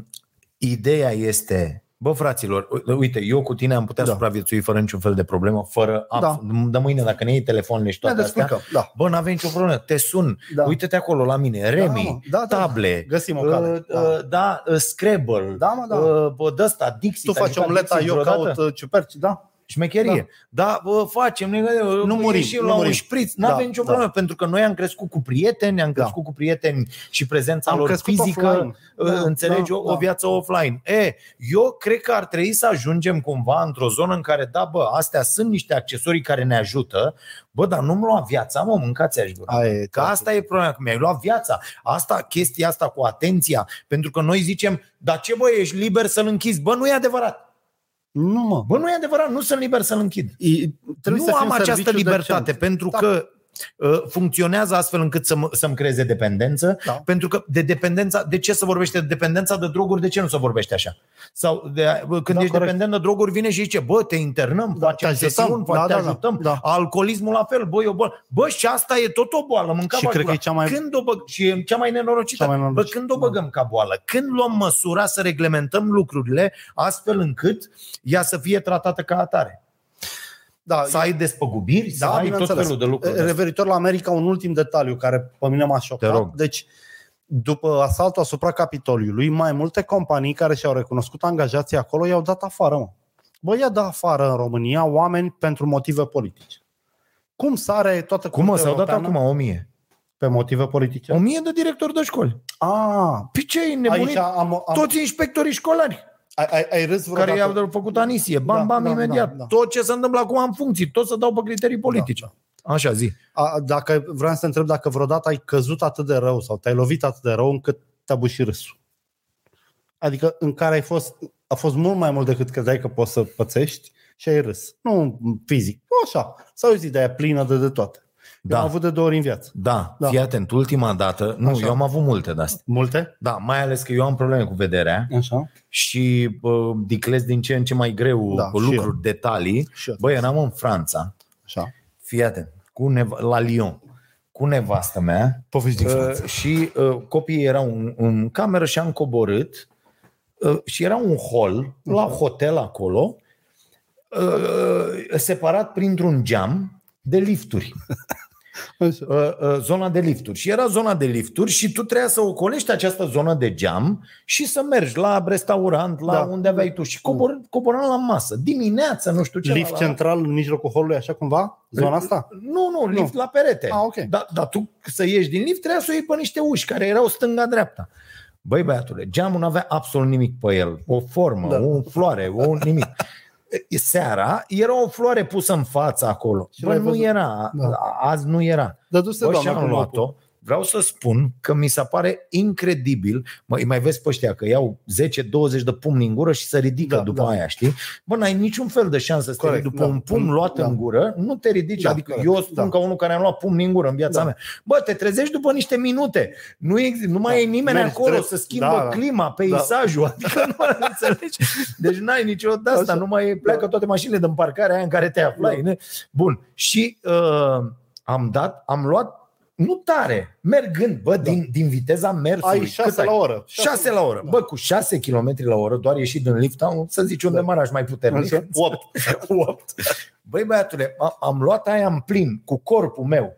Speaker 2: ideea este, bă, fraților, u- uite, eu cu tine am putea
Speaker 3: Da.
Speaker 2: da. supraviețui fără niciun fel de problemă, fără
Speaker 3: Da.
Speaker 2: da. de mâine, dacă ne iei telefonele și
Speaker 3: Ne
Speaker 2: toate astea,
Speaker 3: descurcăm, da.
Speaker 2: bă, n-avem nicio problemă, te sun,
Speaker 3: Da.
Speaker 2: da. uite-te acolo la mine, Remi,
Speaker 3: da, mă, da, da.
Speaker 2: table,
Speaker 3: Găsim o
Speaker 2: Uh,
Speaker 3: cale.
Speaker 2: uh,
Speaker 3: da.
Speaker 2: da, uh, Scrabble,
Speaker 3: Da, mă, da.
Speaker 2: uh, bă, de-asta, Dixit.
Speaker 3: Tu faci omleta, eu caut uh, ciuperci, da?
Speaker 2: Șmecherie. Da, da bă, facem, ne, nu
Speaker 3: murim,
Speaker 2: și
Speaker 3: nu
Speaker 2: la
Speaker 3: murim.
Speaker 2: un șpriț,
Speaker 3: Da,
Speaker 2: n-avem nicio
Speaker 3: da.
Speaker 2: problemă, pentru că noi am crescut cu prieteni, am crescut cu prieteni și prezența
Speaker 3: Am
Speaker 2: lor
Speaker 3: crescut
Speaker 2: fizică,
Speaker 3: offline.
Speaker 2: uh,
Speaker 3: Da,
Speaker 2: înțelegi,
Speaker 3: da,
Speaker 2: o,
Speaker 3: da.
Speaker 2: o viață offline. E, eu cred că ar trebui să ajungem cumva într-o zonă în care, da, bă, astea sunt niște accesorii care ne ajută, bă, dar nu-mi lua viața, mă, mâncați aș gura.
Speaker 3: Aia,
Speaker 2: Că asta e problema, că mi-ai luat viața. Asta, chestia asta cu atenția. Pentru că noi zicem, dar ce bă, ești liber să-l închizi? Bă, nu e adevărat.
Speaker 3: Nu, mă.
Speaker 2: Bă, nu e adevărat, nu sunt liber să-l închid.
Speaker 3: E, trebuie
Speaker 2: nu
Speaker 3: să fie
Speaker 2: am
Speaker 3: un
Speaker 2: această
Speaker 3: serviciu
Speaker 2: libertate
Speaker 3: decent.
Speaker 2: pentru
Speaker 3: Da.
Speaker 2: că uh, funcționează astfel încât să-mi, să-mi creeze dependență,
Speaker 3: Da.
Speaker 2: pentru că de dependența, de ce se vorbește de dependența de droguri, de ce nu se vorbește așa? Sau de, bă, când
Speaker 3: Da,
Speaker 2: ești
Speaker 3: corect.
Speaker 2: dependent de droguri, vine și zice, bă, te internăm,
Speaker 3: Da,
Speaker 2: da, facem
Speaker 3: te ajutăm.
Speaker 2: sesiuni,
Speaker 3: Da,
Speaker 2: da, te
Speaker 3: da, da.
Speaker 2: ajutăm,
Speaker 3: Da.
Speaker 2: alcoolismul la fel, bă, e o boală. Bă, și asta e tot o boală, mâncam
Speaker 3: Și cred că e cea mai-
Speaker 2: Când o băg... Și e cea mai nenorocită.
Speaker 3: Cea mai
Speaker 2: Bă,
Speaker 3: nenorocită,
Speaker 2: când o
Speaker 3: da.
Speaker 2: băgăm ca boală? Când luăm măsura să reglementăm lucrurile astfel încât ea să fie tratată ca atare?
Speaker 3: Da,
Speaker 2: Să ai despăgubiri, să
Speaker 3: Da,
Speaker 2: ai tot
Speaker 3: bineînțeles.
Speaker 2: felul de lucruri. de astea.
Speaker 3: Referitor la America, un ultim detaliu care pe mine m-a
Speaker 2: Te
Speaker 3: șocat.
Speaker 2: rog.
Speaker 3: Deci, după asaltul asupra Capitoliului, mai multe companii care și-au recunoscut angajații acolo i-au dat afară, mă. Bă, i-a dat afară în România oameni pentru motive politice. Cum sare toată
Speaker 2: Cum mă,
Speaker 3: Curtea
Speaker 2: s-au dat acum
Speaker 3: Europeană
Speaker 2: 1000?
Speaker 3: Pe motive politice?
Speaker 2: 1000 de directori de școli.
Speaker 3: A,
Speaker 2: Pe ce ai
Speaker 3: aici
Speaker 2: nebunit?
Speaker 3: am, am,
Speaker 2: Toți inspectorii școlari.
Speaker 3: Ai, ai, ai râs vreodată?
Speaker 2: care i-au făcut anisie. Bam,
Speaker 3: Da,
Speaker 2: bam,
Speaker 3: da,
Speaker 2: imediat.
Speaker 3: da, da.
Speaker 2: Tot ce se întâmplă acum în funcții, tot să dau pe criterii politice.
Speaker 3: da.
Speaker 2: Așa zi.
Speaker 3: A, dacă vreau să te întreb dacă vreodată ai căzut atât de rău sau te-ai lovit atât de rău încât te-a bușit râsul. Adică în care ai fost, a fost mult mai mult decât credeai că poți să pățești și ai râs. Nu fizic, nu așa. Sau o zi de aia plină de, de toate. Da.
Speaker 2: Da.
Speaker 3: Eu am avut de două ori în viață.
Speaker 2: Da,
Speaker 3: Da.
Speaker 2: da. fii atent, ultima dată, nu,
Speaker 3: Așa.
Speaker 2: Așa. eu am avut multe de astea.
Speaker 3: Multe?
Speaker 2: Da, mai ales că eu am probleme cu vederea
Speaker 3: Așa.
Speaker 2: și bă, diclez din ce în ce mai greu
Speaker 3: Da,
Speaker 2: da,
Speaker 3: și
Speaker 2: lucruri,
Speaker 3: eu.
Speaker 2: detalii.
Speaker 3: Și eu.
Speaker 2: Băi, eram în Franța,
Speaker 3: Așa.
Speaker 2: fii atent, cu neva- la Lyon, cu nevastă mea,
Speaker 3: Povesti din
Speaker 2: Uh, și uh, copiii erau în, în cameră și am coborât uh, și era un hol la
Speaker 3: Mhm.
Speaker 2: hotel acolo uh, separat printr-un geam de lifturi.
Speaker 3: Așa.
Speaker 2: Uh, uh, Zona de lifturi. Și era zona de lifturi și tu trebuia să ocolești această zonă de geam și să mergi la restaurant, la
Speaker 3: Da.
Speaker 2: da. unde aveai tu. Și cobor, coboram la masă. Dimineața, nu știu ce. la-
Speaker 3: Lift
Speaker 2: la-
Speaker 3: central în mijlocul holului, așa cumva? Zona asta?
Speaker 2: nu, nu, lift la perete.
Speaker 3: Ah, ok.
Speaker 2: Dar da, tu să ieși din lift trebuia să o iei pe niște uși care erau stânga-dreapta. Băi băiatule, geamul nu avea absolut nimic pe el. O formă,
Speaker 3: Da.
Speaker 2: da. o floare, o nimic. E, Seara era o floare pusă în față acolo.
Speaker 3: Și
Speaker 2: Bă,
Speaker 3: l-ai
Speaker 2: nu
Speaker 3: văzut.
Speaker 2: era.
Speaker 3: Da.
Speaker 2: Da. Azi nu era.
Speaker 3: Dar du-se,
Speaker 2: Bă, și
Speaker 3: doamne,
Speaker 2: am
Speaker 3: acolo.
Speaker 2: luat-o. Vreau să spun că mi se pare incredibil, mă, îi mai vezi pe ăștia că iau 10-20 de pumni în gură și se ridică
Speaker 3: Da,
Speaker 2: da, după
Speaker 3: da.
Speaker 2: da. aia, știi? Bă, n-ai niciun fel de șansă să te
Speaker 3: Corect,
Speaker 2: ridici după
Speaker 3: da.
Speaker 2: da, un pumn luat
Speaker 3: Da.
Speaker 2: da. în gură, nu te ridici.
Speaker 3: Da,
Speaker 2: Da, adică
Speaker 3: corect,
Speaker 2: eu spun
Speaker 3: da.
Speaker 2: da. ca unul care am luat pumni în gură în viața
Speaker 3: Da.
Speaker 2: da. mea. Bă, te trezești după niște minute, nu, ex- nu mai da.
Speaker 3: Da.
Speaker 2: e nimeni
Speaker 3: Mergi
Speaker 2: acolo
Speaker 3: drept.
Speaker 2: să schimbă
Speaker 3: Da, da.
Speaker 2: da, clima, peisajul, da. adică nu mai înțelegi. Deci n-ai niciodată asta,
Speaker 3: Așa. Da.
Speaker 2: nu mai e- pleacă toate mașinile din parcarea aia în care te aflai. Da. Bun, și uh, am dat, am luat nu tare, mergând, bă, da. din, din viteza mersului.
Speaker 3: Ai
Speaker 2: Cât
Speaker 3: 6 la oră.
Speaker 2: 6 la oră.
Speaker 3: Da.
Speaker 2: Da. Bă, cu 6 km la oră, doar ieșit din lift, am, să zici un da. demaraj mai puternic.
Speaker 3: Așa.
Speaker 2: 8. 8. Băi, băiatule, a- am luat aia în plin, cu corpul meu.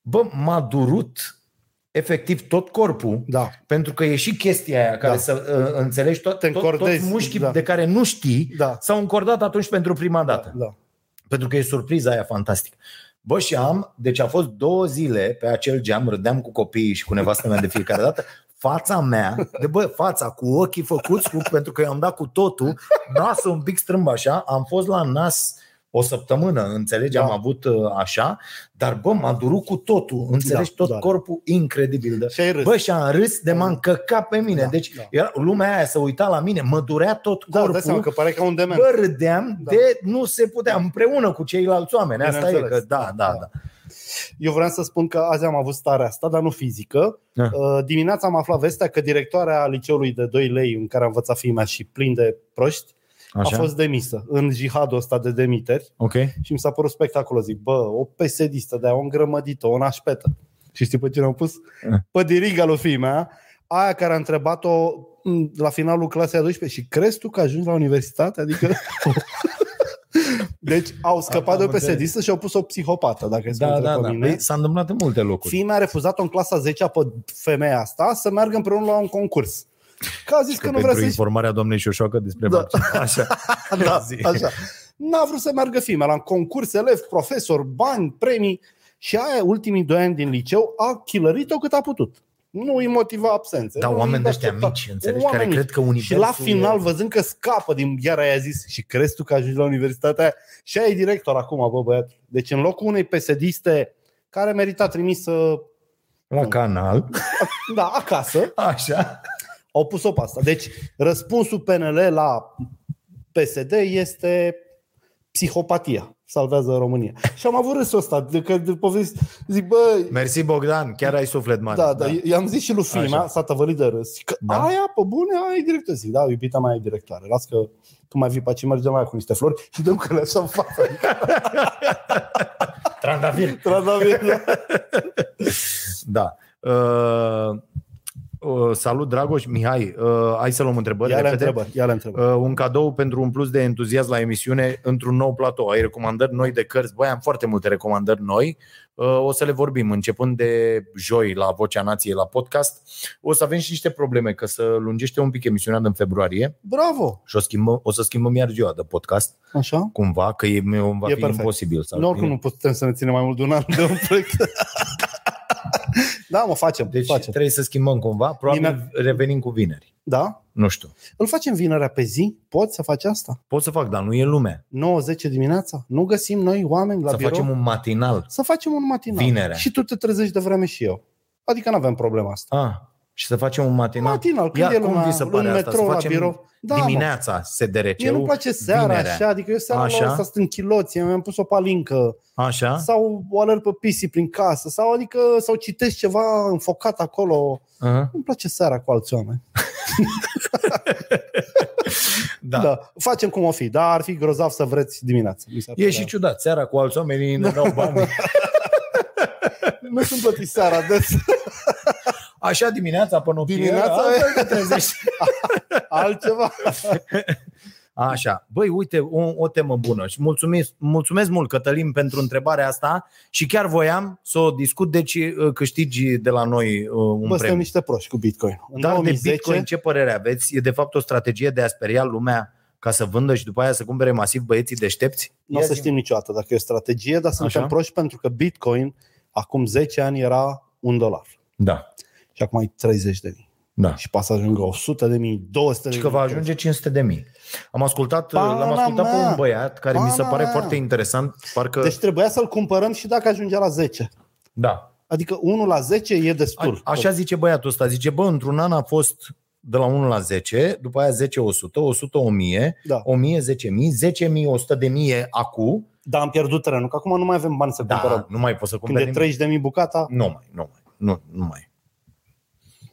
Speaker 2: Bă, m-a durut efectiv tot corpul,
Speaker 3: Da.
Speaker 2: pentru că e și chestia aia care
Speaker 3: Da.
Speaker 2: da. să uh, înțelegi tot,
Speaker 3: Te
Speaker 2: tot, tot
Speaker 3: încordezi,
Speaker 2: mușchii
Speaker 3: da.
Speaker 2: da. de care nu știi
Speaker 3: Da.
Speaker 2: s-au încordat atunci pentru prima dată.
Speaker 3: Da.
Speaker 2: Pentru că e surpriza aia fantastică. Bă, și am, deci a fost două zile pe acel geam, râdeam cu copiii și cu nevastă mea de fiecare dată, fața mea, de bă, fața cu ochii făcuți, cu, pentru că eu am dat cu totul, nasul un pic strâmb așa, am fost la nas o săptămână, înțelegi,
Speaker 3: Da.
Speaker 2: da. am avut uh, așa, dar bă, m-a durut cu totul, înțelegi,
Speaker 3: Da,
Speaker 2: tot
Speaker 3: da.
Speaker 2: corpul incredibil de
Speaker 3: Și ai râs.
Speaker 2: Bă, și am râs de m-am căcat pe mine.
Speaker 3: Da,
Speaker 2: Da, deci
Speaker 3: da.
Speaker 2: da. Era, lumea aia se uita la mine, mă durea tot
Speaker 3: da,
Speaker 2: corpul.
Speaker 3: dai seama că pare ca un dement.
Speaker 2: Bă, râdeam
Speaker 3: Da.
Speaker 2: da. de nu se putea împreună cu ceilalți oameni. Asta e
Speaker 3: Bineînțeles.
Speaker 2: că da, da, da.
Speaker 3: Eu vreau să spun că azi am avut starea asta, dar nu fizică.
Speaker 2: Da.
Speaker 3: Uh, Dimineața am aflat vestea că directoarea liceului de 2 lei în care am învățat fiimea și plin de proști
Speaker 2: Așa.
Speaker 3: a fost demisă în jihadul ăsta de demiteri
Speaker 2: Ok.
Speaker 3: și mi s-a părut spectaculos. Zic, bă, o pesedistă de o îngrămădită, o nașpetă. Și știi pe cine am pus?
Speaker 2: Da.
Speaker 3: Pe diriga lui fiimea, aia care a întrebat-o m, la finalul clasei a 12 și crezi tu că ajungi la universitate? Adică... Deci au scăpat
Speaker 2: Am
Speaker 3: de o
Speaker 2: înțeles.
Speaker 3: pesedistă și au pus o psihopată, dacă se
Speaker 2: Da,
Speaker 3: întreabă
Speaker 2: da,
Speaker 3: pe
Speaker 2: da.
Speaker 3: mine.
Speaker 2: Păi, s-a întâmplat în multe locuri.
Speaker 3: Fiii mea a refuzat-o în clasa 10 pe femeia asta să meargă împreună la un concurs. Că a zis că, nu vrea
Speaker 2: pentru
Speaker 3: să
Speaker 2: informarea doamnei Șoșoacă despre
Speaker 3: Da.
Speaker 2: da. Așa.
Speaker 3: da,
Speaker 2: zi.
Speaker 3: așa. N-a vrut să meargă fiimea la concurs, elev, profesor, bani, premii și aia ultimii doi ani din liceu a chilărit-o cât a putut. Nu îi motiva absențe.
Speaker 2: Da,
Speaker 3: nu îi
Speaker 2: oameni de ăștia
Speaker 3: accepta.
Speaker 2: mici, înțelegi,
Speaker 3: Oameni
Speaker 2: care
Speaker 3: mici.
Speaker 2: cred că
Speaker 3: Și la
Speaker 2: universul
Speaker 3: final,
Speaker 2: e-
Speaker 3: văzând că scapă din iar aia a zis și crezi tu că ajungi la universitatea aia? Și aia e director acum, bă băiat. Deci în locul unei psd care merita trimisă
Speaker 2: La canal.
Speaker 3: da, acasă,
Speaker 2: Așa.
Speaker 3: au pus-o pe asta. Deci, răspunsul PNL la PSD este psihopatia. Salvează România. Și am avut râsul ăsta, de că de povesti, zic, bă,
Speaker 2: Mersi, Bogdan. Chiar ai suflet mare.
Speaker 3: da, da, i-am zis și lui
Speaker 2: Așa.
Speaker 3: Fima, s-a tăvălit de râs. Zic Că da.
Speaker 2: Da.
Speaker 3: aia, pe bune, aia e director. Zic, da, iubita mea e directoare. Las că tu mai vii pe aici, mergem mai cu niște flori și dăm că le așa în față.
Speaker 2: Trandafir.
Speaker 3: Trandafir, da.
Speaker 2: Da. Uh, uh, salut, Dragoș. Mihai, uh, hai să luăm întrebări.
Speaker 3: Ia le
Speaker 2: repede.
Speaker 3: întrebări, ia le întrebări.
Speaker 2: Uh, un cadou pentru un plus de entuziasm la emisiune într-un nou platou. Ai recomandări noi de cărți? Băi, am foarte multe recomandări noi. Uh, o să le vorbim începând de joi la Vocea Nației, la podcast. O să avem și niște probleme, că să lungește un pic emisiunea din februarie
Speaker 3: Bravo!
Speaker 2: și o, schimbăm, o să schimbăm iar ziua de podcast,
Speaker 3: Așa?
Speaker 2: cumva, că e, va
Speaker 3: E
Speaker 2: fi
Speaker 3: perfect.
Speaker 2: imposibil. Sau
Speaker 3: Noi oricum nu putem să ne ținem mai mult de un an de un proiect. Da, mă, facem.
Speaker 2: Deci
Speaker 3: facem.
Speaker 2: trebuie să schimbăm cumva. Probabil
Speaker 3: Mine-
Speaker 2: revenim cu vineri.
Speaker 3: Da?
Speaker 2: Nu știu.
Speaker 3: Îl facem vinerea pe zi? Poți să faci asta?
Speaker 2: Pot să fac, dar nu e lume.
Speaker 3: 9-10 dimineața? Nu găsim noi oameni la
Speaker 2: să
Speaker 3: birou?
Speaker 2: facem un matinal.
Speaker 3: Să facem un matinal.
Speaker 2: Vinerea.
Speaker 3: Și tu te trezești de vreme și eu. Adică nu avem problema asta.
Speaker 2: Ah, și să facem un matinal.
Speaker 3: Matinal, când
Speaker 2: Ia,
Speaker 3: e
Speaker 2: cum
Speaker 3: lumea,
Speaker 2: vi se pare
Speaker 3: în
Speaker 2: asta? Să
Speaker 3: metrou, la
Speaker 2: facem
Speaker 3: birou. Da, mă.
Speaker 2: Dimineața se derece.
Speaker 3: Mie nu-mi place seara
Speaker 2: vinerea.
Speaker 3: așa, adică eu seara
Speaker 2: Așa.
Speaker 3: așa? la asta sunt în chiloție, mi-am pus o palincă
Speaker 2: Așa?
Speaker 3: sau o alerg pe pisi prin casă sau adică sau citesc ceva înfocat acolo.
Speaker 2: Aha.
Speaker 3: Nu-mi place seara cu alți oameni.
Speaker 2: Da. da.
Speaker 3: Da. Facem cum o fi, dar ar fi grozav să vreți dimineața. Mi s-ar
Speaker 2: E
Speaker 3: părea.
Speaker 2: și ciudat. Seara cu alți oameni
Speaker 3: Da.
Speaker 2: ne dau bani.
Speaker 3: Nu sunt plătit seara deci des.
Speaker 2: Așa dimineața până nopție.
Speaker 3: Dimineața,
Speaker 2: altfel te trezești.
Speaker 3: Altceva.
Speaker 2: Așa. Băi, uite, o, o temă bună. Și mulțumesc, mulțumesc mult, Cătălin, pentru întrebarea asta și chiar voiam să o discut, deci uh, câștigi de la noi uh, un
Speaker 3: Bă,
Speaker 2: premiu.
Speaker 3: suntem niște proști cu Bitcoin. Păi În
Speaker 2: Dar
Speaker 3: 2010,
Speaker 2: de Bitcoin ce părere aveți? E de fapt o strategie de a speria lumea ca să vândă și după aia să cumpere masiv băieții deștepți?
Speaker 3: nu o să
Speaker 2: Ia zi-
Speaker 3: știm niciodată dacă e o strategie, dar suntem
Speaker 2: Așa.
Speaker 3: proști pentru că Bitcoin acum 10 ani era un dolar
Speaker 2: Da,
Speaker 3: și acum e 30 de mii.
Speaker 2: da.
Speaker 3: Și poate să ajungă 100 de mii, 200 de
Speaker 2: Și
Speaker 3: mii.
Speaker 2: că va ajunge 500 de mii. Am ascultat, l-am ascultat pe
Speaker 3: Pana
Speaker 2: un
Speaker 3: mea!
Speaker 2: băiat care mi se
Speaker 3: Pana
Speaker 2: pare
Speaker 3: mea!
Speaker 2: foarte interesant, parcă,
Speaker 3: Deci trebuia să-l cumpărăm și dacă ajungea la 10.
Speaker 2: da.
Speaker 3: Adică 1 la 10 e
Speaker 2: A,
Speaker 3: destul.
Speaker 2: așa zice băiatul ăsta, zice, bă, într-un an a fost de la 1 la 10, după aia 10, 100, 100, 1000,
Speaker 3: Da.
Speaker 2: 1000, 10.000, 10.000, 100.000 e acum,
Speaker 3: Dar am pierdut terenul, că acum nu mai avem bani să
Speaker 2: da,
Speaker 3: cumpărăm.
Speaker 2: nu mai poți să cumperi
Speaker 3: Când
Speaker 2: nimic.
Speaker 3: e 30 de mii bucata,
Speaker 2: Nu mai, nu mai, nu, nu mai.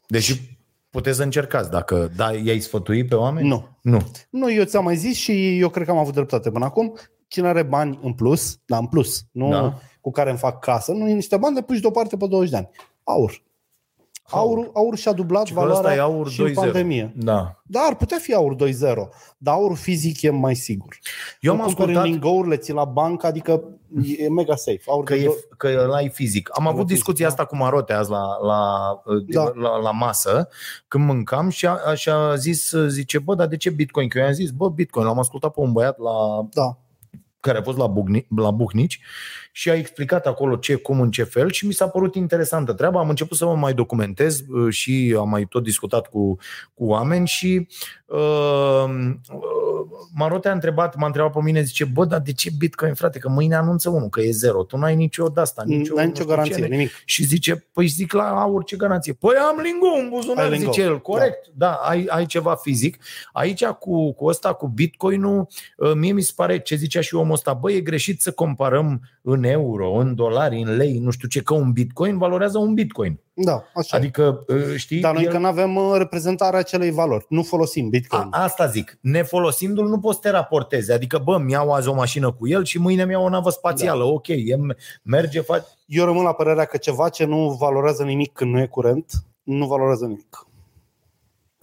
Speaker 2: Deși puteți să încercați dacă da, i-ai sfătui pe oameni?
Speaker 3: nu.
Speaker 2: Nu.
Speaker 3: Păi. Nu, eu ți-am mai zis și eu cred că am avut dreptate până acum. Cine are bani în plus, da, în plus, nu
Speaker 2: Da.
Speaker 3: da. cu care îmi fac casă, nu e niște bani de puși deoparte pe 20 de ani. Aur.
Speaker 2: Aur.
Speaker 3: Aur, aur și-a dublat
Speaker 2: Și că ăsta
Speaker 3: valoarea
Speaker 2: e aur
Speaker 3: și în
Speaker 2: 2.0.
Speaker 3: pandemie.
Speaker 2: Da.
Speaker 3: Da, ar putea fi aur 2.0, dar aur fizic e mai sigur.
Speaker 2: Eu am
Speaker 3: Nu cumperi în
Speaker 2: ascultat
Speaker 3: lingourile, ți la bancă, adică e mega safe. Aur
Speaker 2: că,
Speaker 3: de
Speaker 2: e,
Speaker 3: do-
Speaker 2: că ăla e fizic. Am avut
Speaker 3: fizic,
Speaker 2: discuția
Speaker 3: da.
Speaker 2: asta cu Marote azi la, la,
Speaker 3: Da.
Speaker 2: la, la, la masă, când mâncam și a, și a zis, zice, bă, dar de ce Bitcoin? Că eu i-am zis, bă, Bitcoin, l-am ascultat pe un băiat la,
Speaker 3: Da.
Speaker 2: care a fost la, Bucni, la Buhnici și a explicat acolo ce, cum, în ce fel și mi s-a părut interesantă treaba. Am început să mă mai documentez uh, și am mai tot discutat cu, cu oameni și uh, uh, Marote a întrebat, m-a întrebat pe mine, zice, bă, dar de ce Bitcoin, frate, că mâine anunță unul că e zero, tu n-ai nicio de asta, nicio,
Speaker 3: N-ai
Speaker 2: nu
Speaker 3: nicio
Speaker 2: știu
Speaker 3: garanție,
Speaker 2: ce."
Speaker 3: nimic.
Speaker 2: Și zice, păi zic la aur ce garanție. Păi am lingou în
Speaker 3: Ai
Speaker 2: buzunar,
Speaker 3: lingou,
Speaker 2: zice el, corect. Da, da ai, ai ceva fizic. Aici cu, cu ăsta, cu bitcoinul, ă, mie mi se pare ce zicea și omul ăsta, băi, e greșit să comparăm în euro, în dolari, în lei, nu știu ce, că un bitcoin valorează un bitcoin.
Speaker 3: Da, așa. Adică,
Speaker 2: Adică, ă, știi,
Speaker 3: dar noi
Speaker 2: el-
Speaker 3: că nu avem uh, reprezentarea acelei valori. Nu folosim Bitcoin.
Speaker 2: a, asta zic, nefolosindu-l nu poți să te raportezi. Adică, bă, mi-au azi o mașină cu el și mâine mi-au o navă spațială. Da. Ok, e, merge, faci...
Speaker 3: Eu rămân la părerea că ceva ce nu valorează nimic când nu e curent, nu valorează nimic.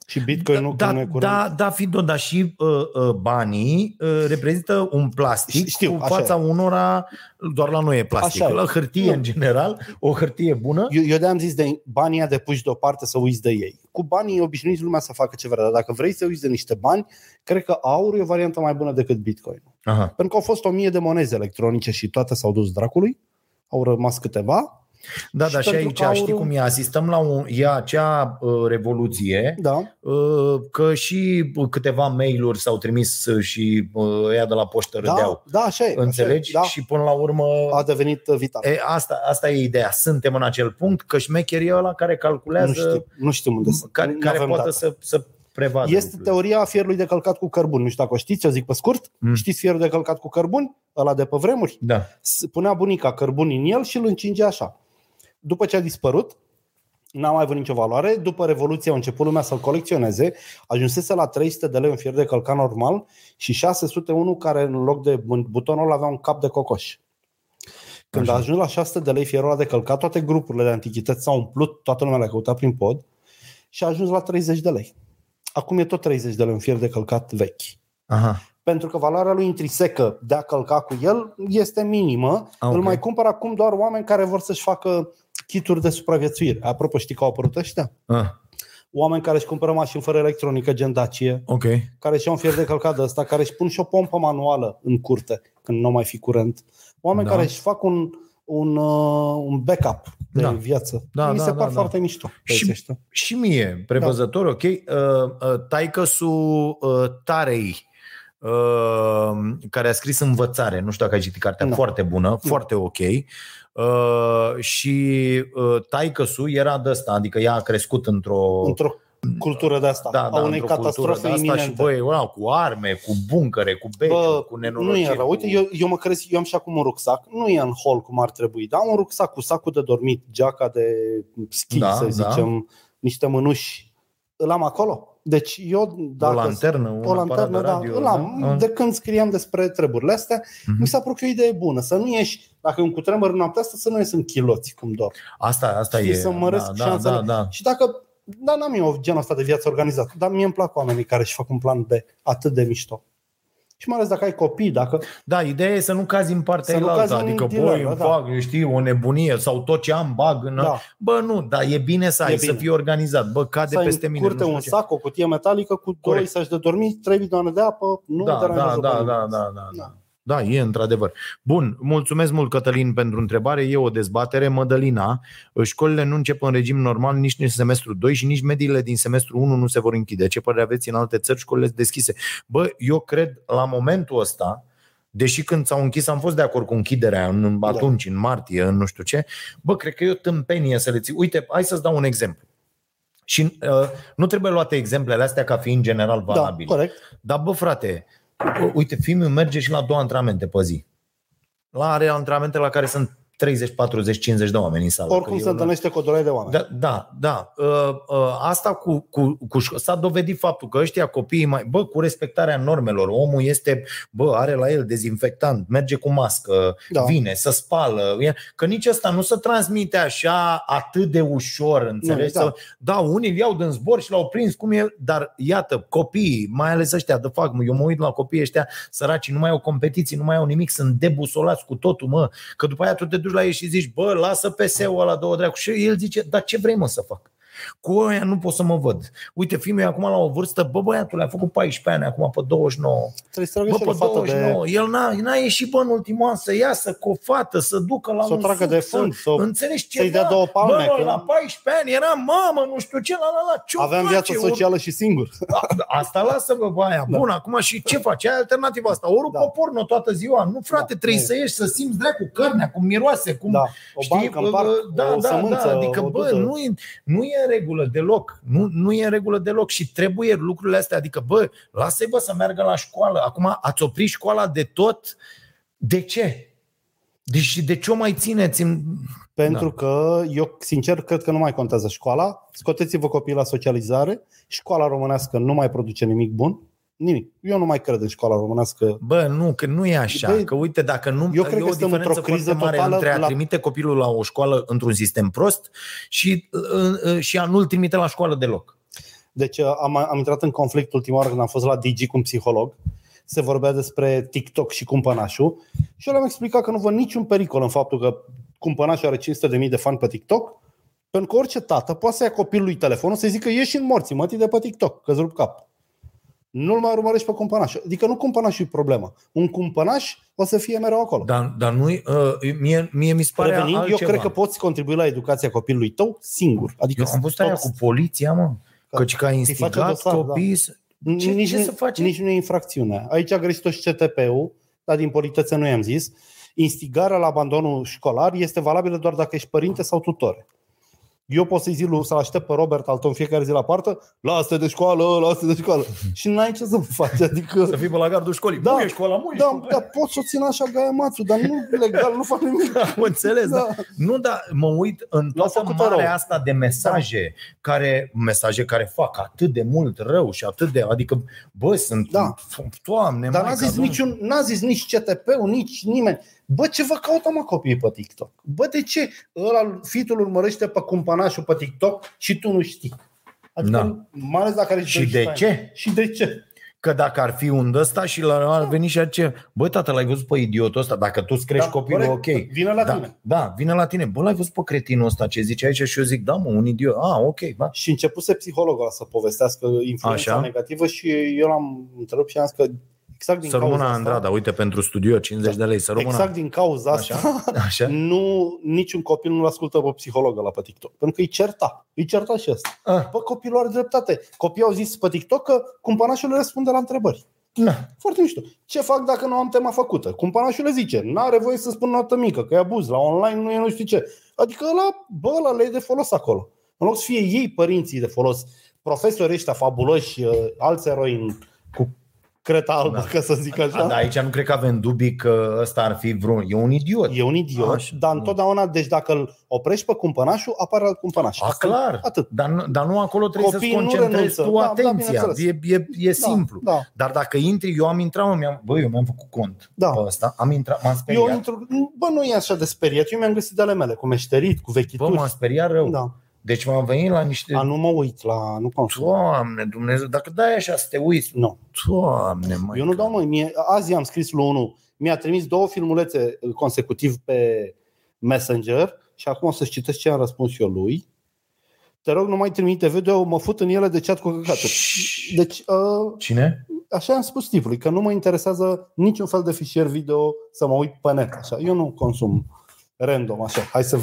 Speaker 3: Și Bitcoin nu
Speaker 2: da,
Speaker 3: când nu e curent.
Speaker 2: da, da, Fido, dar și uh, uh, banii uh, reprezintă un plastic
Speaker 3: Știu,
Speaker 2: cu
Speaker 3: așa
Speaker 2: fața unora, doar la noi e plastic,
Speaker 3: Așa e.
Speaker 2: la hârtie
Speaker 3: Nu.
Speaker 2: în general, o hârtie bună.
Speaker 3: Eu, eu de-am zis de banii aia de puși deoparte să uiți de ei. Cu banii obișnuiți lumea să facă ce vrea, dar dacă vrei să uiți de niște bani, cred că aurul e o variantă mai bună decât Bitcoin.
Speaker 2: Aha.
Speaker 3: Pentru că au fost o mie de monede electronice și toate s-au dus dracului, au rămas câteva,
Speaker 2: Da,
Speaker 3: Și
Speaker 2: dar și
Speaker 3: pentru
Speaker 2: aici,
Speaker 3: că aurul-
Speaker 2: știi cum e, asistăm la un, e acea uh, revoluție
Speaker 3: da,
Speaker 2: uh, că și câteva mail-uri s-au trimis uh, și uh, ea de la poștă
Speaker 3: da,
Speaker 2: râdeau.
Speaker 3: da, așa e.
Speaker 2: Înțelegi?
Speaker 3: Așa e, da.
Speaker 2: Și până la urmă
Speaker 3: A devenit uh, vital.
Speaker 2: e, asta, asta e ideea. Suntem în acel punct că șmecher e ăla care
Speaker 3: nu,
Speaker 2: calculează
Speaker 3: știu, nu știu unde sunt.
Speaker 2: care,
Speaker 3: Nu
Speaker 2: care
Speaker 3: avem
Speaker 2: poate
Speaker 3: date.
Speaker 2: să, să prevadă.
Speaker 3: Este
Speaker 2: lucrurile.
Speaker 3: teoria fierului de călcat cu cărbun. Nu știu dacă o știți, o zic pe scurt.
Speaker 2: Mm.
Speaker 3: Mm. Știți fierul de călcat cu cărbun? Ăla de pe vremuri?
Speaker 2: Da.
Speaker 3: S- Punea bunica cărbun în el și îl încinge așa. După ce a dispărut, n-a mai avut nicio valoare. După Revoluție a început lumea să-l colecționeze. Ajunsese la 300 de lei un fier de călcat normal și 601 care în loc de bun- butonul ăla avea un cap de cocoș. Când
Speaker 2: Așa.
Speaker 3: a ajuns la 600 de lei fierul ăla de călcat, toate grupurile de antichități s-au umplut, toată lumea l-a căutat prin pod și a ajuns la 30 de lei. Acum e tot 30 de lei un fier de călcat vechi.
Speaker 2: Aha.
Speaker 3: Pentru că valoarea lui intrisecă de a călca cu el este minimă.
Speaker 2: Ah,
Speaker 3: Ah,
Speaker 2: ok.
Speaker 3: Îl mai cumpără acum doar oameni care vor să-și facă kituri de supraviețuire. Apropo, știi că au apărut ăștia?
Speaker 2: Ah,
Speaker 3: Oameni care își cumpără mașini fără electronică, gen Dacie,
Speaker 2: ok.
Speaker 3: care își iau un fier de călcat de ăsta, care își pun și o pompă manuală în curte, când nu o mai fi curent. Oameni
Speaker 2: Da.
Speaker 3: da. care își fac un, un, uh, un backup de
Speaker 2: Da.
Speaker 3: da. viață.
Speaker 2: Da,
Speaker 3: Mi
Speaker 2: da,
Speaker 3: se
Speaker 2: da,
Speaker 3: par
Speaker 2: da.
Speaker 3: foarte mișto. Păi,
Speaker 2: Și-
Speaker 3: Și... Ăștia.
Speaker 2: Și mie, prevăzător, da. ok, uh, uh, taicăsul uh, Tarei, uh, care a scris Învățare, nu știu dacă ai citit cartea,
Speaker 3: Nu.
Speaker 2: foarte bună, foarte ok, uh, și uh, taicăsul era de ăsta, adică ea a crescut într-o...
Speaker 3: Într-o cultură de asta,
Speaker 2: da, da,
Speaker 3: a unei
Speaker 2: într-o cultură
Speaker 3: catastrofe
Speaker 2: de asta
Speaker 3: iminente.
Speaker 2: și voi, wow, cu arme, cu buncăre, cu beci,
Speaker 3: Bă,
Speaker 2: cu
Speaker 3: Nu
Speaker 2: nenorociri.
Speaker 3: e rău. Uite,
Speaker 2: cu-
Speaker 3: eu, eu mă cresc, eu am și acum un rucsac. Nu e în hol cum ar trebui, dar am un rucsac cu sacul de dormit, geaca de schi,
Speaker 2: Da,
Speaker 3: da, să
Speaker 2: da.
Speaker 3: zicem, niște mănuși. Îl am acolo. Deci eu,
Speaker 2: o
Speaker 3: dacă
Speaker 2: lanternă, un
Speaker 3: o
Speaker 2: aparat
Speaker 3: lanternă,
Speaker 2: de
Speaker 3: da,
Speaker 2: radio,
Speaker 3: îl am.
Speaker 2: da?
Speaker 3: De când scriam despre treburile astea,
Speaker 2: Mhm.
Speaker 3: mi s-a părut că e o idee bună. Să nu ieși, dacă îmi cutremur în noaptea asta, să nu ies în chiloți cum dor.
Speaker 2: Asta, asta
Speaker 3: Știi,
Speaker 2: e.
Speaker 3: să măresc
Speaker 2: da, da,
Speaker 3: șansele.
Speaker 2: da, da.
Speaker 3: Și dacă, da, n-am eu genul ăsta de viață organizată, dar mie îmi plac oamenii care își fac un plan de atât de mișto. Și mai ales dacă ai copii, dacă
Speaker 2: Da, ideea e să nu cazi în partea
Speaker 3: Să nu
Speaker 2: elaltă,
Speaker 3: cazi în
Speaker 2: adică
Speaker 3: din
Speaker 2: boi,
Speaker 3: ăla,
Speaker 2: îmi
Speaker 3: da.
Speaker 2: fac, eu știi, o nebunie sau tot ce am bag în...
Speaker 3: da,
Speaker 2: Bă, nu, dar e bine să
Speaker 3: E
Speaker 2: ai, să
Speaker 3: bine.
Speaker 2: fii organizat. Bă, cade
Speaker 3: să ai
Speaker 2: peste
Speaker 3: în
Speaker 2: mine.
Speaker 3: curte
Speaker 2: nu știu
Speaker 3: un
Speaker 2: ce.
Speaker 3: sac, o cutie metalică cu doi
Speaker 2: Corect.
Speaker 3: să-și de dormit, trei bidoane de apă, nu
Speaker 2: da, da,
Speaker 3: deranjează pe
Speaker 2: da,
Speaker 3: nimeni.
Speaker 2: da, da, da, da.
Speaker 3: Da.
Speaker 2: Da, e într-adevăr. Bun, mulțumesc mult, Cătălin, pentru întrebare. E o dezbatere. Mădălina, școlile nu încep în regim normal nici în semestru 2 și nici mediile din semestru 1 nu se vor închide. Ce părere aveți în alte țări școlile sunt deschise? Bă, eu cred la momentul ăsta, deși când s-au închis am fost de acord cu închiderea în,
Speaker 3: Da.
Speaker 2: atunci, în martie, în nu știu ce, bă, cred că e o tâmpenie să le ții. Uite, hai să-ți dau un exemplu. Și uh, nu trebuie luate exemplele astea ca fiind general
Speaker 3: Da,
Speaker 2: valabile.
Speaker 3: corect.
Speaker 2: Dar bă, frate, u- uite, filmul merge și la două antrenamente pe zi. La are antrenamente la care sunt 30, 40, 50 de oameni în sală.
Speaker 3: Oricum
Speaker 2: Că eu
Speaker 3: se
Speaker 2: nu-
Speaker 3: întâlnește cu o dorare de oameni.
Speaker 2: da, da, da. Uh, uh, asta cu, cu, cu șco- s-a dovedit faptul că ăștia copiii mai, bă, cu respectarea normelor, omul este, bă, are la el dezinfectant, merge cu mască, da.
Speaker 3: Da.
Speaker 2: vine, să spală, e- că nici asta nu se transmite așa atât de ușor, înțelegi?
Speaker 3: da.
Speaker 2: da. da, unii îl iau din zbor și l-au prins cum e, dar iată, copiii, mai ales ăștia, de fac, eu mă uit la copiii ăștia săraci, nu mai au competiții, nu mai au nimic, sunt debusolați cu totul, mă, că după aia tu te duci la ei și zici, bă, lasă PS-ul ăla două dracu și el zice, dar ce vrei mă să fac? Cu ăia nu pot să mă văd. Uite, fiul meu e acum la o vârstă, bă băiatul, a făcut 14 ani, acum pe 29.
Speaker 3: Trebuie să tragă
Speaker 2: Bă,
Speaker 3: și el o
Speaker 2: pe
Speaker 3: fată de
Speaker 2: 29, de... el n-a, n-a ieșit bă în ultimul an să iasă cu o fată, să ducă la
Speaker 3: Să o
Speaker 2: un
Speaker 3: tragă de fund, să
Speaker 2: să...
Speaker 3: o-
Speaker 2: Înțelegi ce
Speaker 3: să-i dea două palme,
Speaker 2: Bă,
Speaker 3: că-
Speaker 2: la 14 ani era mamă, nu știu ce, la la la, ce
Speaker 3: aveam viață socială și singur.
Speaker 2: Da. Asta lasă-vă pe aia. Bun, acum și ce faci? Ai alternativa asta. Ori da.
Speaker 3: Da.
Speaker 2: pe porno toată ziua. Nu, frate,
Speaker 3: Da,
Speaker 2: trebuie
Speaker 3: nu e.
Speaker 2: să ieși să simți dracu carnea, cum miroase, cum...
Speaker 3: Da, o bancă
Speaker 2: bă,
Speaker 3: în parc,
Speaker 2: bă, da,
Speaker 3: o
Speaker 2: da,
Speaker 3: sămânță,
Speaker 2: da, adică,
Speaker 3: o
Speaker 2: bă,
Speaker 3: dudă.
Speaker 2: nu e, nu e în regulă deloc. Nu, nu e în regulă deloc și trebuie lucrurile astea. Adică, bă, lasă-i bă să meargă la școală. Acum ați oprit școala de tot. De ce? Deci de ce o mai țineți? în-
Speaker 3: Pentru
Speaker 2: Da.
Speaker 3: da. că eu, sincer, cred că nu mai contează școala. Scoteți-vă copiii la socializare. Școala românească nu mai produce nimic bun. Nimic. Eu nu mai cred în școala românească.
Speaker 2: Bă, nu, că nu e așa.
Speaker 3: Bă,
Speaker 2: că uite, dacă nu.
Speaker 3: eu cred
Speaker 2: e
Speaker 3: că
Speaker 2: o
Speaker 3: suntem
Speaker 2: diferență
Speaker 3: într-o
Speaker 2: foarte
Speaker 3: criză
Speaker 2: mare
Speaker 3: totală
Speaker 2: între a
Speaker 3: la-
Speaker 2: trimite copilul la o școală într-un sistem prost și, uh, uh, și a nu-l trimite la școală deloc.
Speaker 3: Deci uh, am, am intrat în conflict ultima oară când am fost la Digi cu un psiholog. Se vorbea despre TikTok și cumpănașul și eu le-am explicat că nu văd niciun pericol în faptul că cumpănașul are 500.000 de fani pe TikTok pentru că orice tată poate să ia copilului telefonul să-i zică ieși în morții mătii de pe TikTok, că-ți rup cap. Nu-l mai urmărești pe cumpănaș. Adică nu cumpănașul e problema. Un cumpănaș o să fie mereu acolo.
Speaker 2: Dar, dar nu uh, mie, mie mi se Da. pare
Speaker 3: Revenind, eu
Speaker 2: altceva.
Speaker 3: cred că poți contribui la educația copilului tău singur. Adică
Speaker 2: Eu am fost aia cu poliția, mă. Căci că a instigat
Speaker 3: face da. dosar,
Speaker 2: copiii să...
Speaker 3: Nici,
Speaker 2: Ce-
Speaker 3: nici,
Speaker 2: ce
Speaker 3: nu-
Speaker 2: să facem?
Speaker 3: nici nu e infracțiune. Aici a greșit-o și CTP-ul, dar din politețe nu i-am zis. Instigarea la abandonul școlar este valabilă doar dacă ești părinte sau tutore. Eu pot să-i zic lui, să-l aștept pe Robert Alton fiecare zi la partă, lasă de școală, lasă de școală. și n-ai ce să faci. Adică,
Speaker 2: Să fii pe la gardul școlii. Da.
Speaker 3: Da.
Speaker 2: Muie școala, muie
Speaker 3: da,
Speaker 2: școala.
Speaker 3: da, pot să o țin așa gaiamațul, dar nu legal, nu fac nimic.
Speaker 2: Am înțeles, da.
Speaker 3: Da.
Speaker 2: Nu, dar mă uit în
Speaker 3: L-au
Speaker 2: toată
Speaker 3: făcut
Speaker 2: marea
Speaker 3: rău.
Speaker 2: asta de mesaje care, mesaje care fac atât de mult rău și atât de... Adică, bă, sunt...
Speaker 3: Da.
Speaker 2: Doamne,
Speaker 3: Dar n-a
Speaker 2: Maica
Speaker 3: zis,
Speaker 2: Domnului.
Speaker 3: niciun, n-a zis nici CTP-ul, nici nimeni. Bă, ce vă caută mă copiii pe TikTok? Bă, de ce ăla fitul urmărește pe cumpănașul pe TikTok și tu nu știi? Adică,
Speaker 2: Da.
Speaker 3: da. mai ales dacă are
Speaker 2: Și de
Speaker 3: 12 ani.
Speaker 2: ce?
Speaker 3: Și de ce?
Speaker 2: Că dacă ar fi un ăsta și la
Speaker 3: Da.
Speaker 2: ar veni și ar ce, bă, tată, l-ai văzut pe idiotul ăsta, dacă tu îți crești da, copilul,
Speaker 3: corect.
Speaker 2: ok.
Speaker 3: Vine la da.
Speaker 2: da,
Speaker 3: tine.
Speaker 2: da, vine la tine. Bă, l-ai văzut pe cretinul ăsta ce zice aici și eu zic, da, mă, un idiot. Ah, ok, va.
Speaker 3: Și începuse psihologul ăla să povestească influența
Speaker 2: Așa.
Speaker 3: Așa. negativă și eu l-am întrerupt și am zis că exact din
Speaker 2: Să
Speaker 3: cauza
Speaker 2: rămână
Speaker 3: asta,
Speaker 2: Andrada, uite, pentru studio 50 de lei, să rămână.
Speaker 3: exact din cauza asta,
Speaker 2: Așa? Așa?
Speaker 3: nu, niciun copil nu-l ascultă pe psihologă la pe TikTok, pentru că îi certa. Îi certa și asta.
Speaker 2: Ah.
Speaker 3: Bă, copilul are dreptate. Copiii au zis pe TikTok că cumpănașul le răspunde la întrebări.
Speaker 2: Na.
Speaker 3: Foarte mișto. Ce fac dacă nu am tema făcută? Cumpănașul le zice, n-are voie să spun notă mică, că e abuz, la online nu e nu știu ce. Adică la, bă, la le e de folos acolo. În loc să fie ei părinții de folos, profesorii ăștia fabuloși, uh, alți eroi cu creta albă,
Speaker 2: Da.
Speaker 3: da. ca să zic așa.
Speaker 2: Da, dar aici nu cred că avem dubii că ăsta ar fi vreun... E un idiot.
Speaker 3: E un idiot,
Speaker 2: Așa,
Speaker 3: Așa, dar
Speaker 2: bun.
Speaker 3: întotdeauna, deci dacă îl oprești pe cumpănașul, apare alt cumpănaș.
Speaker 2: A,
Speaker 3: Asta e.
Speaker 2: clar.
Speaker 3: Atât.
Speaker 2: Dar nu, dar nu acolo trebuie
Speaker 3: Copiii
Speaker 2: să-ți
Speaker 3: nu
Speaker 2: concentrezi
Speaker 3: renunță.
Speaker 2: tu
Speaker 3: Da, da,
Speaker 2: atenția.
Speaker 3: bineînțeles.
Speaker 2: e, e, e simplu.
Speaker 3: Da, da.
Speaker 2: Dar dacă intri, eu am intrat, mă, mi-am, bă, eu mi-am făcut cont
Speaker 3: Da.
Speaker 2: pe ăsta, am intrat, m-am speriat.
Speaker 3: Eu intru, bă, nu e așa de speriat. Eu mi-am găsit de ale mele, cu meșterit, cu
Speaker 2: Bă,
Speaker 3: vechituri.
Speaker 2: m-am speriat rău. Da.
Speaker 3: da.
Speaker 2: Deci m-am venit la niște...
Speaker 3: A, nu mă uit la... Nu consum.
Speaker 2: Doamne, Dumnezeu, dacă dai așa să te uiți,
Speaker 3: Nu.
Speaker 2: Doamne, mai
Speaker 3: Eu nu dau, mă, mie, azi am scris lui unul, mi-a trimis două filmulețe uh, consecutiv pe Messenger și acum o să-și citesc ce am răspuns eu lui. Te rog, nu mai trimite video, mă fut în ele de chat cu căcaturi. Deci, uh,
Speaker 2: Cine?
Speaker 3: așa am spus tipului, că nu mă interesează niciun fel de fișier video să mă uit pe net. Așa. Eu nu consum random, așa. Hai să...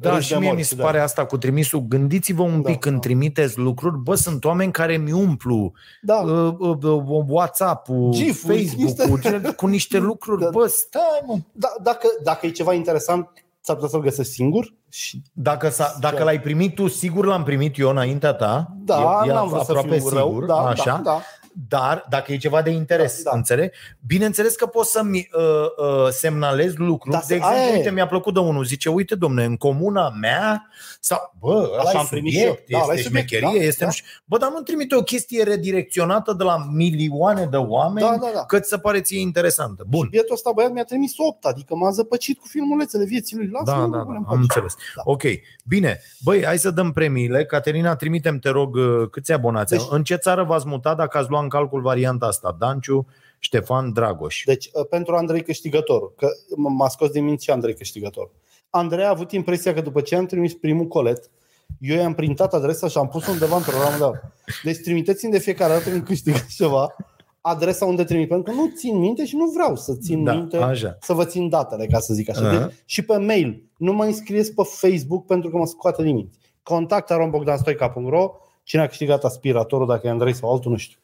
Speaker 2: Da,
Speaker 3: râs
Speaker 2: și
Speaker 3: de
Speaker 2: mie
Speaker 3: mor,
Speaker 2: mi se
Speaker 3: da.
Speaker 2: pare asta cu trimisul. Gândiți-vă un
Speaker 3: Da,
Speaker 2: pic când
Speaker 3: da.
Speaker 2: trimiteți lucruri. Bă, sunt oameni care mi umplu
Speaker 3: Da,
Speaker 2: uh, uh, uh, WhatsApp-ul,
Speaker 3: GIF-ul,
Speaker 2: Facebook-ul niște... cu niște lucruri.
Speaker 3: Da.
Speaker 2: Bă, stai, mă.
Speaker 3: da dacă, dacă e ceva interesant, s-ar putea să-l găsesc singur și
Speaker 2: Dacă, s-a, dacă l-ai primit tu, sigur l-am primit eu înaintea ta.
Speaker 3: da,
Speaker 2: E- e
Speaker 3: n-am vrut să
Speaker 2: aproape
Speaker 3: fiu rău,
Speaker 2: sigur,
Speaker 3: da,
Speaker 2: așa.
Speaker 3: da, da,
Speaker 2: Dar dacă e ceva de interes, da,
Speaker 3: Da,
Speaker 2: da.
Speaker 3: da.
Speaker 2: înțeleg? Bineînțeles că poți să-mi uh, uh, semnalez lucruri.
Speaker 3: Da,
Speaker 2: de
Speaker 3: să-
Speaker 2: exemplu,
Speaker 3: aia e.
Speaker 2: uite, mi-a plăcut de unul. Zice, uite, domne, în comuna mea, sau, bă, ăla
Speaker 3: Așa
Speaker 2: e
Speaker 3: am primit
Speaker 2: subiect,
Speaker 3: și eu. Da, ăla e
Speaker 2: este
Speaker 3: subiect,
Speaker 2: șmecherie,
Speaker 3: da,
Speaker 2: este...
Speaker 3: da.
Speaker 2: nu știu- Bă, dar nu trimite o chestie redirecționată de la milioane de oameni
Speaker 3: da, da, da.
Speaker 2: cât să pare ție interesantă. Bun.
Speaker 3: Bietul ăsta băiat mi-a trimis 8, adică m-a zăpăcit cu filmulețele vieții lui.
Speaker 2: Da, da,
Speaker 3: Lasă-mă, bă,
Speaker 2: da,
Speaker 3: bune,
Speaker 2: am
Speaker 3: în pace.
Speaker 2: înțeles.
Speaker 3: Da.
Speaker 2: Ok, bine. Băi, hai să dăm premiile. Caterina, trimitem, te rog, câți abonați deci...
Speaker 3: Deci-
Speaker 2: În ce țară v-ați mutat dacă ați luat în calcul varianta asta? Danciu, Ștefan, Dragoș.
Speaker 3: Deci, uh, pentru Andrei Câștigător, că m- m-a scos din minți și Andrei Câștigător. Andrei a avut impresia că după ce am trimis primul colet, eu i-am printat adresa și am pus undeva în programul de aur. Deci trimiteți-mi de fiecare dată când câștigați ceva adresa unde trimit, pentru că nu țin minte și nu vreau să țin
Speaker 2: Da,
Speaker 3: minte,
Speaker 2: așa.
Speaker 3: să vă țin datele, ca să zic așa.
Speaker 2: Aha.
Speaker 3: Deci, și pe mail, nu mă înscrieți pe Facebook pentru că mă scoate din minte. Contact arombogdanstoica.ro Cine a câștigat aspiratorul, dacă e Andrei sau altul, nu știu.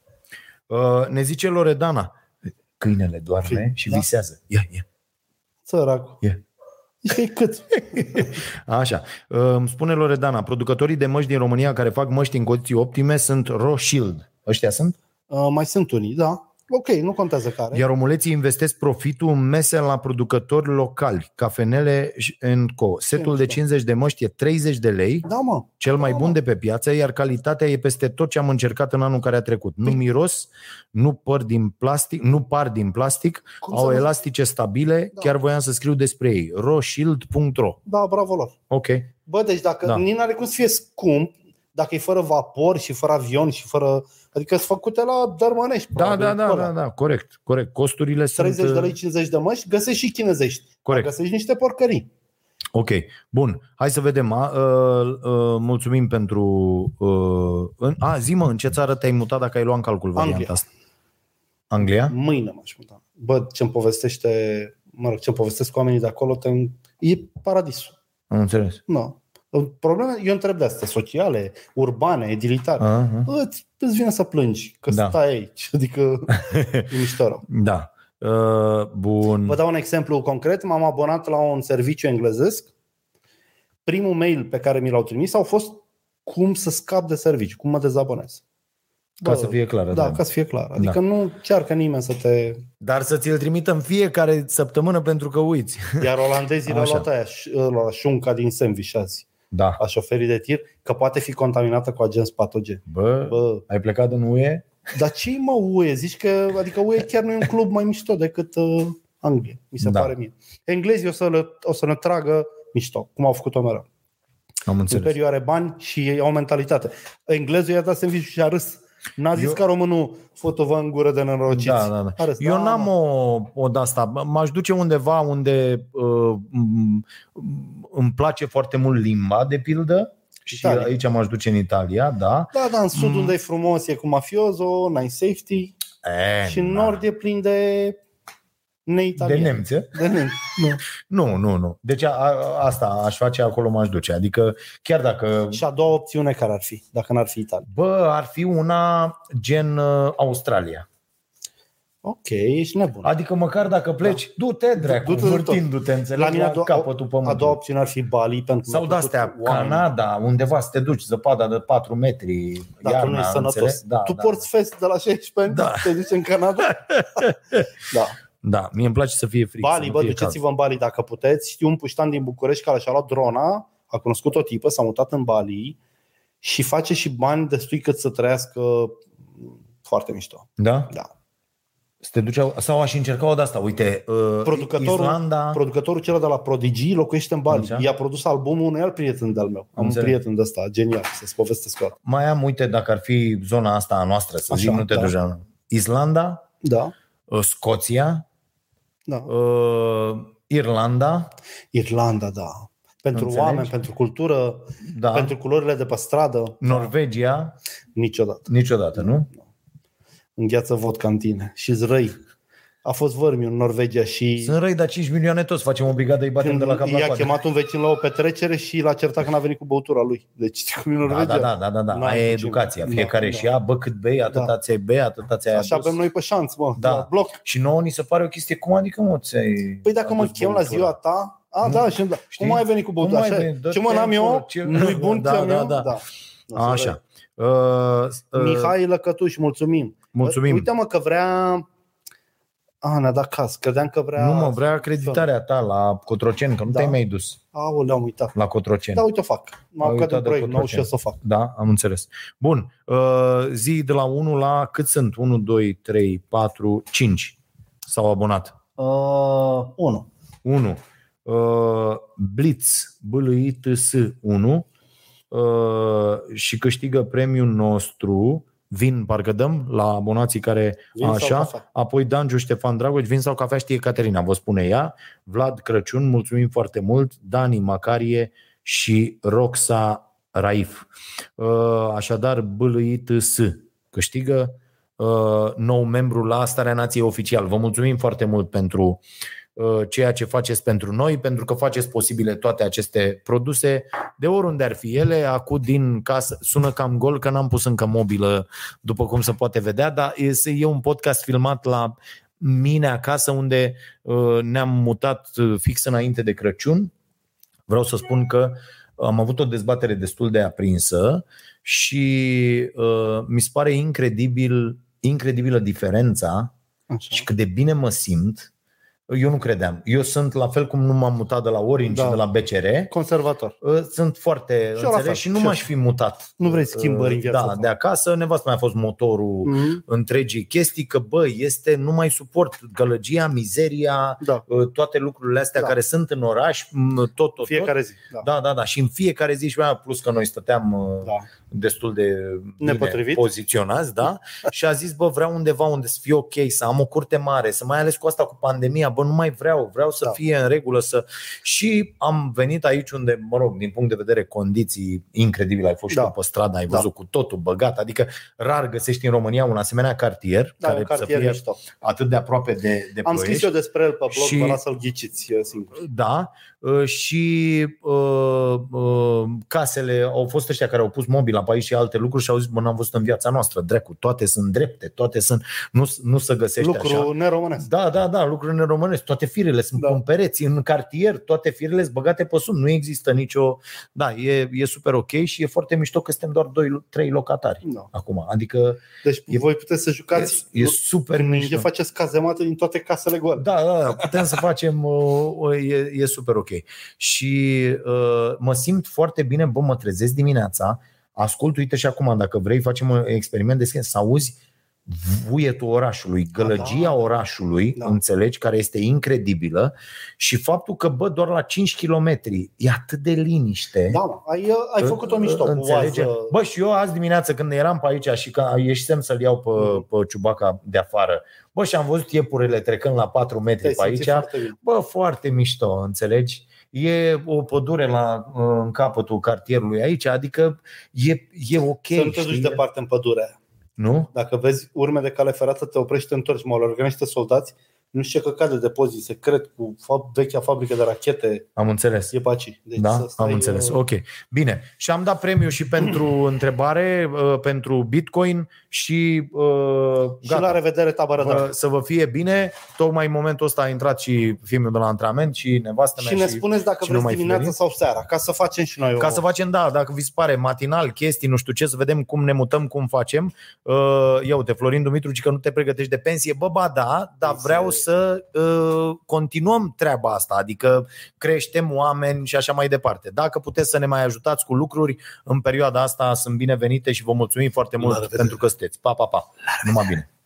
Speaker 2: Uh, ne zice Loredana. Câinele doarme
Speaker 3: Câine,
Speaker 2: și
Speaker 3: da.
Speaker 2: visează. Ia, ia.
Speaker 3: Săracul.
Speaker 2: E.
Speaker 3: Deci E cât?
Speaker 2: Așa. Uh, Îmi spune Loredana, producătorii de măști din România care fac măști în condiții optime sunt Roshield. Ăștia sunt?
Speaker 3: Uh, mai sunt unii, da. Ok, nu contează care.
Speaker 2: Iar omuleții investesc profitul în mese la producători locali, cafenele și- and co. Setul de 50 de măști e 30 de lei,
Speaker 3: Da, mă.
Speaker 2: cel mai bun de pe piață, iar calitatea e peste tot ce am încercat în anul care a trecut. Nu miros, nu par din plastic, nu par din plastic
Speaker 3: Cum să
Speaker 2: au
Speaker 3: nu-
Speaker 2: elastice stabile,
Speaker 3: Da.
Speaker 2: chiar voiam să scriu despre ei. roshield.ro
Speaker 3: Da, bravo lor.
Speaker 2: Ok.
Speaker 3: Bă, deci dacă
Speaker 2: Da.
Speaker 3: da. Nina are cum să fie scump, dacă e fără vapor și fără avion și fără... Adică sunt făcute la dărmănești.
Speaker 2: Da,
Speaker 3: probabil,
Speaker 2: da, da,
Speaker 3: pe alea.
Speaker 2: da, da, corect, corect. Costurile
Speaker 3: 30
Speaker 2: sunt... uh,
Speaker 3: de lei, 50 de măști, găsești și chinezești.
Speaker 2: Corect.
Speaker 3: Găsești niște porcării.
Speaker 2: Ok, bun. Hai să vedem. A, uh, uh, mulțumim pentru... Uh, în, a, zi mă, în ce țară te-ai mutat dacă ai luat în calcul varianta
Speaker 3: Anglia.
Speaker 2: asta? Anglia?
Speaker 3: Mâine m-aș muta. Bă, ce-mi povestește... Mă rog, ce-mi povestesc oamenii de acolo, te... e paradisul.
Speaker 2: Am înțeles.
Speaker 3: Nu. Probleme, eu întreb de astea, sociale, urbane, edilitare.
Speaker 2: Aha.
Speaker 3: îți, îți vine să plângi că
Speaker 2: Ah. Da.
Speaker 3: da. stai aici. Adică e mișto rău.
Speaker 2: Da. Uh, bun.
Speaker 3: Vă dau un exemplu concret. M-am abonat la un serviciu englezesc. Primul mail pe care mi l-au trimis au fost cum să scap de serviciu, cum mă dezabonez.
Speaker 2: Ca să fie clară,
Speaker 3: Da,
Speaker 2: da.
Speaker 3: ca să fie clar. Adică nu încearcă nimeni să te...
Speaker 2: Dar să ți-l trimitem fiecare săptămână pentru că uiți.
Speaker 3: Iar olandezii le-au
Speaker 2: Așa.
Speaker 3: luat aia, ș- la șunca din sandwich azi,
Speaker 2: Da.
Speaker 3: a șoferii de tir, că poate fi contaminată cu agenți patogeni.
Speaker 2: Bă,
Speaker 3: Bă,
Speaker 2: ai plecat în UE?
Speaker 3: dar ce mă UE? Zici că, adică UE chiar nu e un club mai mișto decât uh, Anglia, mi se
Speaker 2: Da.
Speaker 3: da. pare mie. Englezii o să, le, o să ne tragă mișto, cum au făcut-o mereu.
Speaker 2: Am înțeles.
Speaker 3: Superior are bani și ei au mentalitate. Englezul i-a dat sandwich și a râs. N-a zis
Speaker 2: Eu-
Speaker 3: Eu... ca românul fotovă în gură de nenorociți.
Speaker 2: Da, da, da.
Speaker 3: A râs,
Speaker 2: Eu
Speaker 3: da,
Speaker 2: n-am
Speaker 3: mă.
Speaker 2: o, o de asta. M-aș duce undeva unde uh, m- îmi place foarte mult limba, de pildă. Și
Speaker 3: Italia.
Speaker 2: aici m-aș duce în Italia, da.
Speaker 3: Da, da, în sud
Speaker 2: Mm.
Speaker 3: unde e frumos, e cu mafiozo, n-ai safety.
Speaker 2: E,
Speaker 3: și în
Speaker 2: Eh, na.
Speaker 3: nord e plin de
Speaker 2: De
Speaker 3: neitalieni.
Speaker 2: nemțe?
Speaker 3: De nemți. nu.
Speaker 2: Nu, nu, nu. Deci a, a, asta aș face, acolo m-aș duce. Adică chiar dacă...
Speaker 3: Și a doua opțiune care ar fi, dacă n-ar fi Italia.
Speaker 2: Bă, ar fi una gen uh, Australia.
Speaker 3: Ok, ești nebun.
Speaker 2: Adică măcar dacă pleci, da. du-te, dracu,
Speaker 3: Du- du-te, du-te.
Speaker 2: vârtindu-te, înțelegi,
Speaker 3: La mine a doua,
Speaker 2: capătul
Speaker 3: a doua
Speaker 2: pământului.
Speaker 3: opțiune ar fi Bali pentru că
Speaker 2: Sau
Speaker 3: mi-a plăcut
Speaker 2: de-astea,
Speaker 3: oamenii.
Speaker 2: Canada, undeva să te duci, zăpada de 4 metri,
Speaker 3: Dacă
Speaker 2: iarna,
Speaker 3: nu e sănătos.
Speaker 2: înțelegi? Da,
Speaker 3: tu
Speaker 2: da,
Speaker 3: porți fest de la 16
Speaker 2: Da.
Speaker 3: da. te duci în Canada? da.
Speaker 2: Da, mie îmi place să fie fric. să
Speaker 3: Bali,
Speaker 2: nu
Speaker 3: bă,
Speaker 2: fie
Speaker 3: duceți-vă în Bali dacă puteți. Știu un puștan din București care și-a luat drona, a cunoscut o tipă, s-a mutat în Bali și face și bani destui cât să trăiască foarte mișto.
Speaker 2: cald. Da?
Speaker 3: Da.
Speaker 2: Să te duceau, sau aș încerca o de asta, uite, uh,
Speaker 3: Producătorul-
Speaker 2: Islanda,
Speaker 3: Producătorul cel de la Prodigy locuiește în Bali.
Speaker 2: Așa.
Speaker 3: I-a produs albumul unui alt prieten de-al meu. Am un
Speaker 2: Înțeleg.
Speaker 3: prieten de ăsta, genial, să-ți povestesc eu.
Speaker 2: mai am, uite, dacă ar fi zona asta a noastră, să
Speaker 3: Așa,
Speaker 2: zic, nu te
Speaker 3: da.
Speaker 2: duci la- Islanda,
Speaker 3: Da,
Speaker 2: uh, Scoția,
Speaker 3: da.
Speaker 2: uh, Irlanda,
Speaker 3: Irlanda, da. Pentru
Speaker 2: Înțelegi?
Speaker 3: oameni, pentru cultură,
Speaker 2: da,
Speaker 3: da. pentru culorile de pe stradă,
Speaker 2: Norvegia,
Speaker 3: niciodată.
Speaker 2: niciodată, nu?
Speaker 3: Da. Îngheață vodka în tine și zrăi. A fost vărmiu în Norvegia și
Speaker 2: Sunt răi, dar 5 milioane toți facem o brigadă, îi batem de la cap la
Speaker 3: i-a
Speaker 2: coadă.
Speaker 3: chemat un vecin la o petrecere și l-a certat că n-a venit cu băutura lui. Deci știi cum e în
Speaker 2: Da,
Speaker 3: Norvegia.
Speaker 2: da, da, da, da, da.
Speaker 3: N-ai
Speaker 2: Aia e
Speaker 3: puțin.
Speaker 2: educația.
Speaker 3: Da,
Speaker 2: Fiecare
Speaker 3: da.
Speaker 2: și ea, bă, cât bei, atâta
Speaker 3: Da.
Speaker 2: ți-ai bei, atâta ți-ai
Speaker 3: Așa
Speaker 2: adus.
Speaker 3: avem noi pe șanț, mă,
Speaker 2: Da.
Speaker 3: da. la bloc.
Speaker 2: Și nouă ni se pare o chestie, cum adică, mă, ți-ai
Speaker 3: Păi dacă mă
Speaker 2: adus
Speaker 3: chem la
Speaker 2: băutura?
Speaker 3: ziua ta, a,
Speaker 2: Nu.
Speaker 3: da, și da.
Speaker 2: Hmm? Știi?
Speaker 3: Cum ai venit cu băutura?
Speaker 2: Cum ai
Speaker 3: Așa
Speaker 2: venit?
Speaker 3: e.
Speaker 2: Dă-te
Speaker 3: Ce mă, n-am
Speaker 2: acolo,
Speaker 3: eu?
Speaker 2: ce-
Speaker 3: Nu-i bun
Speaker 2: Da,
Speaker 3: că am
Speaker 2: da,
Speaker 3: eu?
Speaker 2: da.
Speaker 3: Înțeleg.
Speaker 2: Așa. Uh, uh,
Speaker 3: Mihai Lăcătuș, mulțumim.
Speaker 2: mulțumim.
Speaker 3: Uite mă că vrea... A, ne-a dat caz. Credeam că vrea...
Speaker 2: nu mă, vrea acreditarea ta la Cotroceni, că nu
Speaker 3: Da.
Speaker 2: te-ai mai dus
Speaker 3: Aoleu, am uitat.
Speaker 2: la Cotroceni.
Speaker 3: Da, uite, o fac. M-am
Speaker 2: Ai
Speaker 3: apucat de
Speaker 2: uitat
Speaker 3: un
Speaker 2: de
Speaker 3: proiect nou și o
Speaker 2: Cotroceni.
Speaker 3: să o fac.
Speaker 2: Da, am înțeles. Bun. Uh, zi de la 1 la cât sunt? 1, 2, 3, 4, 5 s-au abonat.
Speaker 3: Uh, unu.
Speaker 2: 1. Uh, Blitz, BLITS 1 uh, și câștigă premiul nostru vin, parcă dăm, la abonații care
Speaker 3: Vin sau
Speaker 2: așa,
Speaker 3: cafea?
Speaker 2: apoi Dangiu Ștefan Dragoș, vin sau cafea, știe Caterina, vă spune ea, Vlad Crăciun, mulțumim foarte mult, Dani Macarie și Roxa Raif. Uh, Așadar, BLITS câștigă uh, nou membru la Starea Nației oficial. Vă mulțumim foarte mult pentru uh, ceea ce faceți pentru noi, pentru că faceți posibile toate aceste produse, de oriunde ar fi ele, acum din casă, sună cam gol că n-am pus încă mobilă, după cum se poate vedea, dar este, e un podcast filmat la mine acasă, unde uh, ne-am mutat uh, fix înainte de Crăciun. Vreau să spun că am avut o dezbatere destul de aprinsă și uh, mi se pare incredibil, incredibilă diferența și
Speaker 3: Așa.
Speaker 2: cât de bine mă simt. Eu nu credeam. Eu sunt la fel cum nu m-am mutat de la Orange da.
Speaker 3: Da.
Speaker 2: și de la BCR.
Speaker 3: Conservator.
Speaker 2: Uh, sunt foarte
Speaker 3: la
Speaker 2: și înțeles
Speaker 3: fel,
Speaker 2: și nu
Speaker 3: și eu.
Speaker 2: m-aș fi mutat.
Speaker 3: Nu vrei schimbări
Speaker 2: Uh,
Speaker 3: în viața
Speaker 2: Da,
Speaker 3: ta.
Speaker 2: de acasă, nevastă mai a fost motorul
Speaker 3: Mm-hmm.
Speaker 2: întregii chestii, că bă, este, nu mai suport gălăgia, mizeria,
Speaker 3: Da.
Speaker 2: uh, toate lucrurile astea
Speaker 3: Da.
Speaker 2: care sunt în oraș, m, tot, tot,
Speaker 3: Fiecare zi. Da.
Speaker 2: tot. Da, da, da. Și în fiecare zi și mai plus că noi stăteam uh,
Speaker 3: da.
Speaker 2: destul de bine
Speaker 3: Nepotrivit.
Speaker 2: poziționați, da? Și a zis, bă, vreau undeva unde să fie ok, să am o curte mare, să mai ales cu asta cu pandemia, bă, nu mai vreau, vreau să
Speaker 3: Da.
Speaker 2: fie în regulă, să... Și am venit aici unde, mă rog, din punct de vedere condiții incredibil, ai fost și
Speaker 3: Da.
Speaker 2: tu pe stradă, ai
Speaker 3: Da.
Speaker 2: văzut cu totul băgat, adică rar găsești în România un asemenea cartier
Speaker 3: Da, e
Speaker 2: care
Speaker 3: un
Speaker 2: să
Speaker 3: cartier
Speaker 2: fie
Speaker 3: mișto.
Speaker 2: atât de aproape de, de
Speaker 3: Am
Speaker 2: ploiești.
Speaker 3: scris eu despre el pe blog,
Speaker 2: Și-
Speaker 3: și... vă las să-l ghiciți eu singur.
Speaker 2: Da, uh, și uh, uh, casele au fost ăștia care au pus mobila pe aici și alte lucruri și au zis, bă, n-am văzut în viața noastră, drecu, toate sunt drepte, toate sunt, nu, nu se găsește
Speaker 3: Lucru
Speaker 2: așa.
Speaker 3: neromânesc.
Speaker 2: Da, da, da, lucruri neromânesc, toate firele sunt da.
Speaker 3: Da.
Speaker 2: în pereți, în cartier, toate firele sunt băgate pe sub, nu există nicio... Da, e, e super ok și e foarte mișto că suntem doar doi, trei locatari
Speaker 3: Da.
Speaker 2: acum, adică
Speaker 3: Deci
Speaker 2: E-
Speaker 3: e, voi puteți să jucați
Speaker 2: e, e super
Speaker 3: de
Speaker 2: mișto.
Speaker 3: faceți cazemate din toate casele goale.
Speaker 2: Da, da, da, putem să facem, uh, o- e, e super ok. Și uh, mă simt foarte bine, bă, mă trezesc dimineața, ascult, uite și acum, dacă vrei, facem un experiment de schimbă, să auzi vuietul orașului, gălăgia
Speaker 3: da.
Speaker 2: orașului, da.
Speaker 3: Da.
Speaker 2: înțelegi, care este incredibilă și faptul că, bă, doar la 5 km e atât de liniște.
Speaker 3: Da, mă, ai, ai făcut-o mișto cu
Speaker 2: Înțelege?
Speaker 3: oază.
Speaker 2: Bă, și eu azi dimineață când eram pe aici și că ieșisem să-l iau pe,
Speaker 3: Mhm.
Speaker 2: pe ciubaca de afară, bă, și am văzut iepurele trecând la 4 metri
Speaker 3: Te-ai
Speaker 2: pe
Speaker 3: simțit
Speaker 2: Deci, aici,
Speaker 3: foarte bine.
Speaker 2: bă, foarte mișto, înțelegi? E o pădure la, în capătul cartierului aici, adică e, e ok.
Speaker 3: Să nu te
Speaker 2: știi?
Speaker 3: duci departe în pădure.
Speaker 2: Nu?
Speaker 3: Dacă vezi urme de cale ferată, te oprești, te întorci, mă organizează soldați, nu știu ce căcat de depozit secret cu fa- vechea fabrică de rachete,
Speaker 2: Am înțeles.
Speaker 3: e paci. Deci
Speaker 2: da,
Speaker 3: să stai,
Speaker 2: am înțeles.
Speaker 3: uh,
Speaker 2: Ok. Bine. Și am dat premiu și pentru întrebare, uh, pentru Bitcoin și uh,
Speaker 3: Și
Speaker 2: gata.
Speaker 3: la revedere, tabără
Speaker 2: Vă,
Speaker 3: dragă.
Speaker 2: să vă fie bine. Tocmai în momentul ăsta a intrat și filmul de la antrenament și nevastă mea
Speaker 3: Și ne spuneți dacă
Speaker 2: și
Speaker 3: vreți
Speaker 2: nu mai
Speaker 3: dimineața
Speaker 2: filerit?
Speaker 3: sau seara, ca să facem și noi
Speaker 2: Ca
Speaker 3: o...
Speaker 2: să facem, da, dacă vi se pare matinal, chestii, nu știu ce, să vedem cum ne mutăm, cum facem. Uh, Ia uite, Florin Dumitru, zice că nu te pregătești de pensie. Bă, ba da, dar
Speaker 3: Pensie.
Speaker 2: vreau să uh, continuăm treaba asta, adică creștem oameni și așa mai departe. Dacă puteți să ne mai ajutați cu lucruri, în perioada asta sunt binevenite și vă mulțumim foarte mult pentru că sunteți. Pa, pa, pa. Numai bine.